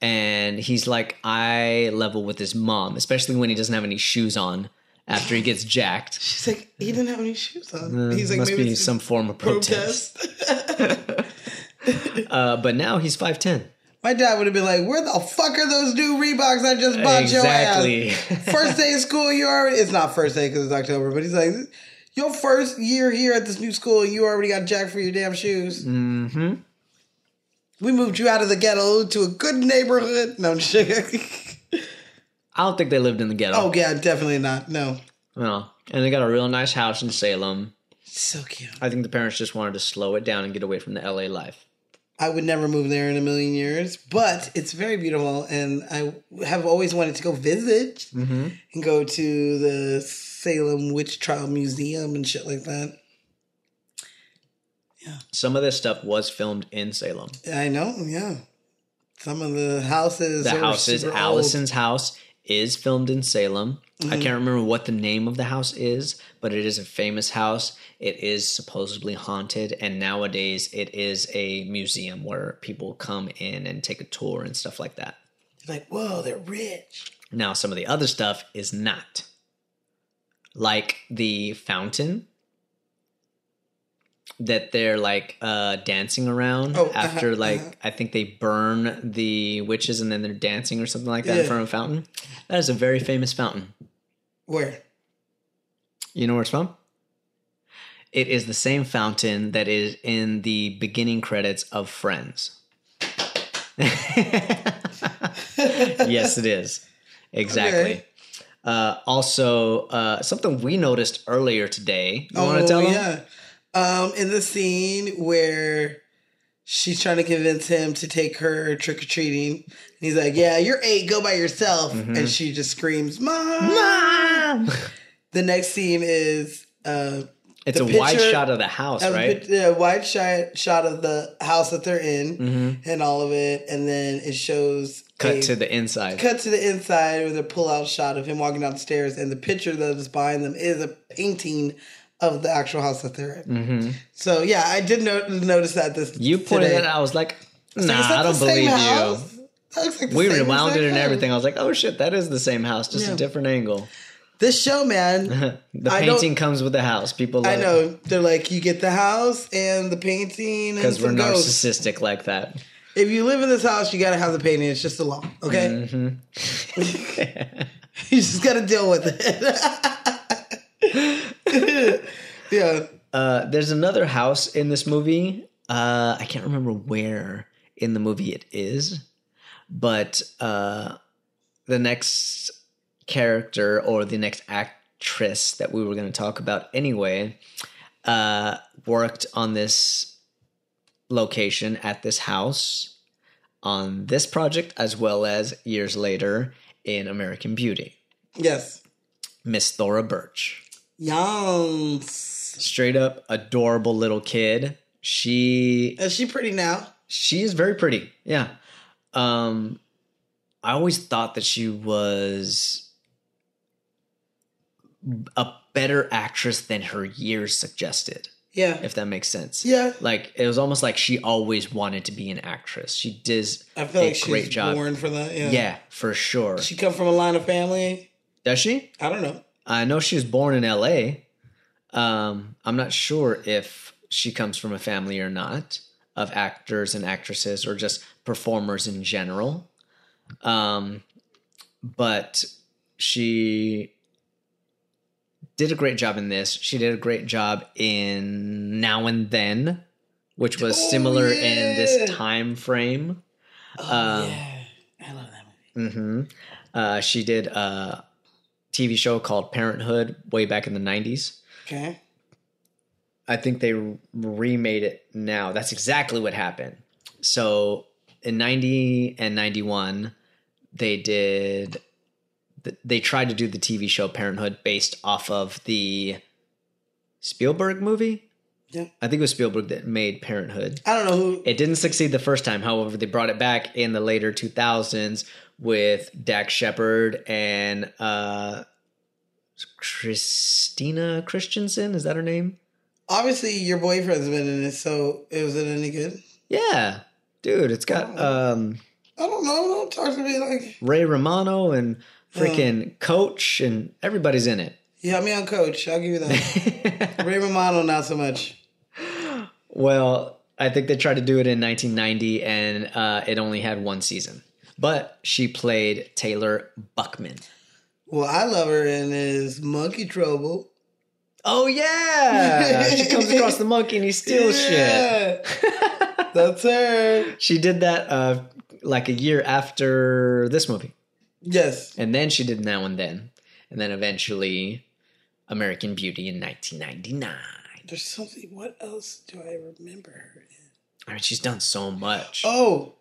S2: and he's like eye level with his mom, especially when he doesn't have any shoes on after he gets jacked.
S1: She's like, he didn't have any shoes
S2: Uh,
S1: on. He's like,
S2: must
S1: maybe
S2: be
S1: it's
S2: some form of protest. Uh, but now he's 5'10.
S1: My dad would have been like, "Where the fuck are those new Reeboks I just bought your
S2: Exactly.
S1: ass?" first day of school, you already. It's not first day because it's October, but he's like, "Your first year here at this new school, you already got jacked for your damn shoes." Mm-hmm. We moved you out of the ghetto to a good neighborhood. No, I'm just joking.
S2: I don't think they lived in the ghetto.
S1: oh yeah, definitely not. No,
S2: No. And they got a real nice house in Salem.
S1: so cute.
S2: I think the parents just wanted to slow it down and get away from the LA life.
S1: I would never move there in a million years, but it's very beautiful, and I have always wanted to go visit
S2: Mm-hmm.
S1: and go to the Salem Witch Trial Museum and shit like that.
S2: Some of this stuff was filmed in Salem.
S1: I know, yeah. Some of the houses,
S2: The
S1: are
S2: house is
S1: super old.
S2: Allison's house is filmed in Salem. I
S1: Mm.
S2: can't remember what the name of the house is, but it is a famous house. It is supposedly haunted, and nowadays it is a museum where people come in and take a tour and stuff like that.
S1: Like, whoa, they're rich.
S2: Now, some of the other stuff is not. Like the fountain that they're like uh dancing around
S1: Oh, uh-huh,
S2: after like
S1: uh-huh.
S2: I think they burn the witches and then they're dancing or something like that in
S1: Yeah.
S2: front of a fountain. That is a very famous fountain.
S1: Where?
S2: You know where it's from? It is the same fountain that is in the beginning credits of Friends. yes, it is. Exactly.
S1: Okay.
S2: Uh, also, uh, something we noticed earlier today. You want
S1: Oh,
S2: to tell them?
S1: yeah. Um, in the scene where she's trying to convince him to take her trick or treating, and he's like, "Yeah, you're eight. Go by yourself."
S2: Mm-hmm.
S1: And she just screams, "Mom!" The next scene is uh,
S2: It's
S1: The
S2: a wide
S1: picture-
S2: shot of the house,
S1: a
S2: right?
S1: bit- yeah, wide shot shot of the house that they're in and all of it, and then it shows
S2: Mm-hmm. Cut
S1: a-
S2: to the inside.
S1: cut to the inside with a pull-out shot of him walking down the stairs, and the picture that is behind them is a painting of the actual house that they're in. So yeah, I did no- notice that this
S2: Mm. Mm-hmm. You pointed
S1: today.
S2: it out. I was like,
S1: It's like,
S2: nah,
S1: is
S2: I
S1: that the
S2: don't
S1: same
S2: believe you.
S1: house? That looks like the
S2: We
S1: same
S2: rewound it
S1: exact
S2: and
S1: house.
S2: everything. I was like, oh shit, that is the same house, just
S1: Yeah.
S2: a different angle.
S1: This show, man,
S2: The
S1: I don't-
S2: painting comes with the house. People
S1: I
S2: love
S1: know they're like you get the house and the painting and
S2: because
S1: some
S2: we're
S1: ghosts.
S2: narcissistic like that.
S1: If you live in this house, you gotta have the painting. It's just a law, okay?
S2: Mm. Mm-hmm.
S1: you just gotta deal with it. yeah.
S2: Uh, there's another house in this movie. Uh, I can't remember where in the movie it is, but uh, the next character or the next actress that we were going to talk about anyway uh, worked on this location at this house on this project as well as years later in American Beauty.
S1: Yes.
S2: Miss Thora Birch.
S1: Yums.
S2: straight up adorable little kid. She
S1: Is she pretty now?
S2: she is very pretty. Yeah. Um I always thought that she was a better actress than her years suggested,
S1: Yeah.
S2: if that makes sense.
S1: Yeah.
S2: Like it was almost like she always wanted to be an actress. She does
S1: I feel
S2: a
S1: like she's
S2: great job.
S1: born for that. Yeah.
S2: Yeah, for sure.
S1: She come from a line of family.
S2: does she?
S1: I don't know.
S2: I know she was born in LA. Um, I'm not sure if she comes from a family or not of actors and actresses or just performers in general. Um, but she did a great job in this. She did a great job in Now and Then, which was
S1: Oh,
S2: similar
S1: yeah. Oh,
S2: in this time frame. um,
S1: yeah. I love that movie.
S2: hmm Uh, she did a TV show called Parenthood way back in the 90s.
S1: Okay.
S2: I think they remade it now. That's exactly what happened. So in 90 and 91, they did, th- they tried to do the TV show Parenthood based off of the Spielberg movie.
S1: Yeah.
S2: I think it was Spielberg that made Parenthood.
S1: I don't know who.
S2: It didn't succeed the first time. However, they brought it back in the later 2000s with Dax Shepard and uh, Christina Christensen. Is that her name?
S1: Obviously, your boyfriend's been in it, so was it any good?
S2: Yeah, dude, it's got um,
S1: I don't know. Don't talk to me like
S2: Ray Romano and freaking Coach and everybody's in it.
S1: you have me on coach. I'll give you that. Ray Romano, not so much.
S2: Well, I think they tried to do it in 1990 and uh, it only had one season. But she played Taylor Buckman.
S1: Well, I love her in is Monkey Trouble.
S2: Oh yeah, she comes across the monkey and he steals shit.
S1: shit. That's her.
S2: She did that uh, like a year after this movie,
S1: Yes.
S2: and then she did now and then, and then eventually American Beauty in 1999.
S1: There's something. What else do I remember her in?
S2: I mean, she's done so much.
S1: Oh,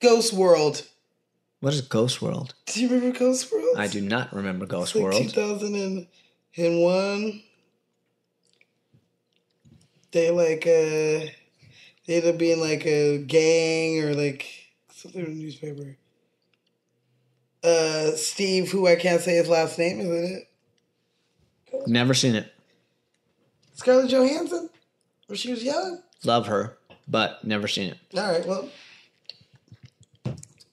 S1: Ghost World.
S2: What is Ghost World?
S1: Do you remember Ghost World?
S2: I do not remember Ghost
S1: It's like
S2: World.
S1: 2001. They like uh, they end up being like a gang or like something in the newspaper. Uh, Steve, who I can't say his last name, isn't it?
S2: Never seen it.
S1: Scarlett Johansson, where she was young.
S2: Love her, but never seen it.
S1: All right, well,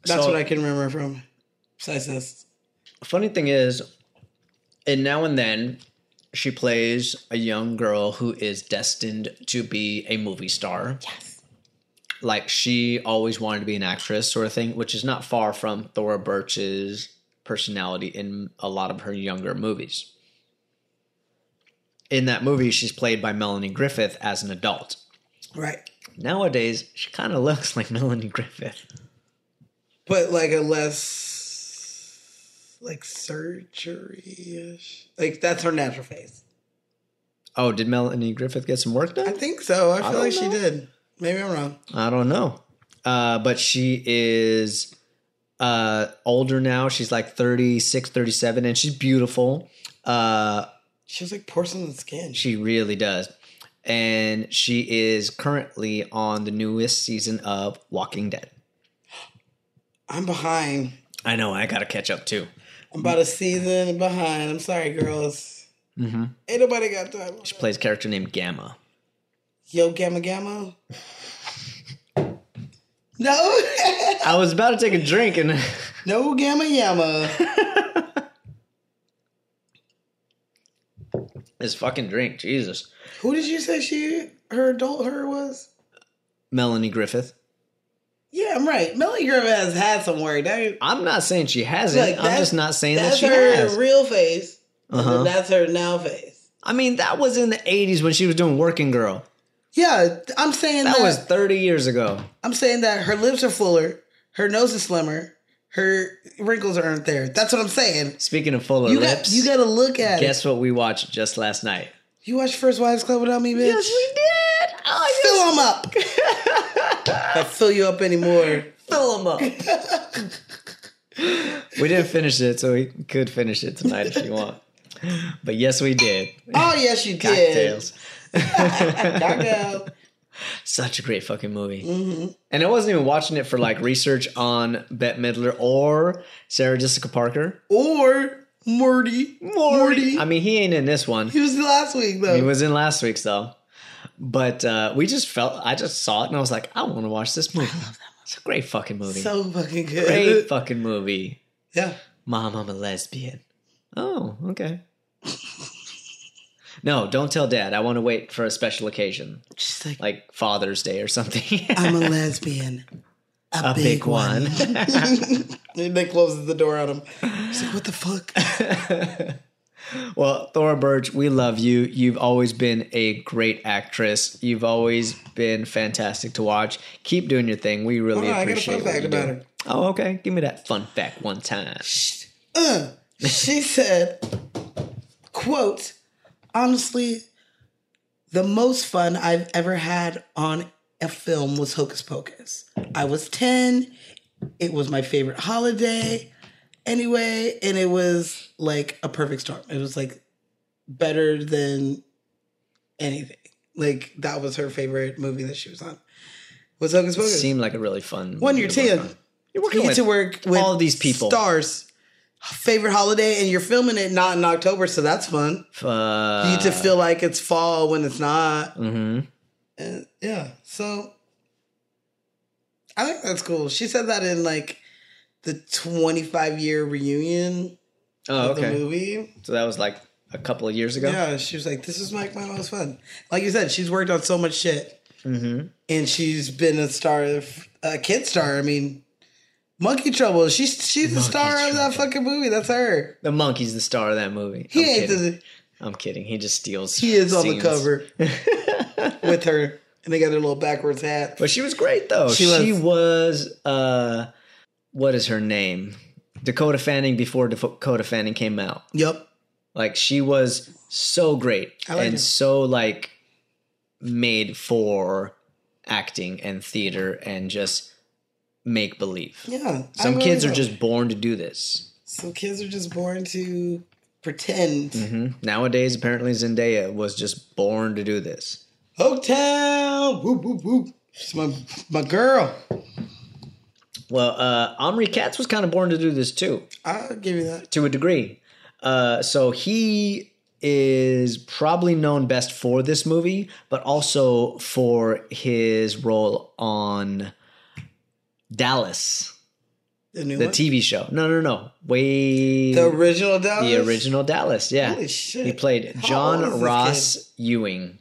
S1: that's
S2: So-
S1: what I can remember from. Besides this,
S2: funny thing is, and now and then, she plays a young girl who is destined to be a movie star. Yes. Like she always wanted to be an actress, sort of thing, which is not far from Thora Birch's personality in a lot of her younger movies. In that movie, she's played by Melanie Griffith as an adult.
S1: right?
S2: Nowadays, she kind of looks like Melanie Griffith.
S1: but like a less like surgery ish. Like that's her natural face.
S2: Oh, did Melanie Griffith get some work done?
S1: I think so. I feel
S2: don't
S1: like she
S2: know.
S1: did. Maybe I'm wrong.
S2: I don't know. Uh, but she is uh, older now. She's like 36, 37, and she's beautiful. Uh,
S1: She was like porcelain skin. She
S2: she really does. And she is currently on the newest season of Walking Dead.
S1: I'm behind.
S2: I know, I gotta catch up too.
S1: I'm about a season behind. I'm sorry, girls.
S2: Mm-hmm.
S1: Ain't nobody got time.
S2: She plays a character named Gamma.
S1: Yo, Gamma Gamma. No,
S2: I was about to take a drink and
S1: no Gamma Yama.
S2: this fucking drink, Jesus.
S1: Who did you say she her adult her was?
S2: Melanie Griffith.
S1: Yeah, I'm right. Melly Griffith has had some work. That-
S2: I'm not saying she hasn't.
S1: Look,
S2: I'm
S1: that's-
S2: just not saying that
S1: That's
S2: she
S1: her
S2: has.
S1: real face.
S2: Uh-huh.
S1: And then that's her now face.
S2: I mean, that was in the 80s when she was doing Working Girl.
S1: Yeah, I'm saying that,
S2: That was 30 years ago.
S1: I'm saying that her lips are fuller, her nose is slimmer, her wrinkles aren't there. That's what I'm saying.
S2: Speaking of fuller
S1: You
S2: lips,
S1: got you got to look at it.
S2: guess what we watched just last night?
S1: You watched First Wives Club without me, bitch.
S2: did. Oh,
S1: Fill them up. I fill you up anymore.
S2: fill them up. we didn't finish it, so we could finish it tonight if you want. But yes, we did.
S1: Oh yes, you did.
S2: Cocktails.
S1: Cocktail.
S2: Such a great fucking movie.
S1: Mm-hmm.
S2: And I wasn't even watching it for like research on Bette Midler or Sarah Jessica Parker.
S1: Or Morty. Morty.
S2: I mean, he ain't in this one.
S1: he was the last week though.
S2: It was in last week's though. But uh, we just felt I just saw it and I was like, I want to watch this movie. It's a great fucking movie.
S1: so fucking good.
S2: great fucking movie.
S1: Yeah.
S2: Mom, I'm a lesbian. Oh, okay. no, don't tell dad. I want to wait for a special occasion,
S1: She's like,
S2: like Father's Day or something.
S1: I'm a lesbian.
S2: a big, one.
S1: And then closes the door on him. She's like, what the fuck?
S2: well, Thora Birch, we love you. You've always been a great actress. You've always been fantastic to watch. Keep doing your thing. We really
S1: Hold on, I got a
S2: appreciate
S1: fun
S2: what
S1: fact
S2: you
S1: about
S2: do.
S1: her.
S2: Oh, okay. Give me that fun fact one time.
S1: Uh, she said, quote, honestly, the most fun I've ever had on a film was Hocus Pocus. I was 10. It was my favorite holiday. Anyway, and it was like a perfect storm. It was like better than anything. Like that was her favorite movie that she was on. Was Hocus
S2: It
S1: Pocus.
S2: seemed like a really fun
S1: One
S2: movie
S1: year
S2: to work
S1: ten.
S2: on. You're working
S1: you
S2: with
S1: get to work with
S2: all these people.
S1: stars. Favorite holiday, and you're filming it not in October, so that's fun.
S2: Uh,
S1: you get to feel like it's fall when it's not.
S2: hmm
S1: Uh, yeah. So I think that's cool. She said that in like the 25 year reunion
S2: Oh,
S1: of the
S2: okay.
S1: movie.
S2: So that was like a couple of years ago.
S1: Yeah. She was like, this is like my most fun. Like you said, she's worked on so much shit
S2: Mm-hmm.
S1: and she's been a star, of a kid star. I mean, Monkey Trouble. She's she's the
S2: Monkey
S1: star of that
S2: Trouble.
S1: fucking movie. That's her.
S2: The monkey's the star of that movie.
S1: He
S2: I'm
S1: ain't
S2: kidding.
S1: the,
S2: I'm kidding. He just steals.
S1: he is on the
S2: scenes.
S1: cover with her, and they got her little backwards hat.
S2: But she was great though.
S1: She
S2: She
S1: was.
S2: was. uh, what is her name? Dakota Fanning before Dakota Fanning came out.
S1: Yep.
S2: Like she was so great
S1: I liked
S2: and
S1: her.
S2: so like made for acting and theater and just make believe.
S1: Yeah. I
S2: Some
S1: really
S2: kids are
S1: love
S2: just born to do this.
S1: So kids are just born to pretend.
S2: hmm Nowadays, apparently Zendaya was just born to do this.
S1: Oaktown, whoop whoop whoop. She's my my girl.
S2: Well, uh, Omri Katz was kind of born to do this too.
S1: I'll give you that.
S2: to a degree. Uh, so he is probably known best for this movie, but also for his role on Dallas,
S1: The new
S2: the
S1: one.
S2: TV show. No, no, no. Way
S1: the
S2: the,
S1: original Dallas.
S2: original Dallas. Yeah,
S1: Holy shit.
S2: he played
S1: How old is
S2: John
S1: this kid?
S2: Ross Ewing.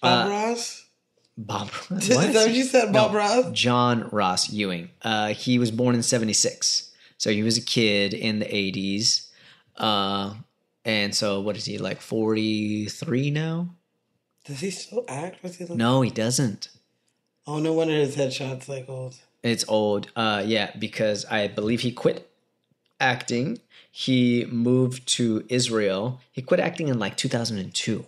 S1: Bob
S2: uh,
S1: Ross.
S2: Bob.
S1: Is that what
S2: What?
S1: you said, Bob
S2: No.
S1: Ross?
S2: John Ross Ewing. Uh, he was born in 76. So he was a kid in the 80s. Uh, and so what is he like 43 now?
S1: Does he still act? What's he like?
S2: No, he doesn't.
S1: Oh, no wonder his headshot's like old.
S2: It's old. Uh, yeah, because I believe he quit acting. He moved to Israel. He quit acting in like 2002.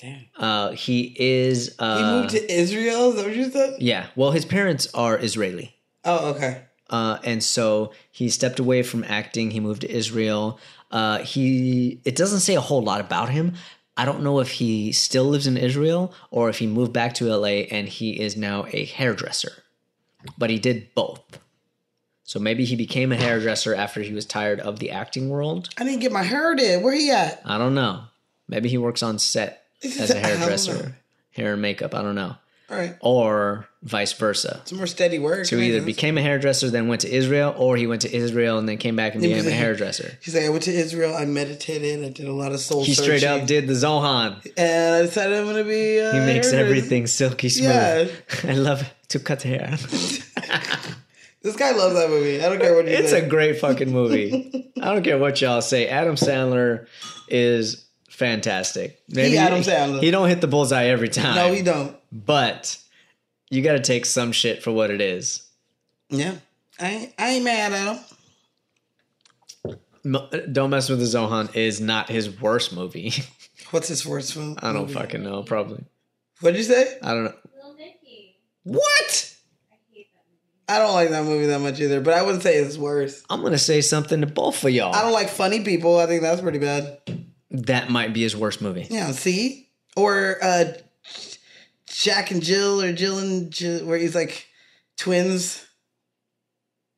S1: Damn.
S2: Uh, he is. Uh,
S1: he moved to Israel. Is that what you said?
S2: Yeah. Well, his parents are Israeli.
S1: Oh, okay.
S2: uh, and so he stepped away from acting. He moved to Israel. Uh, he it doesn't say a whole lot about him. I don't know if he still lives in Israel or if he moved back to LA and he is now a hairdresser. But he did both. So maybe he became a hairdresser after he was tired of the acting world.
S1: I didn't get my hair did. Where he at?
S2: I don't know. Maybe he works on set
S1: This
S2: as
S1: is-
S2: a
S1: I don't know.
S2: hairdresser, hair and makeup. I don't know.
S1: All right.
S2: Or vice versa
S1: Some more steady work.
S2: to either became a hairdresser, then went to Israel, or he went to Israel and then came back and
S1: He
S2: became a
S1: was a-
S2: hairdresser.
S1: He's like, I went to Israel. I meditated. I did a lot of soul.
S2: He straight
S1: searching.
S2: up did the Zohan.
S1: and I decided I'm gonna be. Uh,
S2: He makes
S1: hairdresser.
S2: everything silky smooth.
S1: Yeah.
S2: I love to cut hair.
S1: This guy loves that movie. I don't care what you
S2: It's a
S1: say.
S2: great fucking movie. I don't care what y'all say. Adam Sandler is fantastic.
S1: Adam Sandler.
S2: He don't hit the bullseye every time.
S1: no, we don't.
S2: But you got to take some shit for what it is.
S1: Yeah, I ain't, I ain't mad at him.
S2: M- Don't mess with the Zohan is not his worst movie.
S1: What's his worst film?
S2: I don't fucking know. Probably.
S1: What'd you say?
S2: I don't know.
S8: Little Nicky.
S2: What?
S1: I don't like that movie that much either, but I wouldn't say it's worse.
S2: I'm gonna say something to both of y'all.
S1: I don't like funny people. I think that's pretty bad.
S2: that might be his worst movie.
S1: Yeah, see, or uh, Jack and Jill, or Jill and Jill, where he's like twins.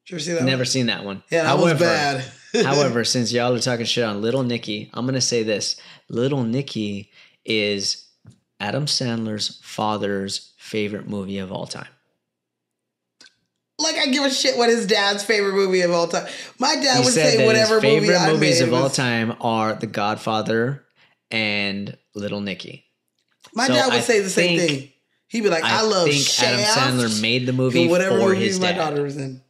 S1: Did you ever see that?
S2: Never
S1: One?
S2: seen that one.
S1: Yeah, that was bad.
S2: however, since y'all are talking shit on Little Nicky, I'm gonna say this: Little Nicky is Adam Sandler's father's favorite movie of all time.
S1: Like I give a shit what his dad's favorite movie of all time. My dad
S2: he
S1: would
S2: said
S1: say
S2: that
S1: whatever
S2: his favorite
S1: movie I
S2: movies
S1: made
S2: of all
S1: was-
S2: time are The Godfather and Little Nicky.
S1: My
S2: So
S1: dad would
S2: I
S1: say the same
S2: think-
S1: thing. He'd be like, "I,
S2: I
S1: love
S2: think
S1: Shaft,
S2: Adam Sandler made the movie
S1: and whatever
S2: for
S1: movie
S2: his
S1: my
S2: dad.
S1: daughter was in."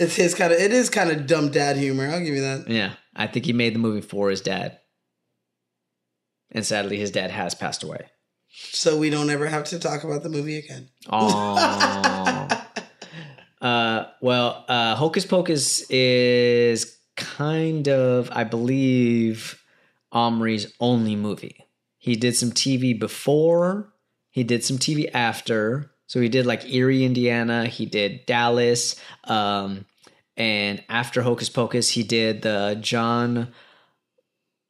S1: It's his kind of. It is kind of dumb dad humor. I'll give you that.
S2: Yeah, I think he made the movie for his dad. And sadly, his dad has passed away.
S1: So we don't ever have to talk about the movie again.
S2: Oh. uh, well, uh, Hocus Pocus is kind of, I believe, Omri's only movie. He did some TV before, he did some TV after. So he did like Erie, Indiana, he did Dallas. Um, and after Hocus Pocus, he did the John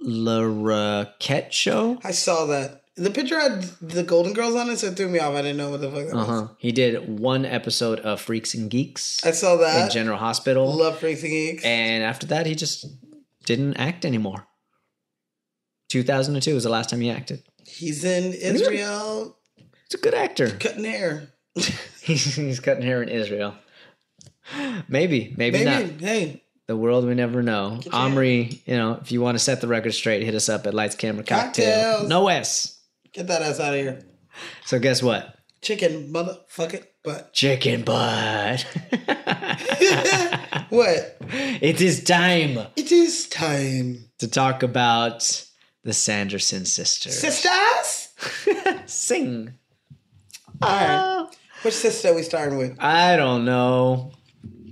S2: La Raquette Show.
S1: I saw that. The picture had the Golden Girls on it, so it threw me off. I didn't know what the fuck that
S2: Uh
S1: was.
S2: huh. He did one episode of Freaks and Geeks
S1: I saw
S2: in
S1: that.
S2: General Hospital.
S1: Love Freaks and Geeks.
S2: And after that, he just didn't act anymore. 2002 was the last time he acted.
S1: He's in Israel
S2: He's a good actor.
S1: cutting hair.
S2: He's, he's cutting hair in Israel. Maybe, maybe,
S1: Maybe.
S2: not.
S1: Hey,
S2: The world we never know.
S1: your hand.
S2: Omri, you know, if you want to set the record straight, hit us up at Lights Camera Cocktail.
S1: Cocktails.
S2: No S.
S1: get that ass out of here.
S2: So guess what?
S1: Chicken motherfucking butt.
S2: Chicken butt.
S1: What?
S2: it is time
S1: It is time.
S2: to talk about the Sanderson sisters.
S1: Sisters?
S2: Sing.
S1: All right. Which sister are we starting with?
S2: I don't know.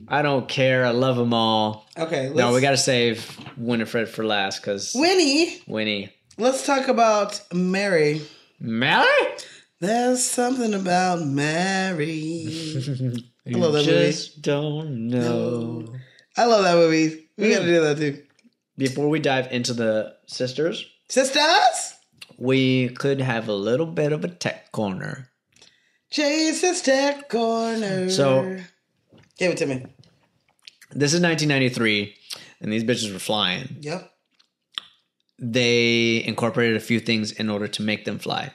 S2: I don't care. I love them all.
S1: Okay. Let's,
S2: No, we got to save Winifred for last because
S1: Winnie.
S2: Winnie.
S1: Let's talk about Mary.
S2: Mary?
S1: There's something about Mary. I love that movie.
S2: Just don't know.
S1: I love that movie. We gotta do that too.
S2: Before we dive into the sisters,
S1: Sisters?
S2: we could have a little bit of a tech corner.
S1: Jesus Tech Corner.
S2: So-
S1: give it to me.
S2: This is 1993, and these bitches were flying.
S1: Yep.
S2: They incorporated a few things in order to make them fly.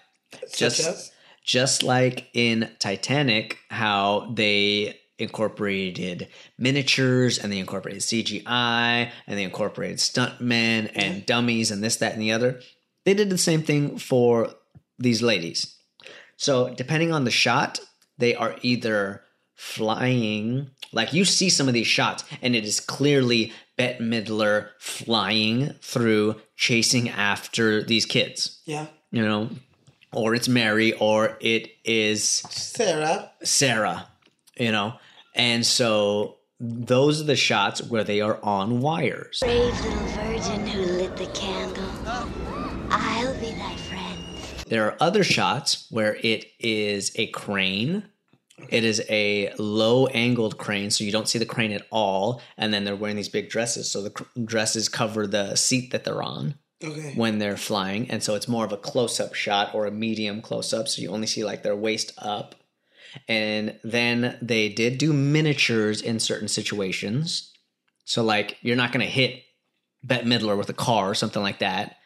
S2: Just-
S1: Such as?
S2: just like in Titanic, how they incorporated miniatures and they incorporated CGI and they incorporated stuntmen and dummies and this, that, and the other. They did the same thing for these ladies. So, depending on the shot, they are either flying, like you see some of these shots, and it is clearly Bette Midler flying through, chasing after these kids,
S1: Yeah.
S2: you know, or it's Mary, or it is
S1: Sarah.
S2: Sarah, you know? And so those are the shots where they are on wires.
S6: Brave little virgin who lit the candle. I'll be thy friend.
S2: There are other shots where it is a crane. It is a low angled crane, so you don't see the crane at all. And then they're wearing these big dresses, so the cr- dresses cover the seat that they're on.
S1: Okay.
S2: when they're flying. And so it's more of a close up shot or a medium close up. So you only see like their waist up. And then they did do miniatures in certain situations. So, like, you're not going to hit Bette Midler with a car or something like that,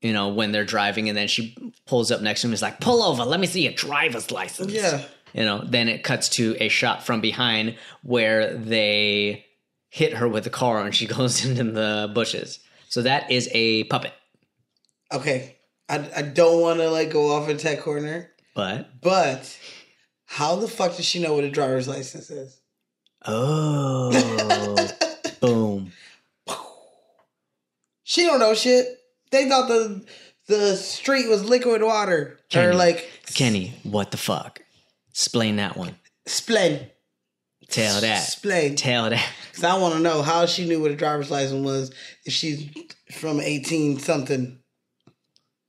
S2: you know, when they're driving. And then she pulls up next to him and is like, pull over, let me see your driver's license
S1: Yeah.
S2: you know then it cuts to a shot from behind where they hit her with the car and she goes into the bushes so that is a puppet
S1: Okay. I, I don't want to like go off in Tech Corner,
S2: but
S1: but how the fuck does she know what a driver's license is?
S2: oh boom
S1: She don't know shit. They thought the the street was liquid water or
S2: Kenny.
S1: like
S2: kenny what the fuck explain that one
S1: splain.
S2: tell that
S1: Splain.
S2: tell that
S1: Cause I want to know how she knew what a driver's license was if she's from eighteen something.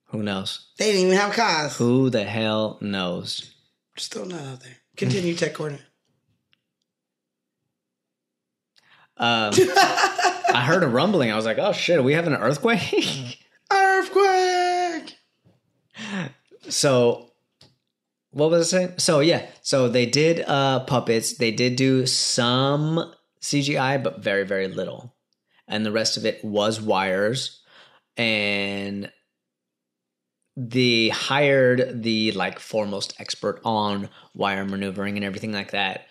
S2: who knows
S1: They didn't even have cars.
S2: who the hell knows
S1: Just don't know out there. Continue Tech Corner.
S2: um, i heard a rumbling i was like oh shit are we having an earthquake
S1: Earthquake.
S2: so what was I saying? So yeah, so they did uh puppets. They did do some CGI, but very very little, and the rest of it was wires. And they hired the like foremost expert on wire maneuvering and everything like that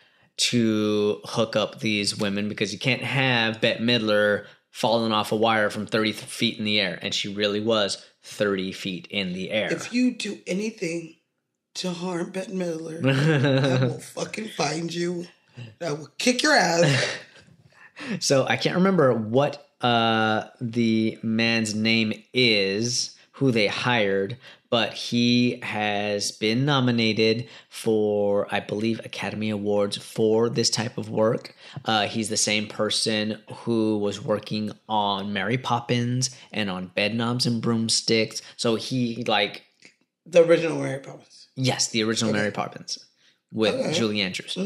S2: to hook up these women because you can't have Bette Midler falling off a wire from 30 feet in the air and she really was 30 feet in the air
S1: If you do anything to harm Bette Midler, I will fucking find you. I will kick your ass.
S2: so I can't remember what uh, the man's name is who they hired, but he has been nominated for, I believe, Academy Awards for this type of work. Uh, he's the same person who was working on Mary Poppins and on Bedknobs and Broomsticks. So he like
S1: The original Mary Poppins.
S2: Yes, the original Mary Poppins with Julie Andrews.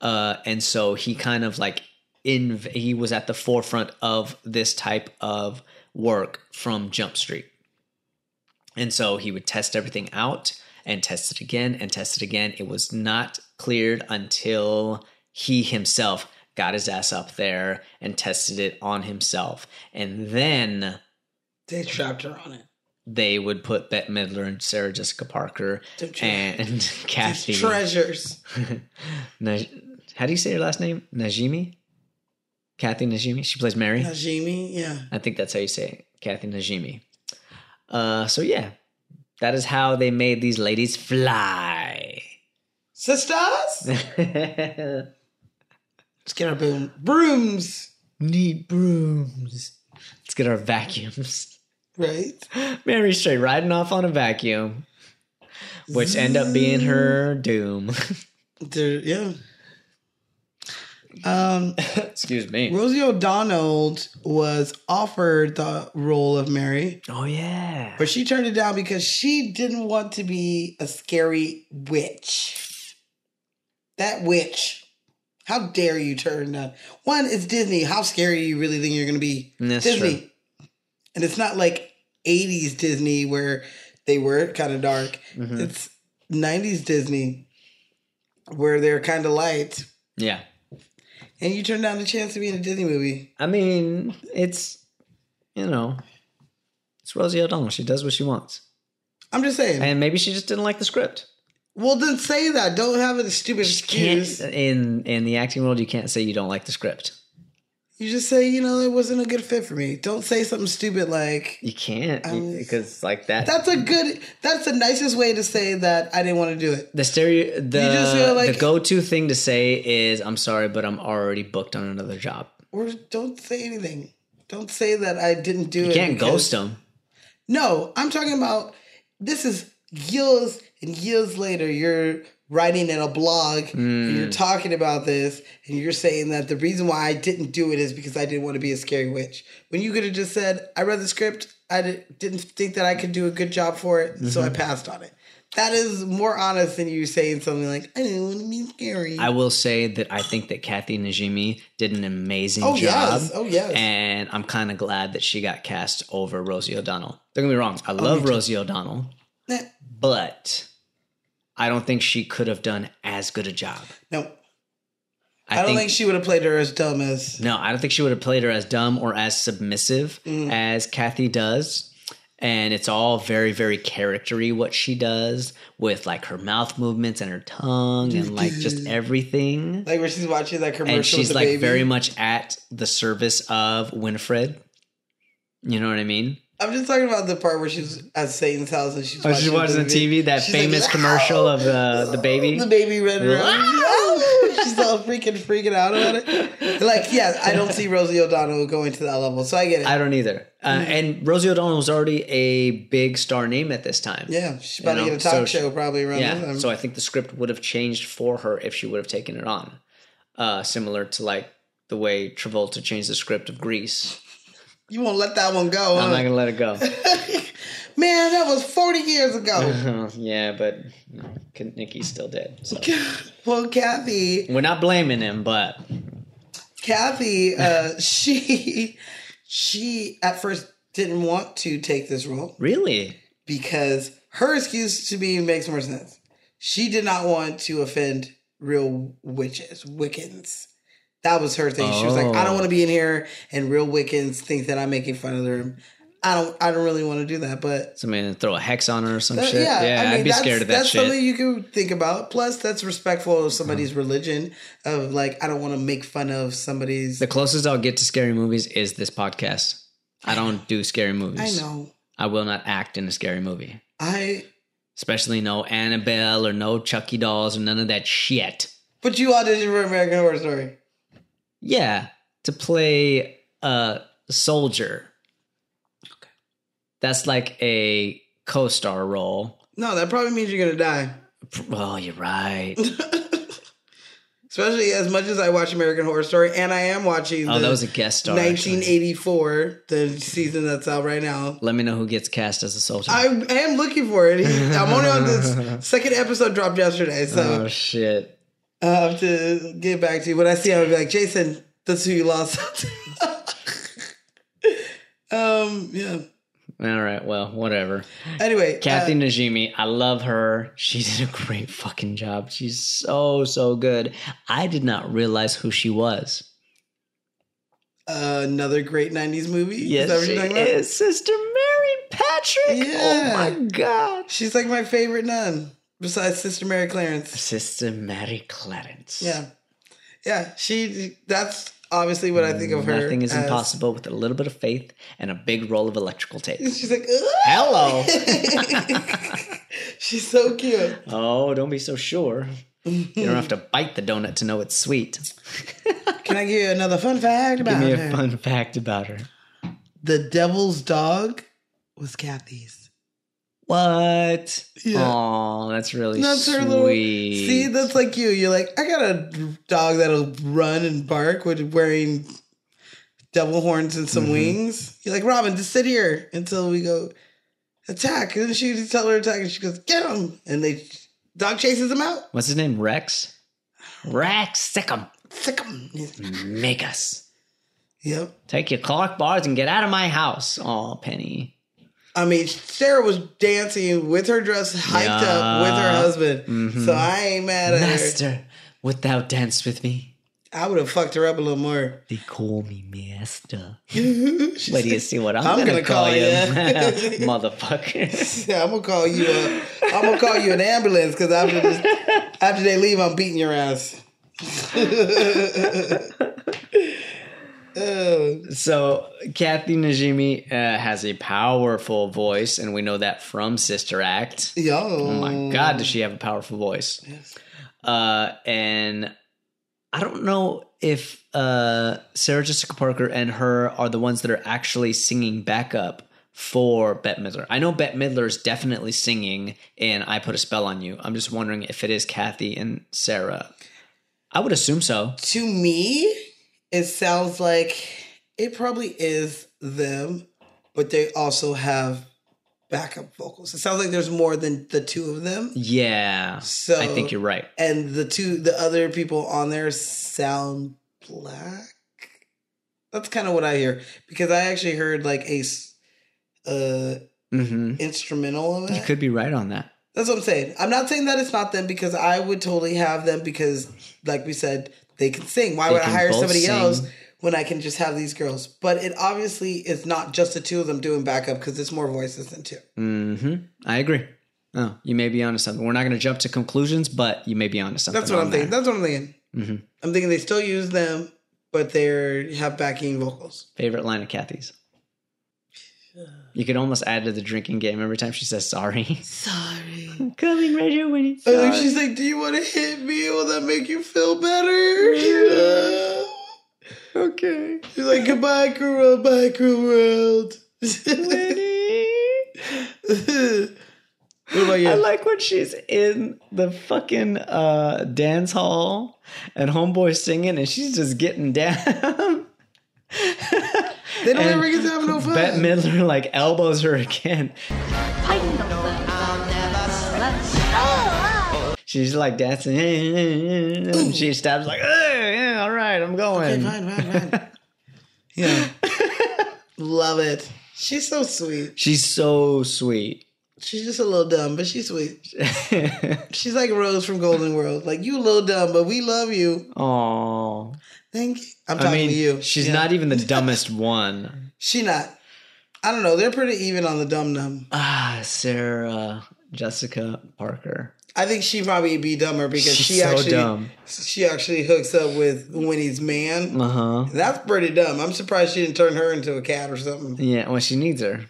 S2: Uh, and so he kind of like inv- he was at the forefront of this type of work from Jump Street. And so he would test everything out and test it again and test it again. It was not cleared until he himself got his ass up there and tested it on himself. And then
S1: They trapped her on it.
S2: they would put Bette Midler and Sarah Jessica Parker
S1: Them tre-
S2: and
S1: these
S2: Kathy.
S1: treasures.
S2: Naj- How do you say her last name? Najimi? Kathy Najimi? She plays Mary?
S1: Najimi, yeah.
S2: I think that's how you say it, Kathy Najimi. Uh, so yeah, that is how they made these ladies fly.
S1: Sisters? Let's get our boom. Brooms,
S2: Need brooms. Let's get our vacuums.
S1: right?
S2: Mary straight riding off on a vacuum, which end up being her doom.
S1: They're- yeah. Um,
S2: Excuse me.
S1: Rosie O'Donnell was offered the role of Mary,
S2: Oh yeah.
S1: but she turned it down because she didn't want to be a scary witch. That witch. How dare you turn down? One, it's Disney. How scary do you really think you're going to be?
S2: That's
S1: Disney.
S2: true.
S1: And it's not like 80s Disney where they were kind of dark.
S2: Mhm.
S1: It's 90s Disney where they're kind of light.
S2: Yeah.
S1: And you turn down the chance to be in a Disney movie.
S2: I mean, it's you know, it's Rosie O'Donnell. She does what she wants,
S1: I'm just saying.
S2: and maybe she just didn't like the script.
S1: well, then say that. Don't have a stupid excuse.
S2: Can't in in the acting world, you can't say you don't like the script.
S1: You just say, you know, it wasn't a good fit for me. Don't say something stupid like
S2: You can't
S1: Um,
S2: because like that.
S1: that's a good. That's the nicest way to say that I didn't want to do it.
S2: the stereo the,
S1: just feel like-
S2: the go-to thing to say is i'm sorry but i'm already booked on another job
S1: Or don't say anything. Don't say that I didn't do
S2: you
S1: it.
S2: can't
S1: because-
S2: ghost them
S1: No, I'm talking about this is years and years later. You're writing in a blog and
S2: Mm.
S1: you're talking about this and you're saying that the reason why I didn't do it is because I didn't want to be a scary witch. When you could have just said, I read the script, I di- didn't think that I could do a good job for it, so
S2: Mm-hmm.
S1: I passed on it. That is more honest than you saying something like, I didn't want to be scary.
S2: i will say that i think that kathy najimy did an amazing
S1: oh,
S2: job
S1: yes. Oh, yes.
S2: and i'm kind of glad that she got cast over rosie o'donnell don't get me wrong
S1: Oh,
S2: i love rosie o'donnell
S1: Nah,
S2: but i don't think she could have done as good a job
S1: no,
S2: i,
S1: I, don't
S2: think,
S1: think she would have played her as dumb as.
S2: No, I don't think she would have played her as dumb or as submissive
S1: Mm.
S2: as Kathy does. And it's all very, very charactery what she does with like her mouth movements and her tongue and like just everything.
S1: Like where she's watching that commercial
S2: And
S1: with
S2: she's
S1: the
S2: like
S1: baby.
S2: very much at the service of Winifred. You know what I mean?
S1: I'm just talking about the part where she's at Satan's house and she's
S2: Oh, she watches the TV, that
S1: She's like,
S2: famous
S1: "Ah!"
S2: commercial of the, the baby.
S1: The baby red around.
S2: Ah!
S1: she's all freaking freaking out about it. Like, yeah, I don't see Rosie O'Donnell going to that level, so I get it.
S2: I don't either. Uh,
S1: Mm-hmm.
S2: and Rosie O'Donnell was already a big star name at this time.
S1: yeah, she's
S2: You
S1: about to
S2: know,
S1: get a talk
S2: so she-
S1: show probably around
S2: yeah.
S1: that time.
S2: So I think the script would have changed for her if she would have taken it on, uh, similar to like the way Travolta changed the script of Grease.
S1: you won't let that one go.
S2: I'm
S1: huh?
S2: not gonna let it go.
S1: Man, that was 40 years ago.
S2: yeah, but you know, Nicky's still dead. So.
S1: well, Kathy,
S2: We're not blaming him, but
S1: Kathy, uh, she, she at first didn't want to take this role.
S2: really,
S1: because her excuse to me makes more sense. She did not want to offend real witches, Wiccans. That was her thing. She was like, I don't
S2: Oh.
S1: want to be in here and real Wiccans think that I'm making fun of them. I don't I don't really want to do that, but uh,
S2: somebody gonna throw a hex on her or some
S1: that-
S2: shit. Yeah, I would be
S1: that's,
S2: scared of that
S1: that's
S2: shit. Uh-huh.
S1: something you can think about. Plus, that's respectful of somebody's religion. Of like, I don't want to make fun of somebody's.
S2: the closest I'll get to scary movies is this podcast. I don't do scary
S1: I
S2: movies.
S1: know.
S2: I will not act in a scary movie,
S1: I.
S2: especially no Annabelle or no Chucky dolls or none of that shit.
S1: But you auditioned for American Horror Story.
S2: Yeah, to play a soldier. That's like a co-star role.
S1: No, that probably means you're gonna die.
S2: Oh, you're right.
S1: Especially as much as I watch American Horror Story, and I am watching
S2: Oh,
S1: the
S2: that was a guest star. actually.
S1: 1984, the season that's out right now.
S2: Let me know who gets cast as a soldier.
S1: I am looking for it. He- I'm only on this second episode dropped yesterday,
S2: oh
S1: so
S2: shit!
S1: I'll have to get back to you. When I see, it, I'll be like, Jason, that's who you lost. Um, yeah.
S2: All right, well, whatever.
S1: Anyway,
S2: Kathy
S1: uh,
S2: Najimy, I love her. She did a great fucking job. She's so so good. I did not realize who she was.
S1: another great '90s movie.
S2: Yes,
S1: that what
S2: she
S1: you're talking about?
S2: is. Sister Mary Patrick.
S1: Yeah.
S2: Oh my god.
S1: She's like my favorite nun, besides Sister Mary Clarence.
S2: Sister Mary Clarence.
S1: Yeah, yeah. She. That's obviously what I think of her.
S2: Nothing is
S1: as.
S2: impossible with a little bit of faith and a big roll of electrical tape.
S1: She's like, "Ugh."
S2: Hello.
S1: she's so cute.
S2: oh, don't be so sure. You don't have to bite the donut to know it's sweet.
S1: Can I give you another fun fact
S2: Give
S1: about
S2: me
S1: her?
S2: a fun fact about her.
S1: the devil's dog was Kathy's.
S2: What?
S1: Yeah.
S2: Oh, that's really
S1: That's
S2: sweet.
S1: her little. See, that's like you. You're like, I got a dog that'll run and bark with wearing devil horns and
S2: Mm-hmm.
S1: some wings. You're like, Robin, just sit here until we go attack. And then she tell her to attack, and she goes, get him. And they dog chases him out.
S2: What's his name? Rex. Rex, sick 'em.
S1: Sick him. He's-
S2: Make us.
S1: Yep.
S2: Take your Clark bars and get out of my house. Oh, Penny.
S1: I mean, Sarah was dancing with her dress hiked up with her
S2: Yeah.
S1: husband.
S2: Mhm.
S1: So I ain't mad at her.
S2: Master, wilt thou dance with me?
S1: I would have fucked her up a little more.
S2: They call me master.
S1: She's
S2: Wait do you see what I'm,
S1: I'm
S2: gonna,
S1: gonna
S2: call,
S1: call
S2: you,
S1: ya.
S2: motherfucker.
S1: Yeah, I'm gonna call you. A, I'm gonna call you an ambulance because after this, after they leave, I'm beating your ass. Oh,
S2: So Kathy Najimy uh, has a powerful voice, and we know that from Sister Act.
S1: y'all.
S2: Oh
S1: Mm.
S2: my God, does she have a powerful voice? Uh, and I don't know if uh, Sarah Jessica Parker and her are the ones that are actually singing backup for Bette Midler. I know Bette Midler is definitely singing in I Put a Spell on You. I'm just wondering if it is Kathy and Sarah. I would assume so.
S1: To me, it sounds like it probably is them, but they also have backup vocals. It sounds like there's more than the two of them.
S2: Yeah.
S1: So
S2: I think you're right.
S1: and the two the other people on there sound black that's kind of what i hear because i actually heard like a s- uh
S2: hmm
S1: instrumental of
S2: You
S1: it
S2: could be right on that.
S1: that's what i'm saying i'm not saying that it's not them because i would totally have them because like we said they can sing why
S2: They
S1: would i
S2: can
S1: hire
S2: both
S1: somebody else
S2: sing.
S1: when i can just have these girls but it obviously is not just the two of them doing backup because it's more voices than two
S2: hmm I agree. Oh, you may be onto something. We're not going to jump to conclusions, but you may be onto something.
S1: that's what
S2: on
S1: i'm thinking
S2: that.
S1: that's what i'm thinking
S2: Mhm.
S1: i'm thinking they still use them but they have backing vocals
S2: Favorite line of Kathy's. You could almost add to the drinking game every time she says sorry.
S1: Sorry.
S2: Coming right here when it's
S1: And she's like, Do you want to hit me? Will that make you feel better? Yeah.
S2: okay.
S1: She's like, Goodbye, cruel world. Bye, cruel world. What about you?
S2: I like when she's in the fucking uh, dance hall and homeboy's singing and she's just getting down.
S1: they
S2: and
S1: don't ever get to have no fun.
S2: Bette Midler like elbows her again. She's like dancing, and she stops like, "Ugh, yeah, all right, I'm going.
S1: Okay, fine, fine, fine. yeah. Love it. She's so sweet.
S2: She's so sweet.
S1: She's just a little dumb, but she's sweet. She's like Rose from Golden World. Like, you a little dumb, but we love you.
S2: Oh,
S1: Thank you. I'm talking
S2: I mean,
S1: to you.
S2: she's
S1: Yeah.
S2: not even the dumbest one.
S1: She not. I don't know. They're pretty even on the dumb dumb.
S2: Ah, Sarah Jessica Parker.
S1: I think she probably be dumber because
S2: She's
S1: she
S2: so
S1: actually
S2: dumb.
S1: she actually hooks up with Winnie's man.
S2: Uh huh.
S1: That's pretty dumb. I'm surprised she didn't turn her into a cat or something.
S2: Yeah, well, she needs her.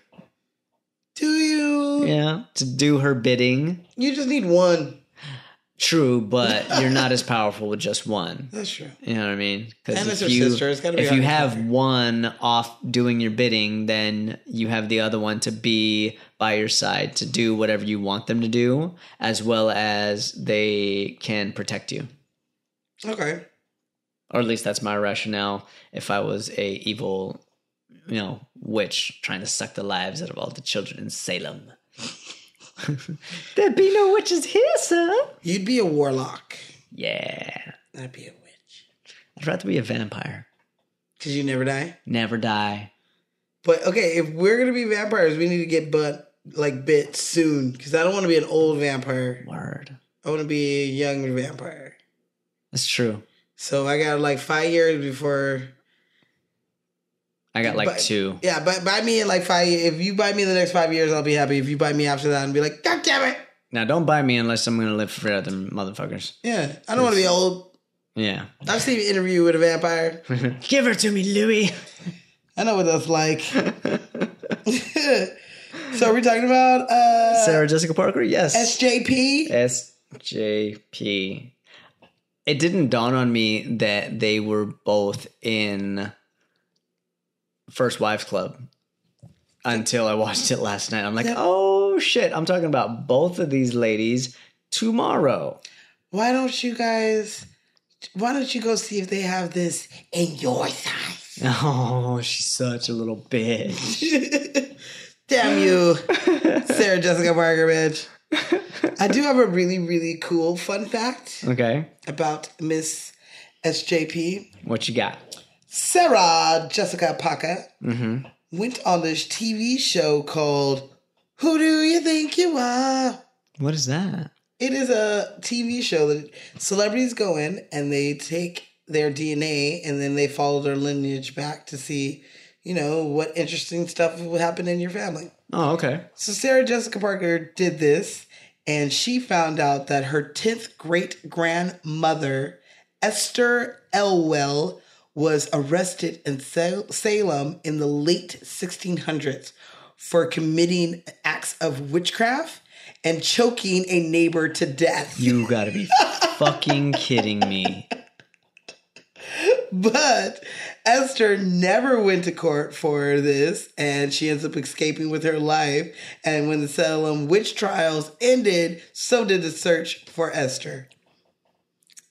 S1: Do you?
S2: Yeah, to do her bidding.
S1: You just need one.
S2: True, but you're not as powerful with just one.
S1: That's true.
S2: You know what I mean?
S1: And
S2: Because
S1: it's her
S2: if you,
S1: sister, it's gotta be
S2: if
S1: hard
S2: you
S1: to
S2: have
S1: cover.
S2: one off doing your bidding, then you have the other one to be by your side to do whatever you want them to do, as well as they can protect you.
S1: Okay.
S2: Or at least that's my rationale. If I was a evil, you know, witch trying to suck the lives out of all the children in Salem, there'd be no witches here, sir.
S1: You'd be a warlock.
S2: Yeah,
S1: I'd be a witch.
S2: I'd rather be a vampire.
S1: Cause you never die.
S2: Never die.
S1: But okay, if we're gonna be vampires, we need to get butt like bit soon because I don't want to be an old vampire.
S2: Word.
S1: I want to be a young vampire.
S2: That's true.
S1: So I got like five years before.
S2: I got like
S1: But-
S2: two.
S1: Yeah, but buy me in like five. If you buy me the next five years, I'll be happy. If you buy me after that, I'll be like, God damn it!
S2: Now don't buy me unless I'm gonna live for other motherfuckers.
S1: Yeah, I don't want to be old.
S2: Yeah.
S1: I've seen an interview with a vampire.
S2: Give her to me, Louis.
S1: I know what that's like. so we're talking about uh,
S2: Sarah Jessica Parker. Yes.
S1: SJP.
S2: SJP. It didn't dawn on me that they were both in First Wives Club until I watched it last night. I'm like, oh shit, I'm talking about both of these ladies tomorrow.
S1: Why don't you guys? Why don't you go see if they have this in your size?
S2: Oh, she's such a little bitch.
S1: Damn you, Sarah Jessica Parker, bitch. I do have a really, really cool fun fact
S2: Okay,
S1: about Miss SJP.
S2: what you got?
S1: Sarah Jessica Parker
S2: Mm-hmm.
S1: went on this TV show called Who Do You Think You Are?
S2: What is that?
S1: It is a TV show that celebrities go in and they take their DNA and then they follow their lineage back to see, you know, what interesting stuff will happen in your family.
S2: Oh, okay.
S1: So Sarah Jessica Parker did this and she found out that her 10th great grandmother, Esther Elwell, was arrested in Sal- Salem in the late 1600s for committing acts of witchcraft and choking a neighbor to death.
S2: You gotta be fucking kidding me.
S1: But Esther never went to court for this, and she ends up escaping with her life. And when the Salem witch trials ended, so did the search for Esther.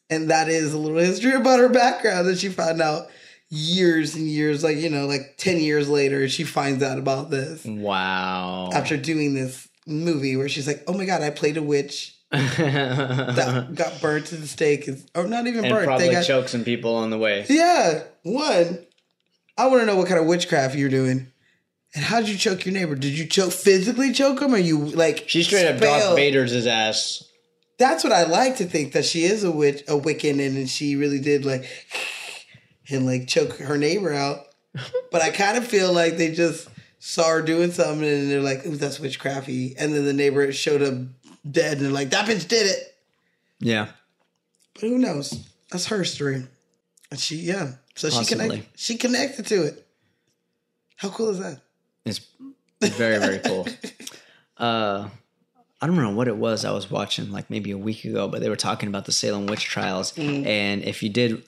S1: And that is a little history about her background that she found out years and years, like, you know, like 10 years later, she finds out about this
S2: Wow.
S1: after doing this movie where she's like, oh my God, I played a witch that got burnt to the stake. Or not even
S2: Uh-huh. and
S1: burnt.
S2: probably
S1: they got,
S2: choke some people on the way.
S1: Yeah, one. I want to know what kind of witchcraft you're doing, and how did you choke your neighbor? Did you choke physically choke him, or you like
S2: She straight up
S1: spell-
S2: Darth Vader's his ass.
S1: That's what I like to think that she is a witch, a Wiccan, and, and she really did like and like choke her neighbor out. But I kind of feel like they just saw her doing something, and they're like, "Ooh, that's witchcrafty," and then the neighbor showed up dead, and they're like, "That bitch did it."
S2: Yeah.
S1: But who knows? That's her story. And she, yeah. So she
S2: Possibly.
S1: connect, she connected to it. How cool is that?
S2: It's very, very cool. Uh I don't know what it was I was watching like maybe a week ago, but they were talking about the Salem witch trials. And if you did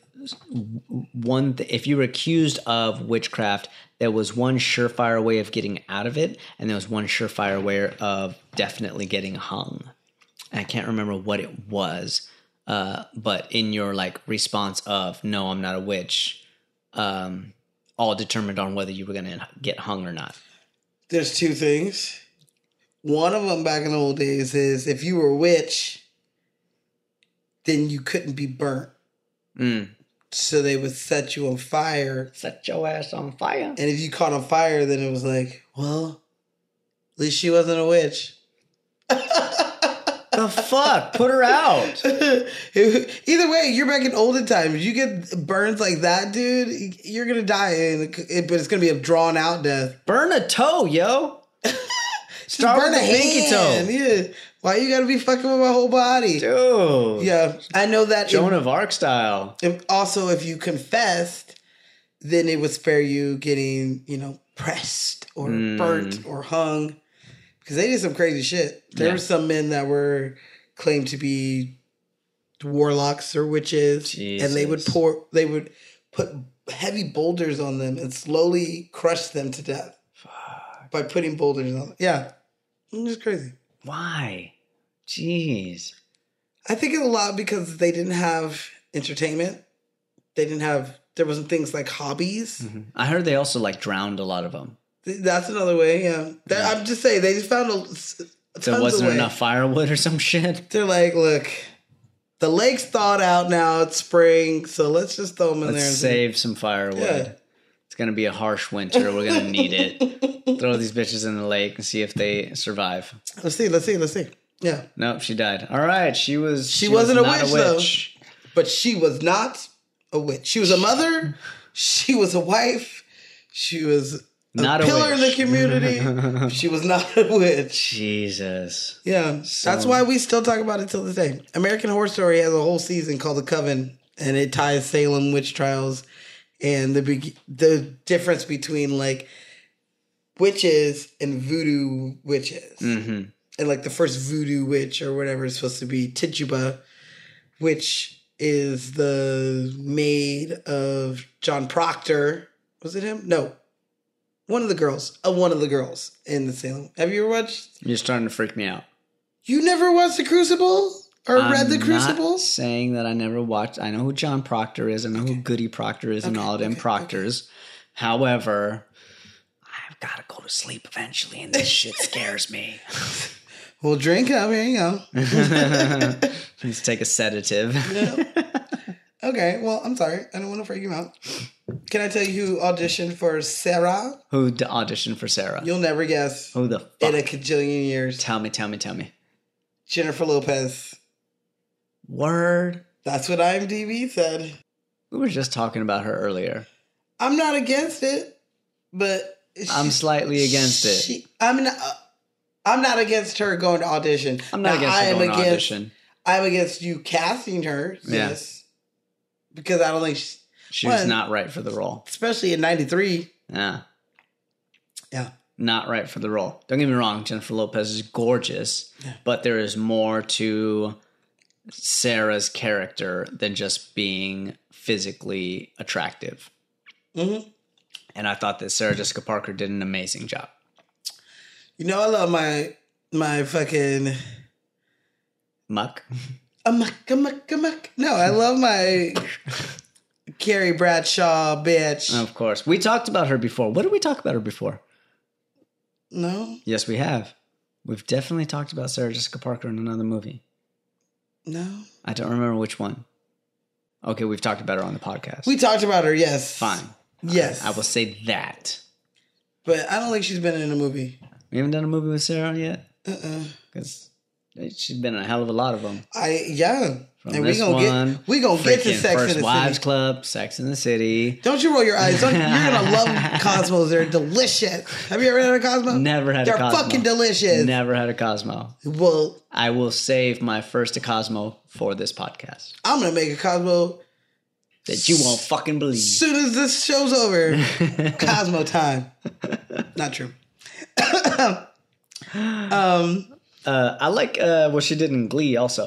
S2: one, th- if you were accused of witchcraft, there was one surefire way of getting out of it, and there was one surefire way of definitely getting hung. I can't remember what it was, uh, but in your like response of "No, I'm not a witch," um, all determined on whether you were going to get hung or not.
S1: There's two things. One of them back in the old days is if you were a witch, then you couldn't be burnt.
S2: Mm.
S1: So they would set you on fire.
S2: Set your ass on fire.
S1: And if you caught on fire, then it was like, well, at least she wasn't a witch.
S2: the fuck? Put her out.
S1: Either way, you're back in olden times. You get burns like that, dude. You're gonna die, and it, but it's gonna be a drawn out death.
S2: Burn a toe, yo. Start
S1: burn
S2: with
S1: a
S2: the pinky
S1: hand.
S2: toe,
S1: Yeah. Why you gotta be fucking with my whole body?
S2: dude.
S1: Yeah, I know that. if-
S2: Joan of Arc style.
S1: if- also, if you confessed, then it would spare you getting, you know, pressed or
S2: Mm.
S1: burnt or hung, because they did some crazy shit. There
S2: Yeah.
S1: were some men that were claimed to be warlocks or witches, and they would
S2: Jesus.
S1: pour, they would put heavy boulders on them and slowly crush them to death by putting boulders on. Them. Yeah, it's crazy.
S2: Why? Jeez.
S1: I think it's a lot because they didn't have entertainment. They didn't have. There wasn't things like hobbies.
S2: I heard they also like drowned a lot of them.
S1: Th- That's another way. Yeah, That- I'm just saying they just found a. s- Tons
S2: Hmm. There wasn't
S1: of
S2: enough
S1: enough.
S2: firewood or some shit.
S1: They're like, look, the lake's thawed out now. It's spring, so let's just throw them in
S2: Let's
S1: there. and see."
S2: save some firewood.
S1: Yeah.
S2: It's gonna be a harsh winter. We're gonna need it. Throw these bitches in the lake and see if they survive.
S1: Let's see. Let's see. Let's see. Yeah,
S2: Nope, she died. All right, she was.
S1: She wasn't a
S2: not
S1: witch, though. but she was not a witch. She was a mother. She was a wife. She was a
S2: Not a
S1: pillar in the
S2: witch.
S1: community. she was not a witch.
S2: Jesus.
S1: Yeah, that's
S2: So-
S1: why we still talk about it till this day. American Horror Story has a whole season called The Coven, and it ties Salem witch trials and the beg- the difference between like witches and voodoo witches,
S2: hmm
S1: and like the first voodoo witch or whatever is supposed to be Tituba, which is the maid of John Proctor. Was it him? No, one of the girls. Uh, one of the girls in the Salem. Have you ever watched
S2: You're starting to freak me out.
S1: you never watched The Crucible or read
S2: I'm
S1: The
S2: not
S1: Crucible?
S2: saying that I never watched. I know who John Proctor is. I know who Goody Proctor is, and all them Proctors. However, I've got to go to sleep eventually, and this shit scares me.
S1: Well, drink up. Here you go.
S2: Let's take a sedative.
S1: Okay. Well, I'm sorry. I don't want to freak you out. Can I tell you who auditioned for Sarah?
S2: who d- auditioned for Sarah?
S1: You'll never guess.
S2: who the fuck?
S1: In a cajillion years,
S2: tell me, tell me, tell me.
S1: Jennifer Lopez.
S2: Word.
S1: That's what IMDb said.
S2: We were just talking about her earlier.
S1: I'm not against it, but
S2: I'm
S1: she-
S2: slightly against it.
S1: she- I'm not. uh, I'm not against her going to audition.
S2: I'm not
S1: Now,
S2: against
S1: I
S2: her
S1: am
S2: going to
S1: against-
S2: audition.
S1: I'm against you casting her.
S2: Yeah.
S1: Yes. Because I don't think, she,
S2: She was
S1: Well-
S2: not right for the role.
S1: especially in '93.
S2: Yeah.
S1: Yeah.
S2: Not right for the role. Don't get me wrong, Jennifer Lopez is gorgeous, but there is more to Sarah's character than just being physically attractive.
S1: Mhm.
S2: Mm-hmm. And I thought that Sarah Jessica Parker did an amazing job.
S1: You know, I love my my fucking
S2: Muck.
S1: amok, amok, amok. No, I love my Carrie Bradshaw bitch.
S2: Of course. We talked about her before. What did we talk about her before?
S1: No,
S2: Yes, we have. We've definitely talked about Sarah Jessica Parker in another movie.
S1: no.
S2: I don't remember which one. Okay, we've talked about her on the podcast.
S1: We talked about her. Yes,
S2: Fine.
S1: Yes,
S2: I will say that.
S1: But I don't think she's been in a movie.
S2: We haven't done a movie with Sarah yet
S1: Uh, uh
S2: because she's been in a hell of a lot of them.
S1: I yeah.
S2: From
S1: and we
S2: this
S1: gonna
S2: one,
S1: get we gonna get to
S2: freaking
S1: Sex
S2: First
S1: in the
S2: Wives
S1: City.
S2: Club, Sex in the City.
S1: Don't you roll your eyes? Don't, you're gonna love Cosmos. They're delicious. Have you ever had a Cosmo?
S2: Never had a
S1: They're
S2: Cosmo.
S1: fucking delicious.
S2: Never had a Cosmo.
S1: Well,
S2: I will save my first a Cosmo for this podcast
S1: I'm gonna make a Cosmo
S2: that you won't fucking believe.
S1: soon as this show's over, Cosmo time. Not true. um.
S2: Uh, I like uh, what she did in Glee also.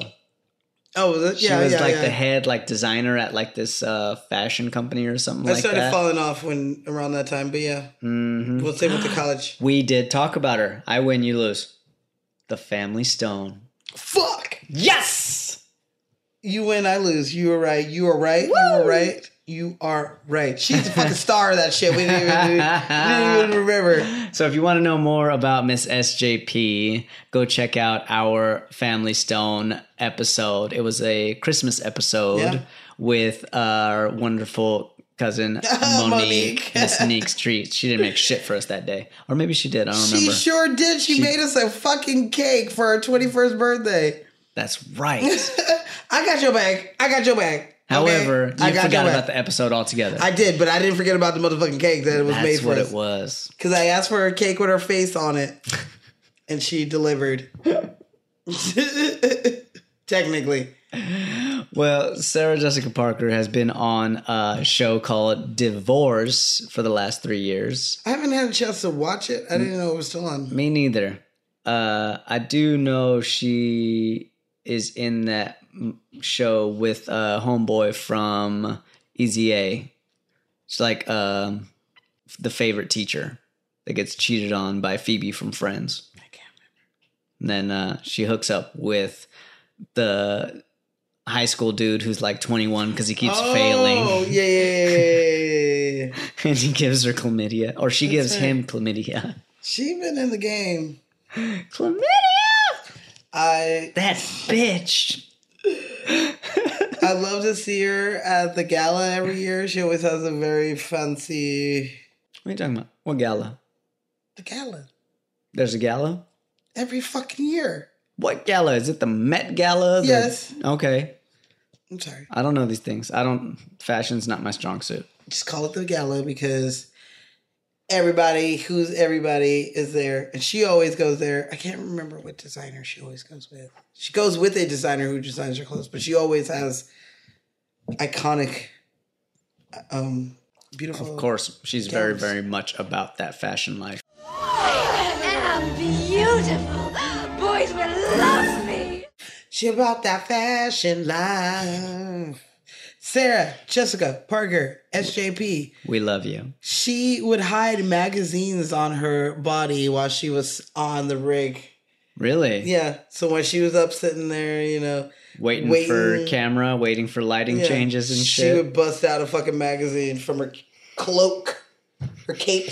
S1: Oh, was it?
S2: She
S1: yeah,
S2: was
S1: yeah,
S2: like
S1: yeah.
S2: the head like designer at like this uh, fashion company or something
S1: I
S2: like
S1: started
S2: that.
S1: falling off when around that time, but yeah,
S2: Mhm.
S1: we'll say with the college.
S2: We did talk about her. I win, you lose. The Family Stone.
S1: Fuck.
S2: Yes!
S1: You win, I lose. You were right. You were right. You were right. You are right. She's the fucking star of that shit. We didn't even, we didn't even remember.
S2: So if you want to know more about Miss SJP, go check out our Family Stone episode. It was a Christmas episode
S1: Yeah.
S2: with our wonderful cousin Monique,
S1: Monique.
S2: Miss Neek Street. She didn't make shit for us that day. Or maybe she did. I don't
S1: She
S2: remember.
S1: sure did. She, made us a fucking cake for her 21st birthday.
S2: That's right.
S1: I got your back. I got your back.
S2: However,
S1: Okay? I
S2: you
S1: got
S2: forgot
S1: your
S2: about
S1: back.
S2: the episode altogether.
S1: I did, but I didn't forget about the motherfucking cake that it was
S2: That's
S1: made for
S2: what
S1: us.
S2: it was.
S1: Because I asked for a cake with her face on it, and she delivered. Technically,
S2: Well, Sarah Jessica Parker has been on a show called Divorce for the last three years.
S1: I haven't had a chance to watch it. I didn't know it was still on.
S2: Me neither. Uh, I do know she is in that m- show with uh, homeboy from Easy A. It's like um, the favorite teacher that gets cheated on by Phoebe from Friends. I can't remember. And then uh, she hooks up with the high school dude who's like 21 because he keeps
S1: Oh
S2: failing
S1: yeah, yeah, yeah, yeah, yeah, yeah.
S2: and he gives her chlamydia or she gives
S1: right.
S2: him chlamydia.
S1: She been in the game.
S2: Chlamydia!
S1: I
S2: That bitch.
S1: I love to see her at the gala every year. She always has a very fancy
S2: What are you talking about? What gala?
S1: The gala.
S2: There's a gala?
S1: Every fucking year.
S2: What gala? Is it the Met Gala? The-
S1: Yes.
S2: Okay.
S1: I'm sorry.
S2: I don't know these things. I don't. Fashion's not my strong suit.
S1: Just call it the gala because everybody who's everybody is there. And she always goes there. I can't remember what designer she always goes with. She goes with a designer who designs her clothes, but she always has iconic, um, beautiful.
S2: Of course, she's very, very much about that fashion life.
S6: I'm beautiful. Boys will love me.
S1: She about that fashion life. Sarah, Jessica, Parker, SJP.
S2: We love you.
S1: She would hide magazines on her body while she was on the rig.
S2: Really?
S1: Yeah. So when she was up sitting there, you know,
S2: Waiting,
S1: Waiting-
S2: for camera, waiting for lighting
S1: yeah,
S2: changes and
S1: she
S2: shit.
S1: would bust out a fucking magazine from her cloak, her cape,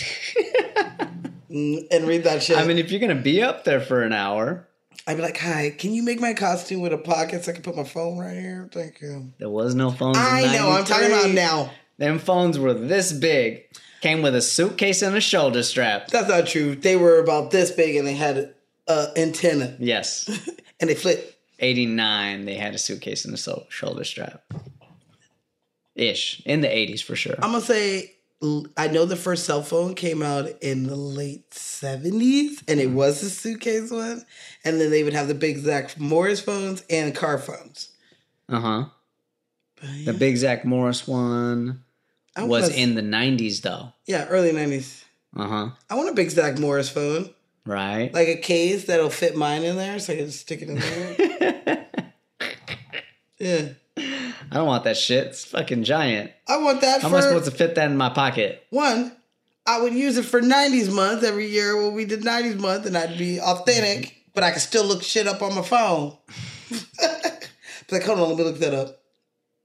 S1: mm, and read that shit.
S2: I mean, if you're gonna be up there for an hour,
S1: I'd be like, "Hi, can you make my costume with a pocket so I can put my phone right here? Thank you."
S2: there was no phones. in
S1: I know. I'm talking about
S2: 93.
S1: now.
S2: Them phones were this big. Came with a suitcase and a shoulder strap.
S1: That's not true. They were about this big and they had a antenna
S2: Yes.
S1: and they flipped.
S2: 89, they had a suitcase and a so- shoulder strap. Ish. In the 80s for sure.
S1: I'm gonna say l- I know the first cell phone came out in the late 70s and it was a suitcase one. And then they would have the big Zach Morris phones and car phones.
S2: Uh huh.
S1: But yeah,
S2: The big Zach Morris one
S1: I
S2: was
S1: wanna s-
S2: in the 90s though.
S1: yeah early 90s.
S2: Uh huh.
S1: I want a big Zach Morris phone,
S2: Right?
S1: like a case that'll fit mine in there, so I can just stick it in there. yeah,
S2: I don't want that shit. It's fucking giant.
S1: I want that
S2: How am I
S1: for
S2: supposed to fit that in my pocket?
S1: One, I would use it for 90s month every year when we did 90s month and I'd be authentic, but I could still look shit up on my phone. but like, hold on, let me look that up.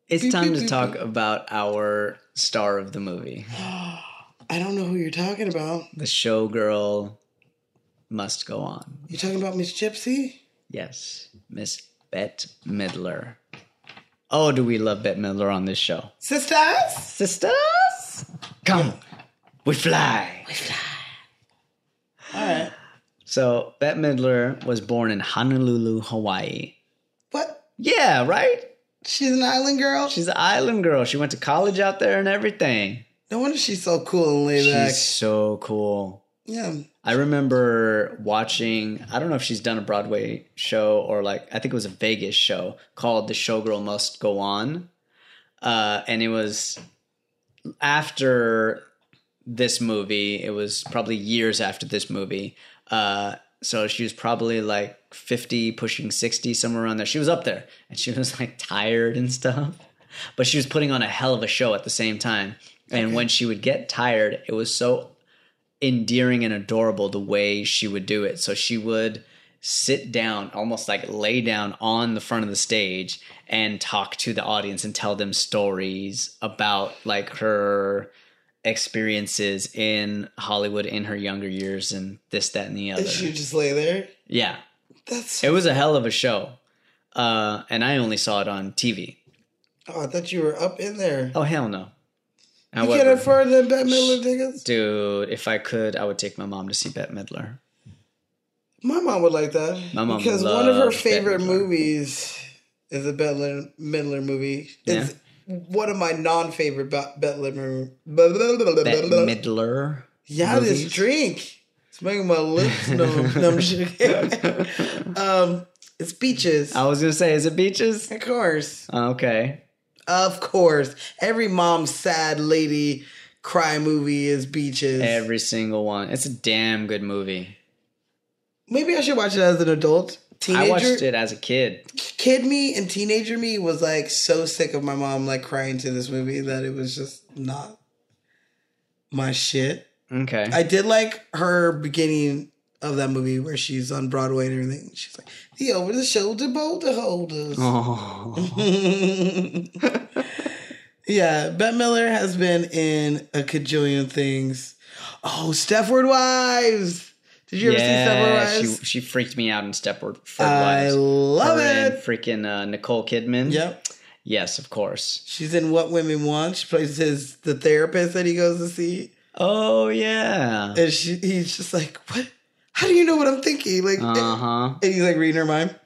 S2: It's
S1: Beep,
S2: time
S1: beep,
S2: to
S1: beep,
S2: talk about our star of the movie,
S1: I don't know who you're talking about.
S2: the showgirl must go on.
S1: You're talking about Miss Gypsy?
S2: Yes, Miss Bette Midler. Oh, do we love Bette Midler on this show?
S1: Sisters?
S2: Sisters, come, we fly. We fly.
S1: All right.
S2: So, Bette Midler was born in Honolulu, Hawaii.
S1: What?
S2: Yeah, right?
S1: She's an island girl?
S2: She's an island girl. She went to college out there and everything.
S1: No wonder she's so cool and laid back.
S2: She's so cool.
S1: Yeah.
S2: I remember watching, I don't know if she's done a Broadway show or like, I think it was a Vegas show called The Showgirl Must Go On. Uh, and it was after this movie, it was probably years after this movie. Uh, so she was probably like 50, pushing 60, somewhere around there. She was up there and she was like tired and stuff but she was putting on a hell of a show at the same time. And when she would get tired, it was so endearing and adorable the way she would do it. So she would sit down, almost like lay down on the front of the stage and talk to the audience and tell them stories about like her experiences in Hollywood in her younger years and this, that, and the other.
S1: And she just lay there.
S2: yeah.
S1: That's.
S2: It was a hell of a show. Uh, and I only saw it on TV.
S1: Oh, I thought you were up in there.
S2: Oh, hell no.
S1: you
S2: However-
S1: can't afford the Bette Midler tickets?
S2: Dude, if I could, I would take my mom to see Bette Midler.
S1: My mom would like that.
S2: My mom
S1: because one of her
S2: loves Bette
S1: favorite
S2: Midler.
S1: movies is a Bette Lin- Midler movie. It's one of my non-favorite Be- Bette Midler.
S2: Bette
S1: Bette
S2: Midler.
S1: Yeah, this
S2: movies.
S1: drink. It's making my lips numb. no, I'm just kidding. um, it's beaches.
S2: I was gonna say, is it Beaches? Uh,
S1: Of course,
S2: Okay.
S1: of course. Every mom's sad lady cry movie is beaches.
S2: Every single one. It's a damn good movie.
S1: Maybe I should watch it as an adult. Teenager.
S2: I watched it as a kid.
S1: kid me and teenager me was like so sick of my mom like crying to this movie that it was just not my shit.
S2: Okay.
S1: I did like her beginning of that movie where she's on Broadway and everything. She's like the over the shoulder boulder holders.
S2: oh.
S1: yeah, Bette Miller has been in a cajillion things. Oh, Stepford Wives. Did you ever
S2: Yeah,
S1: see Stepford
S2: she,
S1: Wives?
S2: she freaked me out in Stepford Wives.
S1: I love
S2: Her and
S1: it.
S2: freaking uh, Nicole Kidman.
S1: Yep.
S2: Yes, of course.
S1: She's in What Women Want. She plays his the therapist that he goes to see.
S2: Oh yeah.
S1: And she, he's just like, what? How do you know what I'm thinking? Like,
S2: Uh huh.
S1: and he's like reading her mind.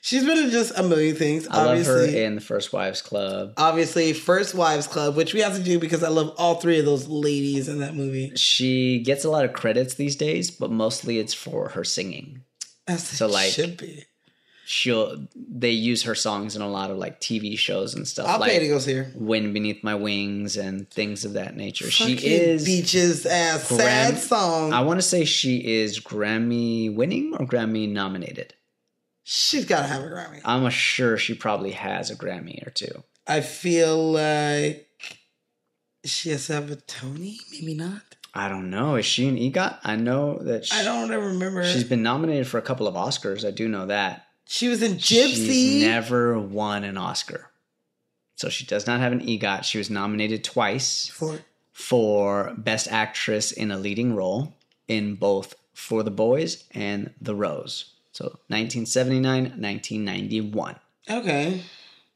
S1: She's been in just a million things.
S2: I love her
S1: obviously,
S2: in the First Wives Club.
S1: obviously, First Wives Club, which we have to do because I love all three of those ladies in that movie.
S2: She gets a lot of credits these days, but mostly it's for her singing.
S1: That's
S2: So, like,
S1: should be.
S2: She'll they use her songs in a lot of like TV shows and stuff.
S1: I'll
S2: like
S1: pay to go see her.
S2: Wind Beneath My Wings and things of that nature.
S1: Fucking
S2: she is
S1: Beaches ass
S2: Grammy-
S1: sad song.
S2: I want to say she is Grammy winning or Grammy nominated.
S1: She's gotta have a Grammy.
S2: I'm sure she probably has a Grammy or two.
S1: I feel like she has to have a Tony, maybe not.
S2: I don't know. Is she an EGOT? I know that she,
S1: I don't ever remember.
S2: she's been nominated for a couple of Oscars. I do know that.
S1: she was in
S2: She's
S1: Gypsy.
S2: never won an Oscar. So she does not have an EGOT. She was nominated twice
S1: for
S2: for Best Actress in a Leading Role in both For the Boys and The Rose. So 1979, 1991.
S1: okay.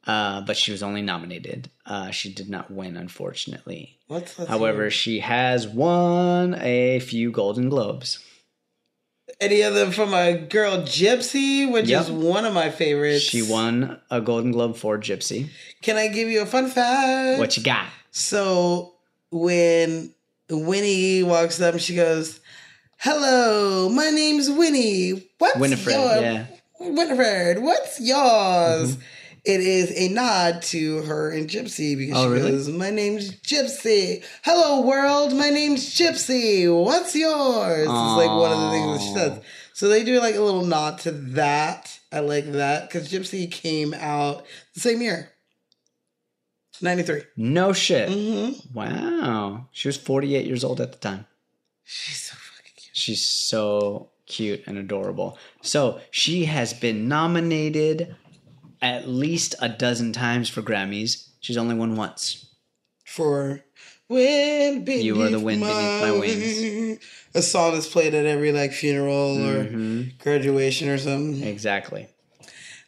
S2: Uh, but she was only nominated. Uh, she did not win, unfortunately.
S1: What's let's
S2: However, she has won a few Golden Globes.
S1: see. any of them from a girl Gypsy, which
S2: Yep.
S1: is one of my favorites.
S2: She won a Golden Globe for Gypsy.
S1: Can I give you a fun fact?
S2: What you got?
S1: So when Winnie walks up, she goes, "Hello, my name's Winnie. What's
S2: Winifred,
S1: your
S2: yeah.
S1: Winifred? What's yours?"
S2: Mm-hmm.
S1: It is a nod to her and Gypsy because
S2: Oh,
S1: she
S2: really?
S1: goes, "My name's Gypsy. Hello, world. My name's Gypsy. What's yours?" It's like one of the things that she says. So they do like a little nod to that. I like that because Gypsy came out the same year, ninety three.
S2: No shit.
S1: Mm-hmm.
S2: Wow. She was 48 years old at the time.
S1: She's so fucking cute.
S2: She's so cute and adorable. So she has been nominated at least a dozen times for Grammys. She's only won once.
S1: For wind beneath
S2: You are the wind beneath my wings.
S1: wing. A song that's played at every like funeral or
S2: Mm-hmm.
S1: graduation or something.
S2: Exactly.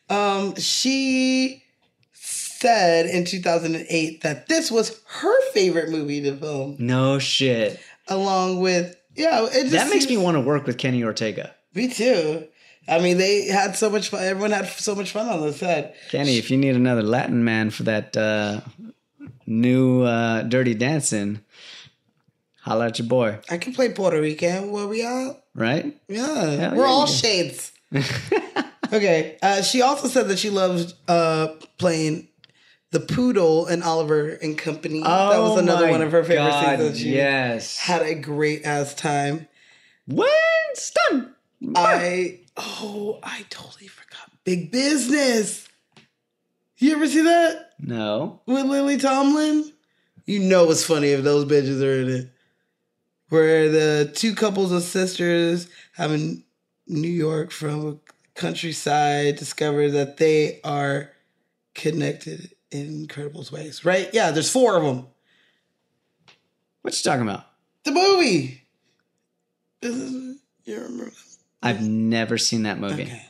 S1: Um, she said in 2008 that this was her favorite movie to film,
S2: No shit.
S1: along with yeah. It just
S2: That makes me
S1: seems-
S2: want to work with Kenny Ortega.
S1: Me too. I mean, they had so much fun. Everyone had so much fun on the set.
S2: Kenny, if you need another Latin man for that uh, new uh, Dirty Dancing, holla at your boy,
S1: I can play Puerto Rican. Where we are.
S2: right?
S1: Yeah,
S2: Hell
S1: we're
S2: yeah,
S1: all
S2: you do.
S1: shades. okay. Uh, she also said that she loved uh, playing the poodle in Oliver and Company. that was another
S2: Oh my
S1: one of her favorite
S2: God,
S1: scenes. That she
S2: yes.
S1: had a great ass time.
S2: Winston!
S1: I oh, I totally forgot. Big business. You ever see that
S2: No.
S1: with Lily Tomlin? You know what's funny if those bitches are in it. Where the two couples of sisters having New York from countryside discover that they are connected in incredible ways, right? Yeah, there's four of them.
S2: What you talking about?
S1: The movie. This is, you remember
S2: I've never seen that movie.
S1: Okay.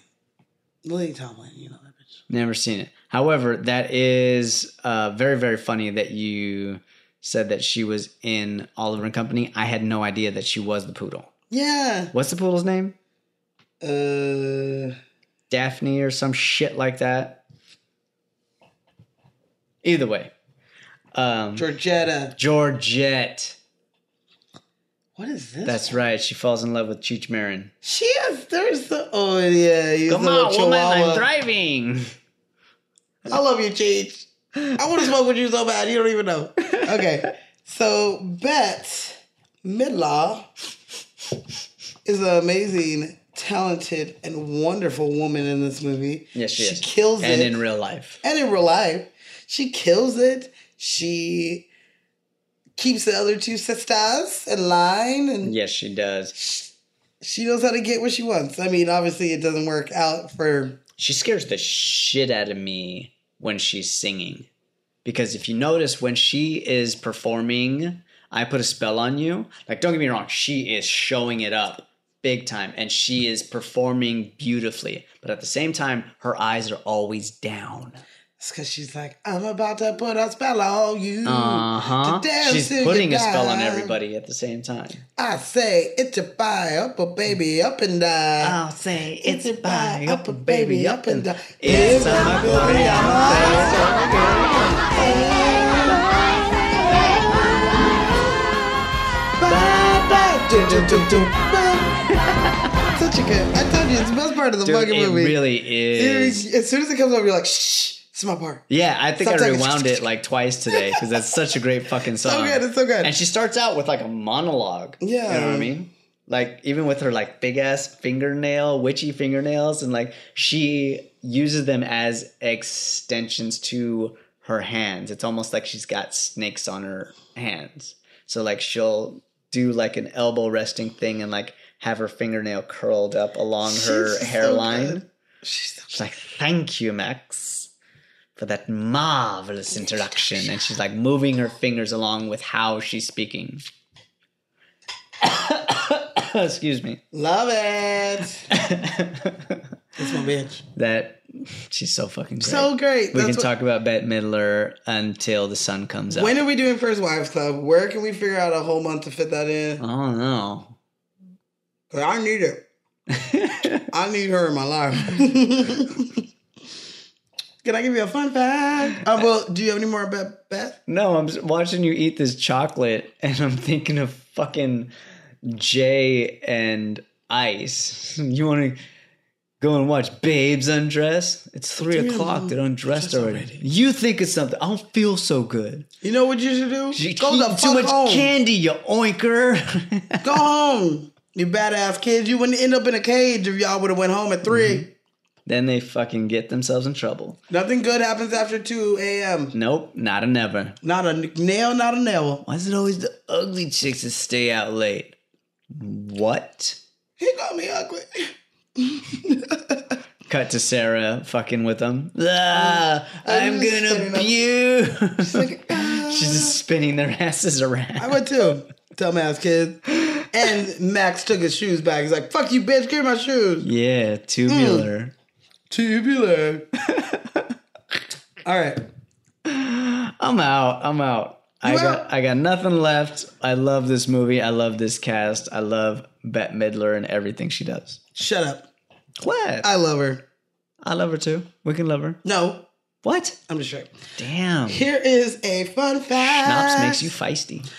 S1: Lily Tomlin, you know that bitch.
S2: Never seen it. However, that is uh, very, very funny that you said that she was in Oliver and Company. I had no idea that she was the poodle.
S1: Yeah.
S2: What's the poodle's name?
S1: Uh,
S2: Daphne or some shit like that. Either way, um,
S1: Georgetta.
S2: Georgette.
S1: What is this?
S2: That's right. She falls in love with Cheech Marin.
S1: she has. There's the. Oh yeah, you
S2: Come
S1: little
S2: on, woman! I'm
S1: chihuahua.
S2: thriving.
S1: I love you, Cheech. I want to smoke with you so bad. You don't even know. Okay, so Bet Midlaw is an amazing, talented, and wonderful woman in this movie.
S2: Yes, she, is.
S1: kills
S2: and
S1: it.
S2: in real life.
S1: and in real life, she kills it. She keeps the other two sisters in line, and
S2: Yes, she does.
S1: she knows how to get what she wants. I mean, obviously, it doesn't work out for
S2: She scares the shit out of me when she's singing, because if you notice when she is performing, I put a spell on you. Like, don't get me wrong, she is showing it up big time, and she is performing beautifully. But at the same time, her eyes are always down.
S1: It's because she's like, I'm about to put a spell on you.
S2: Uh huh.
S1: to dance
S2: She's
S1: till you
S2: putting a spell on
S1: die.
S2: everybody at the same time.
S1: I say, it's a fire, up a baby, up and
S2: Oh.
S1: down.
S2: say
S1: it's a buy, up a baby, up and down.
S2: It's a hungry, I'm
S1: Such a good. I told you, it's the best part of the
S2: Dude,
S1: fucking
S2: it
S1: movie.
S2: really is.
S1: Dude, as soon as it comes up, you're like, shh, it's my part.
S2: Yeah, I think I
S1: Sometimes-
S2: rewound it like twice today because that's such a great fucking song.
S1: So good, it's so good.
S2: And she starts out with like a monologue. You know what I
S1: Yeah.
S2: mean? Like even with her like big ass fingernail, witchy fingernails, and like she uses them as extensions to her hands. It's almost like she's got snakes on her hands. So like she'll do like an elbow resting thing and like have her fingernail curled up along her
S1: She's so
S2: hairline.
S1: good. She's so
S2: She's like, "Thank you, Max, for that marvelous introduction." And she's like moving her fingers along with how she's speaking. Excuse me.
S1: Love it. It's my bitch.
S2: that she's so fucking great.
S1: So great.
S2: we can
S1: That's what-
S2: talk about Bette Midler until the sun comes up.
S1: When are we doing First Wives Club? Where can we figure out a whole month to fit that in?
S2: oh no.
S1: 'Cause I need it. I need her in my life. Can I give you a fun fact? Uh, well, do you have any more about Beth?
S2: No, I'm just watching you eat this chocolate and I'm thinking of fucking Jay and Ice. You want to go and watch Babes undress? It's three o'clock. They're undressed already. You think it's something. I don't feel so good.
S1: You know what you should do?
S2: You
S1: Go the
S2: eat
S1: fuck
S2: too much
S1: home.
S2: candy, you oinker.
S1: Go home. You badass kids. You wouldn't end up in a cage if y'all would have went home at 3
S2: Mm-hmm. then they fucking get themselves in trouble.
S1: Nothing good happens after 2 a.m.
S2: Nope, not a never.
S1: Not a nail, not a nail.
S2: Why is it always the ugly chicks that stay out late? What?
S1: He called me ugly.
S2: Cut to Sarah fucking with them. Ah, I'm
S1: I'm just
S2: gonna
S1: spinning them.
S2: puke. She's,
S1: like, ah.
S2: just spinning their asses around.
S1: I would too. Dumbass kid. And Max took his shoes back. He's like, fuck you, bitch. Give me my shoes.
S2: yeah, tubular.
S1: Tubular. All right.
S2: I'm out. I'm out. I
S1: Hmm. You
S2: got
S1: out?
S2: I got nothing left. I love this movie. I love this cast. I love Bette Midler and everything she does.
S1: Shut up.
S2: What?
S1: I
S2: I,
S1: love her.
S2: love her too. We can love her.
S1: No,
S2: What?
S1: I'm just sure.
S2: Damn.
S1: Here is a fun fact.
S2: Schnapps makes you feisty.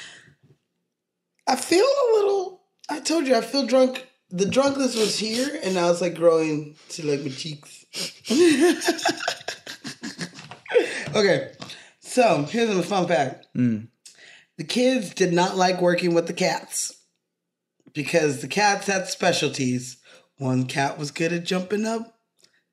S1: I feel a little. I told you I feel drunk. The drunkness was here, and now it's like growing to like my cheeks. okay, so here's a fun fact: the kids did not like working with the cats because the cats had specialties. One cat was good at jumping up.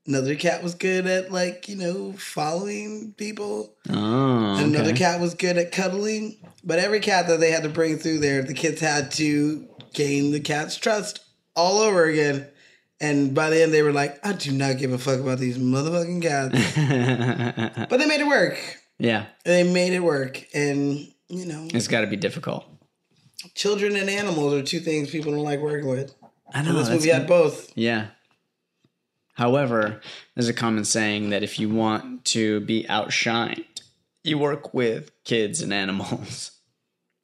S1: Another cat was good at like you know following people.
S2: Oh, okay.
S1: Another cat was good at cuddling, but every cat that they had to bring through there, the kids had to gain the cat's trust all over again. And by the end, they were like, I do not give a fuck about these motherfucking cats. but they made it work.
S2: yeah,
S1: They made it work. And, you know,
S2: it's got to be difficult.
S1: children and animals are two things people don't like working with.
S2: I know.
S1: And this
S2: Oh, that's
S1: movie had both.
S2: Yeah. However, there's a common saying that if you want to be outshined, you work with kids and animals.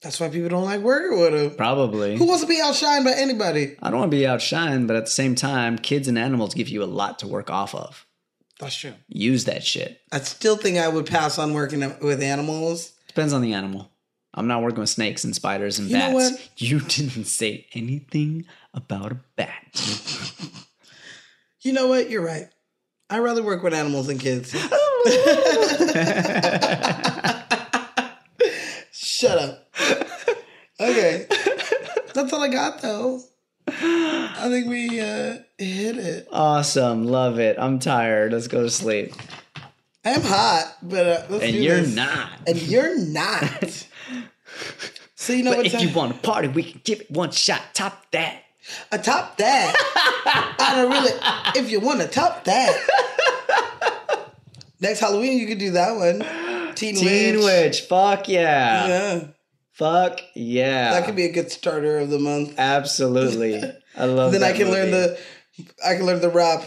S1: That's why people don't like working with them.
S2: Probably.
S1: Who wants to be outshined by anybody?
S2: I don't want to be outshined, but at the same time, kids and animals give you a lot to work off of.
S1: That's true.
S2: Use that shit.
S1: I still think I would pass on working with animals.
S2: Depends on the animal. I'm not working with snakes and spiders and
S1: You know
S2: bats.
S1: what?
S2: You didn't say anything about a bat.
S1: You know what? You're right. I'd rather work with animals than kids. Shut up. Okay. That's all I got though. I think we uh, hit it.
S2: awesome. Love it. I'm tired. Let's go to sleep.
S1: I'm hot, but uh, let's
S2: And
S1: do
S2: you're
S1: this.
S2: not.
S1: And you're not. so you know
S2: But
S1: what?
S2: if you want to party, we can give it one shot. Top that.
S1: a top that. I don't really. If you want to top that. Next Halloween, you could do that one. Teen,
S2: Teen
S1: Witch.
S2: Witch. Fuck yeah.
S1: Yeah.
S2: Fuck yeah.
S1: That could be a good starter of the month.
S2: absolutely. I love.
S1: then I
S2: that
S1: can learn
S2: movie.
S1: the I can learn the rap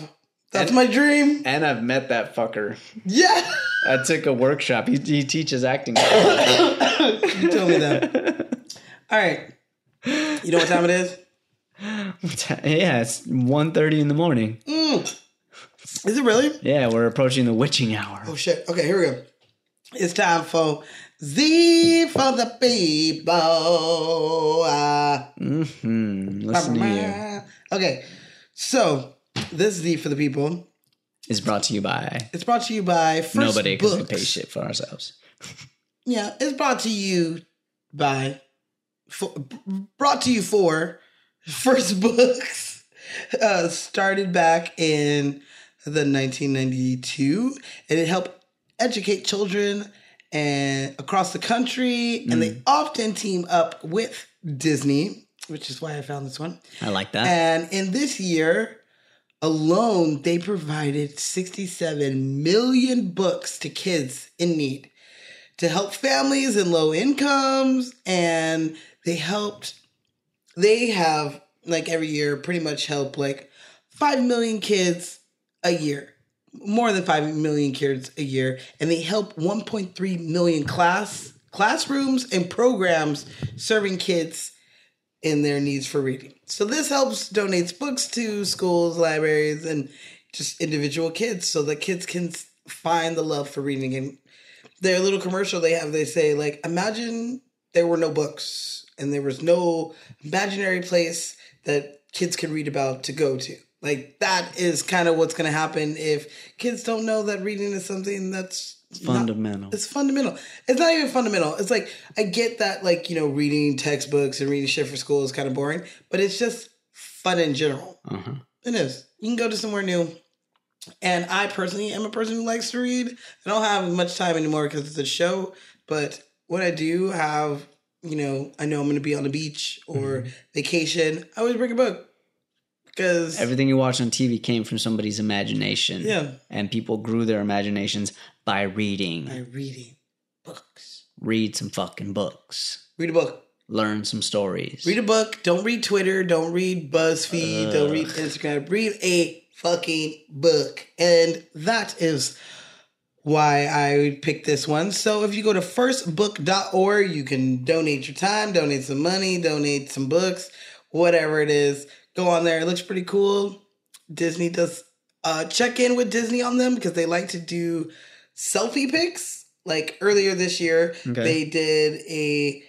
S1: That's my dream.
S2: And I've met that fucker.
S1: Yeah.
S2: I took a workshop. He, he teaches acting.
S1: you told me that. All right. You know what time it is?
S2: yeah, it's 1.30 in the morning.
S1: Mm. Is it really?
S2: Yeah, we're approaching the witching hour.
S1: Oh shit. Okay, here we go. It's time for Z for the people. Ah.
S2: Hmm, listen to you.
S1: Okay. So this Z for the people.
S2: Is brought to you by
S1: It's brought to you by First
S2: nobody because we
S1: Books.
S2: pay shit for ourselves.
S1: Yeah, it's brought to you by, for, brought to you for first books uh, started back in the 1992, and it helped educate children and across the country, and they often team up with Disney, which is why I found this one.
S2: I like that.
S1: And in this year alone, they provided 67 million books to kids in need to help families and low incomes. And they helped, they have, like every year, pretty much helped like 5 million kids a year, more than 5 million kids a year. And they help 1.3 million class classrooms and programs serving kids in their needs for reading. So this helps donates books to schools, libraries, and just individual kids so that kids can s- find the love for reading. And their little commercial they have, they say, like, imagine there were no books and there was no imaginary place that kids could read about to go to. Like that is kind of what's going to happen if kids don't know that reading is something that's not-
S2: Fundamental.
S1: it's fundamental. It's not even fundamental. It's like I get that, like you know, reading textbooks and reading shit for school is kind of boring, but it's just fun in general.
S2: Uh-huh.
S1: It is. You can go to somewhere new. And I personally am a person who likes to read. I don't have much time anymore because it's a show, but when I do have, you know, I know I'm going to be on the beach or vacation. I always bring a book because
S2: Everything you watch on TV came from somebody's imagination.
S1: Yeah.
S2: And people grew their imaginations by reading.
S1: I'm reading books.
S2: Read some fucking books.
S1: Read a book.
S2: Learn some stories.
S1: Read a book. Don't read Twitter. Don't read BuzzFeed. Don't read Instagram. Read a fucking book. And that is why I picked this one. So if you go to firstbook.org, you can donate your time, donate some money, donate some books, whatever it is. Go on there. It looks pretty cool. Disney does uh, check in with Disney on them because they like to do selfie pics. Like earlier this year,
S2: Okay.
S1: they did a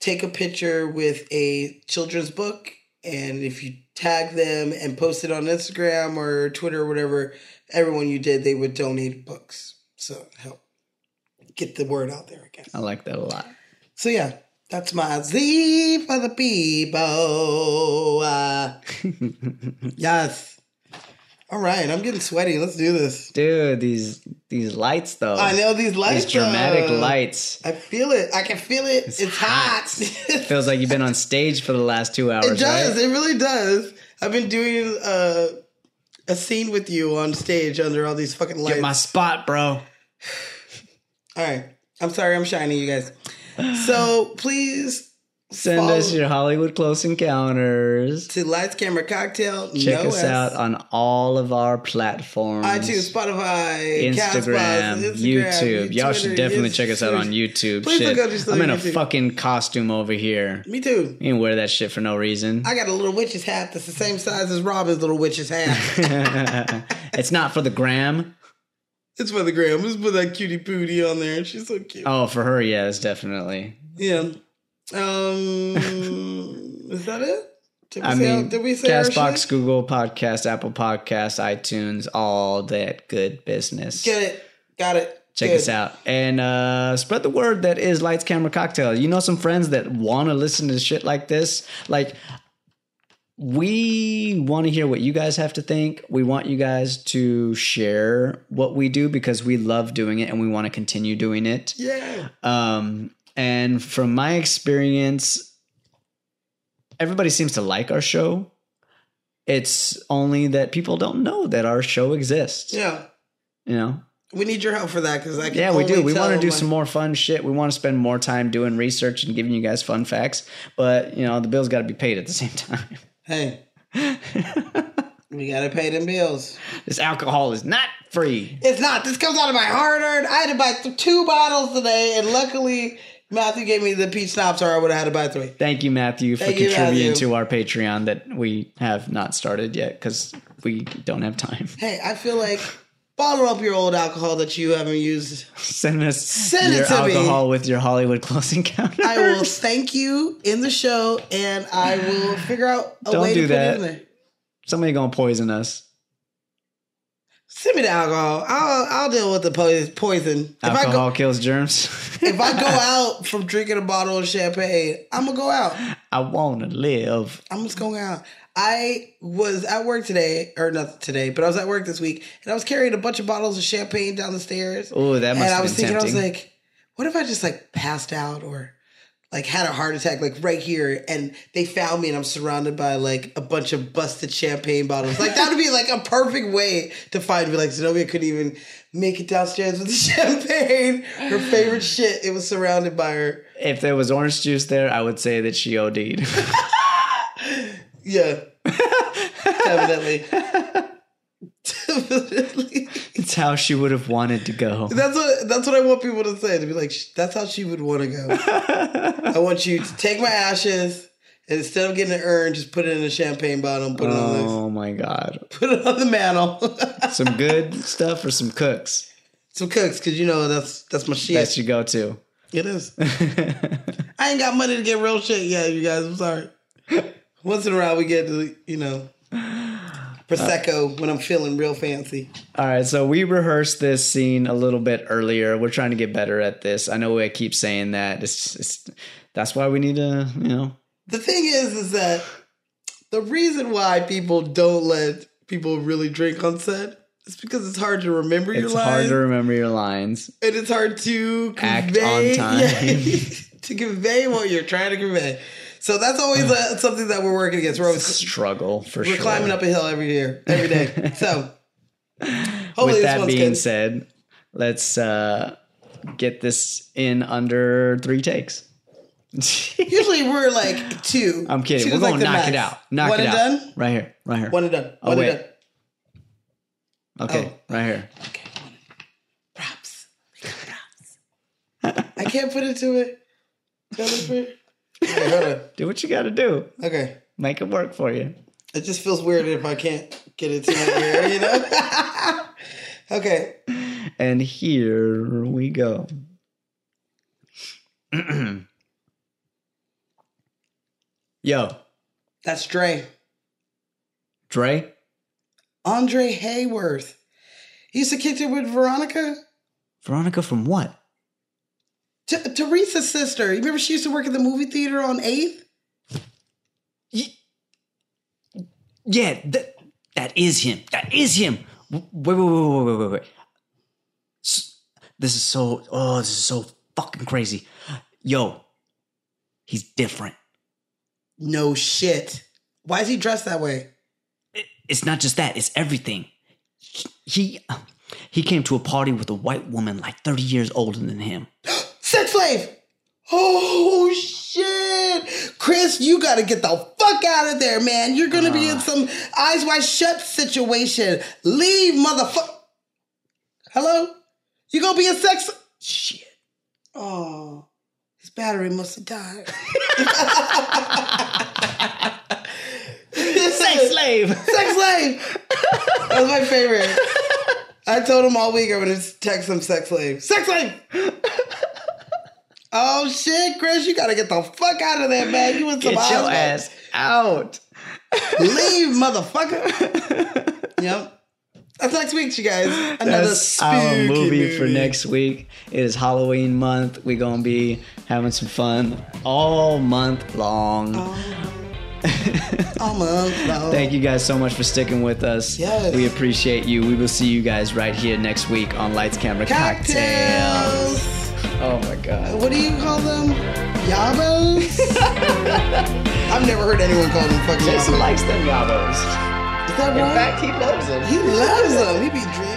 S1: take a picture with a children's book and if you tag them and post it on instagram or twitter or whatever everyone you did they would donate books so help get the word out there i guess
S2: I like that a lot.
S1: so yeah that's my z for the people Uh, yes all right i'm getting sweaty let's do this
S2: Dude, these these lights though.
S1: i know these lights
S2: Oh, These dramatic
S1: though.
S2: lights.
S1: i feel it i can feel it it's, hot,
S2: Feels like you've been on stage for the last two hours.
S1: It does.
S2: right?
S1: It really does. I've been doing uh, a scene with you on stage under all these fucking lights.
S2: Get my spot, bro.
S1: all right. I'm sorry. I'm shining, you guys. So please
S2: Send
S1: Follow-
S2: us your Hollywood Close Encounters.
S1: to Lights Camera Cocktail.
S2: Check
S1: no
S2: us
S1: S,
S2: out on all of our platforms.
S1: iTunes, Spotify,
S2: Instagram,
S1: Castbox,
S2: YouTube.
S1: you-
S2: Y'all should
S1: Twitter,
S2: definitely
S1: yes,
S2: check us out on YouTube.
S1: Please
S2: shit.
S1: look up this on
S2: I'm in a
S1: YouTube.
S2: fucking costume over here.
S1: Me too.
S2: You can wear that shit for no reason.
S1: I got a little witch's hat that's the same size as Robin's little witch's hat.
S2: it's not for the gram.
S1: it's for the gram. Let's put that cutie pootie on there. She's so cute.
S2: Oh, for her, yeah, it's definitely.
S1: Yeah. Um, is that it? Did we
S2: I
S1: say,
S2: mean,
S1: did we say our
S2: Castbox,
S1: shit?
S2: Google Podcast, Apple Podcast, iTunes, all that good business.
S1: Get it. Got it.
S2: Check
S1: Good.
S2: us out and uh, spread the word that is Lights Camera Cocktail. You know, some friends that want to listen to shit like this. Like, we want to hear what you guys have to think. We want you guys to share what we do because we love doing it and we want to continue doing it.
S1: Yeah.
S2: Um, and from my experience, everybody seems to like our show. It's only that people don't know that our show exists.
S1: Yeah.
S2: You know,
S1: We need your help for that because I can
S2: yeah, we do.
S1: only
S2: We
S1: tell
S2: want to do
S1: my-
S2: some more fun shit. We want to spend more time doing research and giving you guys fun facts. But you know, the bills got to be paid at the same time.
S1: Hey. We gotta pay them bills.
S2: This alcohol is not free.
S1: It's not. This comes out of my hard earned. I had to buy th- two bottles today, and luckily Matthew gave me the peach schnapps, or I would have had to buy three.
S2: Thank you, Matthew, for
S1: Thank you,
S2: contributing
S1: Matthew.
S2: to our Patreon that we have not started yet because we don't have time.
S1: Hey, I feel like bottle up your old alcohol that you haven't used.
S2: Send us
S1: Send it
S2: your
S1: to me.
S2: alcohol with your Hollywood close encounter.
S1: I will thank you in the show, and I will figure out a
S2: Don't
S1: way
S2: do
S1: to
S2: that.
S1: put it in there.
S2: Somebody gonna poison us.
S1: Send me the alcohol. I'll I'll deal with the po- poison. If I
S2: Alcohol
S1: go
S2: kills germs.
S1: if I go out from drinking a bottle of champagne, I'm gonna go out.
S2: I wanna live.
S1: I'm just going out. I was at work today, or not today, but I was at work this week, and I was carrying a bunch of bottles of champagne down the stairs.
S2: Oh, that must
S1: and
S2: have
S1: I was
S2: been
S1: thinking,
S2: tempting.
S1: I was like, what if I just like passed out or like had a heart attack, like right here, and they found me, and I'm surrounded by like a bunch of busted champagne bottles. Like that would be like a perfect way to find me. Like Zenobia couldn't even make it downstairs with the champagne. Her favorite shit. It was surrounded by her.
S2: if there was orange juice there, I would say that she OD'd.
S1: Yeah. Definitely. Definitely.
S2: it's how she would have wanted to go.
S1: That's what that's what I want people to say. To be like, "Sh- that's how she would want to go. I want you to take my ashes and instead of getting an urn, just put it in a champagne bottle and put it on
S2: Oh my god.
S1: the put it on the mantle.
S2: Some good stuff or some cooks
S1: Some cooks, cause you know that's that's my shit.
S2: that you go to.
S1: it is. I ain't got money to get real shit yet, you guys. I'm sorry. Once in a while we get to you know
S2: Uh,
S1: prosecco when I'm feeling real fancy.
S2: All right, so we rehearsed this scene a little bit earlier. We're trying to get better at this. I know I keep saying that. It's, it's that's why we need to, you know,
S1: the thing is is that the reason why people don't let people really drink on set is because it's hard to remember your
S2: it's hard
S1: lines
S2: to remember your lines.
S1: and it's hard to
S2: Act on
S1: convey
S2: time.
S1: to convey what you're trying to convey. So that's always uh something that we're working against. We're
S2: It's a
S1: always
S2: struggle for
S1: we're
S2: sure.
S1: climbing up a hill every year, every day. So hopefully
S2: With
S1: this
S2: that
S1: one's
S2: being
S1: good.
S2: said, let's uh, get this in under three takes.
S1: Usually we're like two.
S2: I'm kidding.
S1: Two's
S2: We're gonna
S1: like the
S2: knock it
S1: max.
S2: out. Knock
S1: One
S2: it out.
S1: and done.
S2: Right here. Right here.
S1: One and done.
S2: Oh,
S1: One
S2: wait.
S1: and done.
S2: okay. Right here.
S1: Props. I can't put it to it. Tell us where- Wait, hold on.
S2: Do what you got to do.
S1: Okay.
S2: Make it work for you.
S1: It just feels weird if I can't get it to my ear, you know? okay.
S2: And here we go. Yo,
S1: That's Dre.
S2: Dre.
S1: Andre Hayworth. He used to kick it with Veronica.
S2: Veronica from what?
S1: T- Teresa's sister. You remember she used to work at the movie theater on 8th?
S2: Y- yeah, that that is him. That is him. W- Wait, wait, wait, wait, wait, wait, wait. S- This is so. Oh, this is so fucking crazy. Yo, he's different.
S1: No shit. Why is he dressed that way?
S2: it- it's not just that it's everything he he came to a party with a white woman like 30 years older than him
S1: Sex slave. Oh shit, Chris, you gotta get the fuck out of there, man. You're gonna be in some eyes wide shut situation. Leave, motherfucker. Hello, you gonna be a sex? Shit. Oh, his battery must have died.
S2: sex slave
S1: sex slave. That was my favorite. I told him all week I'm gonna text him sex slave. Sex slave. oh shit, Chris, you gotta get the fuck out of there, man. You in some
S2: get your
S1: eyes,
S2: ass out
S1: man. Leave, motherfucker. yep. That's next week, you guys. Another
S2: that's our
S1: spooky
S2: movie, for next week it is halloween month we gonna be having some fun all month long
S1: Oh, month long.
S2: thank you guys so much for sticking with us
S1: Yes.
S2: we appreciate you we will see you guys right here next week on lights camera
S1: Cocktails.
S2: oh my god
S1: What do you call them? Yabos? I've never heard anyone call them fucking
S2: jason
S1: yabos.
S2: likes them yabos
S1: Is that right?
S2: he loves them
S1: He loves them. He be dreaming.